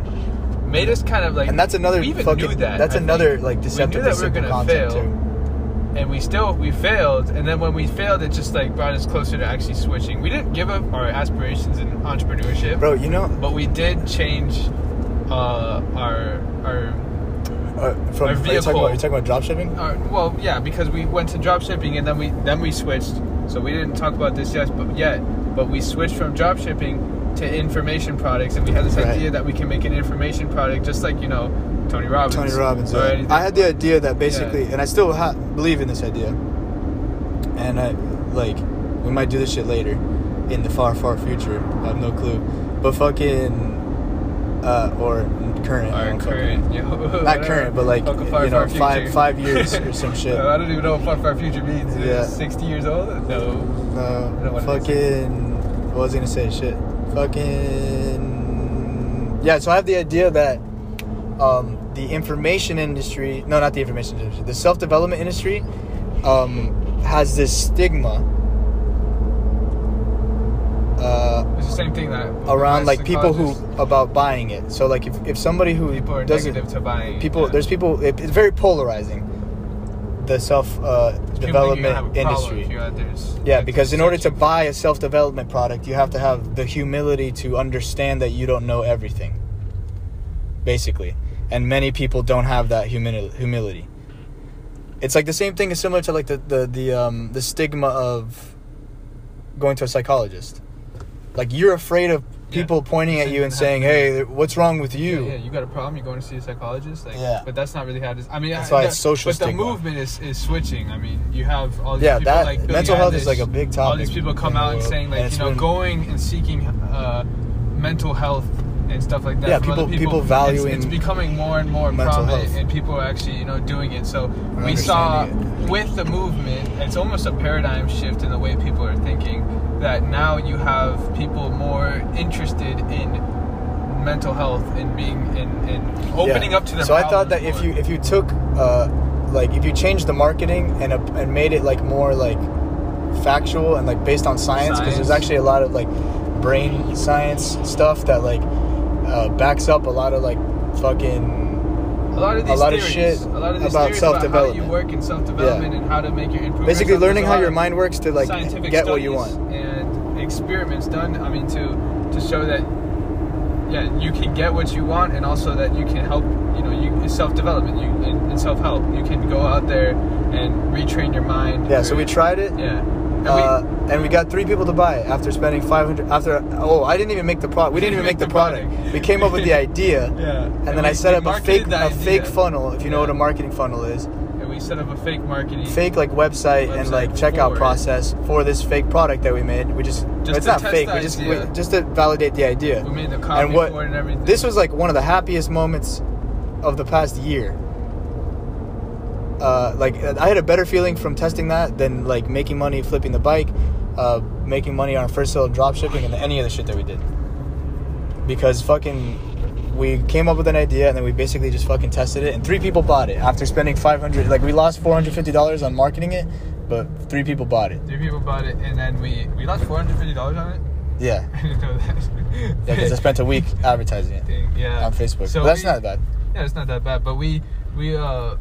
[SPEAKER 1] made us kind of like.
[SPEAKER 2] And that's another
[SPEAKER 1] we even
[SPEAKER 2] fucking.
[SPEAKER 1] knew that.
[SPEAKER 2] that's
[SPEAKER 1] I
[SPEAKER 2] another
[SPEAKER 1] think.
[SPEAKER 2] like deceptive
[SPEAKER 1] we knew that we were
[SPEAKER 2] simple
[SPEAKER 1] gonna
[SPEAKER 2] concept
[SPEAKER 1] fail.
[SPEAKER 2] too.
[SPEAKER 1] and we still we failed and then when we failed it just like brought us closer to actually switching we didn't give up our aspirations in entrepreneurship
[SPEAKER 2] Bro, you know,
[SPEAKER 1] but we did change uh, our our
[SPEAKER 2] uh, from
[SPEAKER 1] Our
[SPEAKER 2] are you talking
[SPEAKER 1] vehicle-
[SPEAKER 2] about, you're talking about drop shipping?
[SPEAKER 1] our well yeah because we went to drop shipping and then we then we switched so we didn't talk about this yet but yet but we switched from drop shipping to information products and we had this
[SPEAKER 2] Right.
[SPEAKER 1] idea that we can make an information product just like you know Tony Robbins
[SPEAKER 2] Tony Robbins.
[SPEAKER 1] or
[SPEAKER 2] Yeah.
[SPEAKER 1] anything.
[SPEAKER 2] I had the idea that basically,
[SPEAKER 1] Yeah.
[SPEAKER 2] and I still ha- believe in this idea, and I like we might do this shit later in the far, far future. I have no clue, but fucking uh, or current. I
[SPEAKER 1] our
[SPEAKER 2] don't fucking-
[SPEAKER 1] current you know,
[SPEAKER 2] Not
[SPEAKER 1] whatever.
[SPEAKER 2] current, but like
[SPEAKER 1] Fucking
[SPEAKER 2] you know,
[SPEAKER 1] future.
[SPEAKER 2] five five years or some shit.
[SPEAKER 1] I don't even know what Far Far Future means. Is it
[SPEAKER 2] Yeah.
[SPEAKER 1] 60 years old? No. know
[SPEAKER 2] No,
[SPEAKER 1] what it is.
[SPEAKER 2] fucking. What was I gonna say? Shit. Fucking. Yeah, so I have the idea that um, the information industry, no, not the information industry, the self development industry um, has this stigma uh,
[SPEAKER 1] It's the same thing that.
[SPEAKER 2] around like people who,
[SPEAKER 1] psychologists-
[SPEAKER 2] about buying it. So, like, if, if somebody who
[SPEAKER 1] People are
[SPEAKER 2] doesn't.
[SPEAKER 1] negative to buying.
[SPEAKER 2] people,
[SPEAKER 1] yeah.
[SPEAKER 2] there's people, it, it's very polarizing. The self uh,
[SPEAKER 1] People think you're gonna have a
[SPEAKER 2] development
[SPEAKER 1] problem
[SPEAKER 2] industry.
[SPEAKER 1] if you're out there s-
[SPEAKER 2] Yeah,
[SPEAKER 1] like,
[SPEAKER 2] because in order to
[SPEAKER 1] searching.
[SPEAKER 2] buy a self development product, you have to have the humility to understand that you don't know everything, basically. And many people don't have that humil- humility. It's like the same thing is similar to like the the the um, the stigma of going to a psychologist. Like you're afraid of people pointing at
[SPEAKER 1] Sitting
[SPEAKER 2] you
[SPEAKER 1] in
[SPEAKER 2] and
[SPEAKER 1] the
[SPEAKER 2] saying,
[SPEAKER 1] house.
[SPEAKER 2] "Hey, what's wrong with
[SPEAKER 1] Yeah,
[SPEAKER 2] you?"
[SPEAKER 1] yeah, you got a problem. You're going to see a psychologist. Like,
[SPEAKER 2] Yeah.
[SPEAKER 1] But that's not really how it is. I mean,
[SPEAKER 2] That's
[SPEAKER 1] I-
[SPEAKER 2] why
[SPEAKER 1] the-
[SPEAKER 2] it's social
[SPEAKER 1] But
[SPEAKER 2] stigma.
[SPEAKER 1] the movement is, is switching. I mean, you have all these
[SPEAKER 2] Yeah,
[SPEAKER 1] people
[SPEAKER 2] that-
[SPEAKER 1] like Billie
[SPEAKER 2] mental health is,
[SPEAKER 1] Eilish,
[SPEAKER 2] like, a big
[SPEAKER 1] All these
[SPEAKER 2] topic
[SPEAKER 1] people come
[SPEAKER 2] in the
[SPEAKER 1] out and
[SPEAKER 2] world,
[SPEAKER 1] saying
[SPEAKER 2] and
[SPEAKER 1] like
[SPEAKER 2] it's
[SPEAKER 1] you know
[SPEAKER 2] been-
[SPEAKER 1] going and seeking uh, mental health and stuff like that.
[SPEAKER 2] Yeah,
[SPEAKER 1] from other
[SPEAKER 2] people- people
[SPEAKER 1] It's- it's,
[SPEAKER 2] valuing
[SPEAKER 1] becoming more and more
[SPEAKER 2] mental
[SPEAKER 1] prominent,
[SPEAKER 2] health.
[SPEAKER 1] and people are actually you know doing it. So we saw
[SPEAKER 2] understanding
[SPEAKER 1] with the movement, it's almost a paradigm shift in the way people are thinking. That now you have people more interested in mental health and being and, and opening
[SPEAKER 2] Yeah.
[SPEAKER 1] up to their
[SPEAKER 2] So I thought that
[SPEAKER 1] problems
[SPEAKER 2] if
[SPEAKER 1] more.
[SPEAKER 2] you if you took uh, like if you changed the marketing and up and made it like more like factual and like based on science because there's
[SPEAKER 1] Science.
[SPEAKER 2] actually a lot of like brain science stuff that like uh, backs up a lot of like fucking
[SPEAKER 1] a lot of
[SPEAKER 2] a
[SPEAKER 1] these
[SPEAKER 2] lot of
[SPEAKER 1] theories,
[SPEAKER 2] shit
[SPEAKER 1] a lot of these
[SPEAKER 2] about
[SPEAKER 1] theories about how
[SPEAKER 2] self-development.
[SPEAKER 1] you work in self development and how to make your improvement.
[SPEAKER 2] basically learning how your mind works to like
[SPEAKER 1] scientific
[SPEAKER 2] get what you
[SPEAKER 1] studies
[SPEAKER 2] want.
[SPEAKER 1] and experiments done. I mean, to to show that yeah, you can get what you want, and also that you can help. You know, you self development, you and, and self help. You can go out there and retrain your mind.
[SPEAKER 2] Yeah. So
[SPEAKER 1] or-
[SPEAKER 2] we tried it.
[SPEAKER 1] Yeah. And we-
[SPEAKER 2] Uh, and we got three people to buy it after spending 500 after oh i didn't even make the product we didn't even make the product we came up with the idea
[SPEAKER 1] yeah.
[SPEAKER 2] and, then
[SPEAKER 1] we-
[SPEAKER 2] i set
[SPEAKER 1] we
[SPEAKER 2] up a
[SPEAKER 1] marketed
[SPEAKER 2] fake
[SPEAKER 1] the
[SPEAKER 2] a fake
[SPEAKER 1] idea.
[SPEAKER 2] funnel if you know
[SPEAKER 1] Yeah.
[SPEAKER 2] what a marketing funnel is
[SPEAKER 1] And we set up a fake marketing.
[SPEAKER 2] fake like website, and
[SPEAKER 1] Website
[SPEAKER 2] like checkout
[SPEAKER 1] for it.
[SPEAKER 2] process for this fake product that we made we just,
[SPEAKER 1] Just
[SPEAKER 2] it's
[SPEAKER 1] to
[SPEAKER 2] not
[SPEAKER 1] test
[SPEAKER 2] fake
[SPEAKER 1] the
[SPEAKER 2] we just we,
[SPEAKER 1] idea.
[SPEAKER 2] just to validate the idea
[SPEAKER 1] We made the copy
[SPEAKER 2] and what
[SPEAKER 1] for it and everything.
[SPEAKER 2] this was like one of the happiest moments of the past year uh, like i had a better feeling from testing that than like making money flipping the bike uh, making money on first sale drop shipping and any of the shit that we did because fucking we came up with an idea and then we basically just fucking tested it and three people bought it after spending 500 like we lost $450 on marketing it but three people bought it
[SPEAKER 1] Three people bought it, and then we we lost four hundred fifty dollars on it.
[SPEAKER 2] yeah
[SPEAKER 1] I didn't know that. Yeah,
[SPEAKER 2] yeah because i spent a week advertising it
[SPEAKER 1] yeah.
[SPEAKER 2] on facebook
[SPEAKER 1] So
[SPEAKER 2] but that's
[SPEAKER 1] we-
[SPEAKER 2] not bad
[SPEAKER 1] Yeah, it's not that bad. But we we uh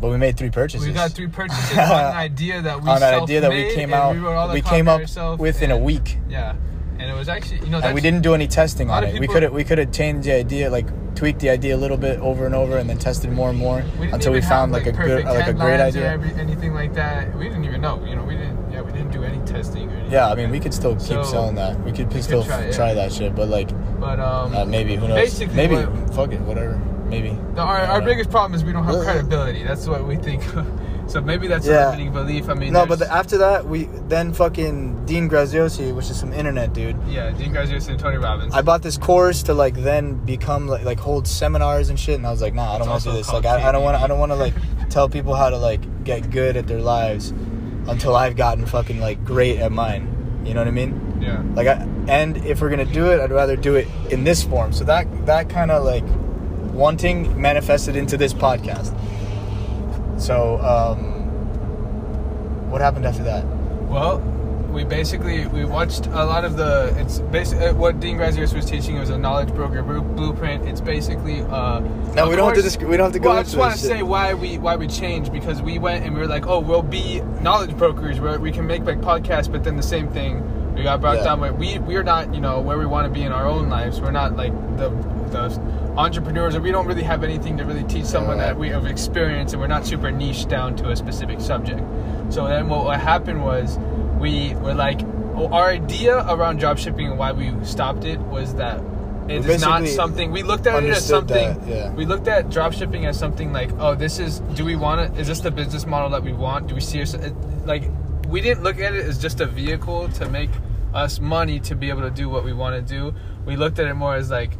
[SPEAKER 2] but we made three purchases
[SPEAKER 1] we got three purchases on an idea that we
[SPEAKER 2] on an idea that we
[SPEAKER 1] self-made,
[SPEAKER 2] came
[SPEAKER 1] and
[SPEAKER 2] out
[SPEAKER 1] we, wrote all the
[SPEAKER 2] we
[SPEAKER 1] copy
[SPEAKER 2] came up
[SPEAKER 1] ourselves,
[SPEAKER 2] with in a
[SPEAKER 1] and-
[SPEAKER 2] week
[SPEAKER 1] Yeah, and it was actually you know
[SPEAKER 2] and we
[SPEAKER 1] that's-
[SPEAKER 2] didn't do any testing
[SPEAKER 1] a lot
[SPEAKER 2] on
[SPEAKER 1] of
[SPEAKER 2] it we
[SPEAKER 1] people-
[SPEAKER 2] could have we could have changed the idea like tweaked the idea a little bit over and over and then tested more and more
[SPEAKER 1] we didn't
[SPEAKER 2] until we
[SPEAKER 1] even
[SPEAKER 2] found
[SPEAKER 1] have,
[SPEAKER 2] like, a good
[SPEAKER 1] perfect
[SPEAKER 2] like a great
[SPEAKER 1] headlines or
[SPEAKER 2] idea
[SPEAKER 1] every- anything like that. We didn't even know. You know, we didn't. Yeah, we didn't do any testing or anything.
[SPEAKER 2] yeah i mean we could still keep
[SPEAKER 1] So,
[SPEAKER 2] selling that we could still
[SPEAKER 1] try
[SPEAKER 2] try,
[SPEAKER 1] it.
[SPEAKER 2] that shit but like
[SPEAKER 1] But um,
[SPEAKER 2] uh, maybe who knows
[SPEAKER 1] Basically,
[SPEAKER 2] maybe
[SPEAKER 1] what-
[SPEAKER 2] fuck it whatever maybe
[SPEAKER 1] No, our,
[SPEAKER 2] I don't
[SPEAKER 1] our
[SPEAKER 2] know.
[SPEAKER 1] biggest problem is we don't have
[SPEAKER 2] Ugh.
[SPEAKER 1] credibility. That's what we think. so maybe that's
[SPEAKER 2] Yeah.
[SPEAKER 1] a limiting belief. I mean,
[SPEAKER 2] no but the,
[SPEAKER 1] there's-
[SPEAKER 2] after that we then fucking dean graziosi which is some internet dude
[SPEAKER 1] yeah, Dean Graziosi and Tony Robbins.
[SPEAKER 2] I bought this course to like then become like like hold seminars and shit, and I was like, nah, I don't want
[SPEAKER 1] It's
[SPEAKER 2] to do
[SPEAKER 1] also
[SPEAKER 2] this. Like,
[SPEAKER 1] called
[SPEAKER 2] I, I don't want to. I
[SPEAKER 1] TBD.
[SPEAKER 2] don't want to like tell people how to like get good at their lives until I've gotten fucking like great at mine. You know what I mean?
[SPEAKER 1] yeah.
[SPEAKER 2] Like, I and if we're gonna do it, I'd rather do it in this form. So that that kind of like wanting manifested into this podcast. So, um, what happened after that?
[SPEAKER 1] Well, we basically we watched a lot of the. It's basically what Dean Graziosi was teaching. It was a knowledge broker bru- blueprint. It's basically. Uh,
[SPEAKER 2] No,
[SPEAKER 1] of
[SPEAKER 2] we don't have to disc- we don't have to go
[SPEAKER 1] Well, I
[SPEAKER 2] into
[SPEAKER 1] just want
[SPEAKER 2] this
[SPEAKER 1] to
[SPEAKER 2] shit.
[SPEAKER 1] say why we why we changed because we went and we were like, oh, we'll be knowledge brokers where we can make like podcasts, but then the same thing. We got brought
[SPEAKER 2] Yeah.
[SPEAKER 1] down where we we're not you know where we want to be in our own lives. We're not like the the entrepreneurs, or we don't really have anything to really teach someone
[SPEAKER 2] Yeah.
[SPEAKER 1] that we have experience, and we're not super niche down to a specific subject. So then what, what happened was we were like, oh, our idea around drop shipping and why we stopped it was that it
[SPEAKER 2] We
[SPEAKER 1] is not
[SPEAKER 2] basically
[SPEAKER 1] something we looked at it as
[SPEAKER 2] understood
[SPEAKER 1] something
[SPEAKER 2] that, yeah.
[SPEAKER 1] we looked at drop shipping as something like oh this is do we want it is this the business model that we want do we see us it- like we didn't look at it as just a vehicle to make us money to be able to do what we want to do we looked at it more as like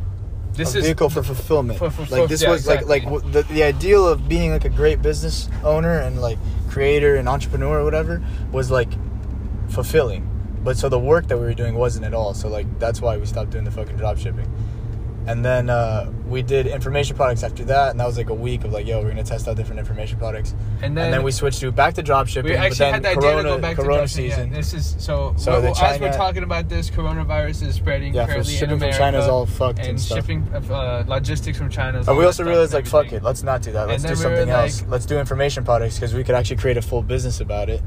[SPEAKER 1] this
[SPEAKER 2] a
[SPEAKER 1] is
[SPEAKER 2] vehicle for fulfillment.
[SPEAKER 1] For- for-
[SPEAKER 2] like
[SPEAKER 1] for-
[SPEAKER 2] this
[SPEAKER 1] yeah,
[SPEAKER 2] was like
[SPEAKER 1] exactly.
[SPEAKER 2] like w- the, the ideal of being like a great business owner and like creator and entrepreneur or whatever was like fulfilling. But so the work that we were doing wasn't at all. So like that's why we stopped doing the fucking drop shipping. And then uh, we did information products after that, and that was like a week of like, yo, we're gonna test out different information products.
[SPEAKER 1] And then-
[SPEAKER 2] and then we switched to back to drop shipping.
[SPEAKER 1] we
[SPEAKER 2] but
[SPEAKER 1] actually
[SPEAKER 2] then
[SPEAKER 1] had the idea
[SPEAKER 2] Corona,
[SPEAKER 1] to go back
[SPEAKER 2] Corona
[SPEAKER 1] to drop shipping. Yeah,
[SPEAKER 2] season.
[SPEAKER 1] this is so.
[SPEAKER 2] So
[SPEAKER 1] well,
[SPEAKER 2] the
[SPEAKER 1] as we're
[SPEAKER 2] China-
[SPEAKER 1] talking about this, coronavirus is spreading
[SPEAKER 2] Yeah, for
[SPEAKER 1] currently in
[SPEAKER 2] shipping from
[SPEAKER 1] America.
[SPEAKER 2] China's all fucked
[SPEAKER 1] and,
[SPEAKER 2] and stuff.
[SPEAKER 1] shipping uh, logistics from China. is all
[SPEAKER 2] And Uh, we also
[SPEAKER 1] messed up
[SPEAKER 2] realized,
[SPEAKER 1] and
[SPEAKER 2] like, fuck
[SPEAKER 1] everything.
[SPEAKER 2] it, let's not do that.
[SPEAKER 1] And
[SPEAKER 2] Let's
[SPEAKER 1] then
[SPEAKER 2] do
[SPEAKER 1] we were
[SPEAKER 2] something else.
[SPEAKER 1] like-
[SPEAKER 2] Let's do information products because we could actually create a full business about it.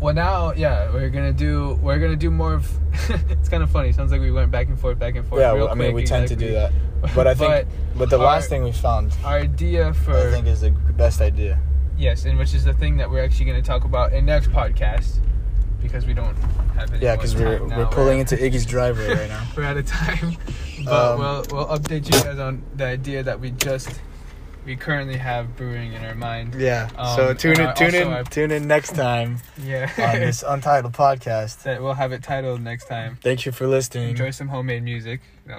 [SPEAKER 1] Well, now, yeah, we're gonna do we're gonna do more of. it's kind of funny. Sounds like we went back and forth, back and forth.
[SPEAKER 2] yeah,
[SPEAKER 1] real
[SPEAKER 2] I mean,
[SPEAKER 1] quick,
[SPEAKER 2] we tend to
[SPEAKER 1] exactly.
[SPEAKER 2] do that. But I think, but, the
[SPEAKER 1] our-
[SPEAKER 2] last thing we found,
[SPEAKER 1] our idea for
[SPEAKER 2] I think, is the best idea.
[SPEAKER 1] yes, and which is the thing that we're actually gonna talk about in next podcast, because we don't have any.
[SPEAKER 2] Yeah,
[SPEAKER 1] more
[SPEAKER 2] because we're
[SPEAKER 1] time now.
[SPEAKER 2] we're pulling into Iggy's driveway right now.
[SPEAKER 1] We're out of time, but
[SPEAKER 2] Um,
[SPEAKER 1] we'll we'll update you guys on the idea that we just we currently have brewing in our mind.
[SPEAKER 2] Yeah.
[SPEAKER 1] Um,
[SPEAKER 2] so tune
[SPEAKER 1] and
[SPEAKER 2] in,
[SPEAKER 1] I
[SPEAKER 2] tune
[SPEAKER 1] also
[SPEAKER 2] in,
[SPEAKER 1] have-
[SPEAKER 2] tune in next time
[SPEAKER 1] Yeah.
[SPEAKER 2] on this untitled podcast.
[SPEAKER 1] that we'll have it titled next time.
[SPEAKER 2] Thank you for listening.
[SPEAKER 1] Enjoy some homemade music. No.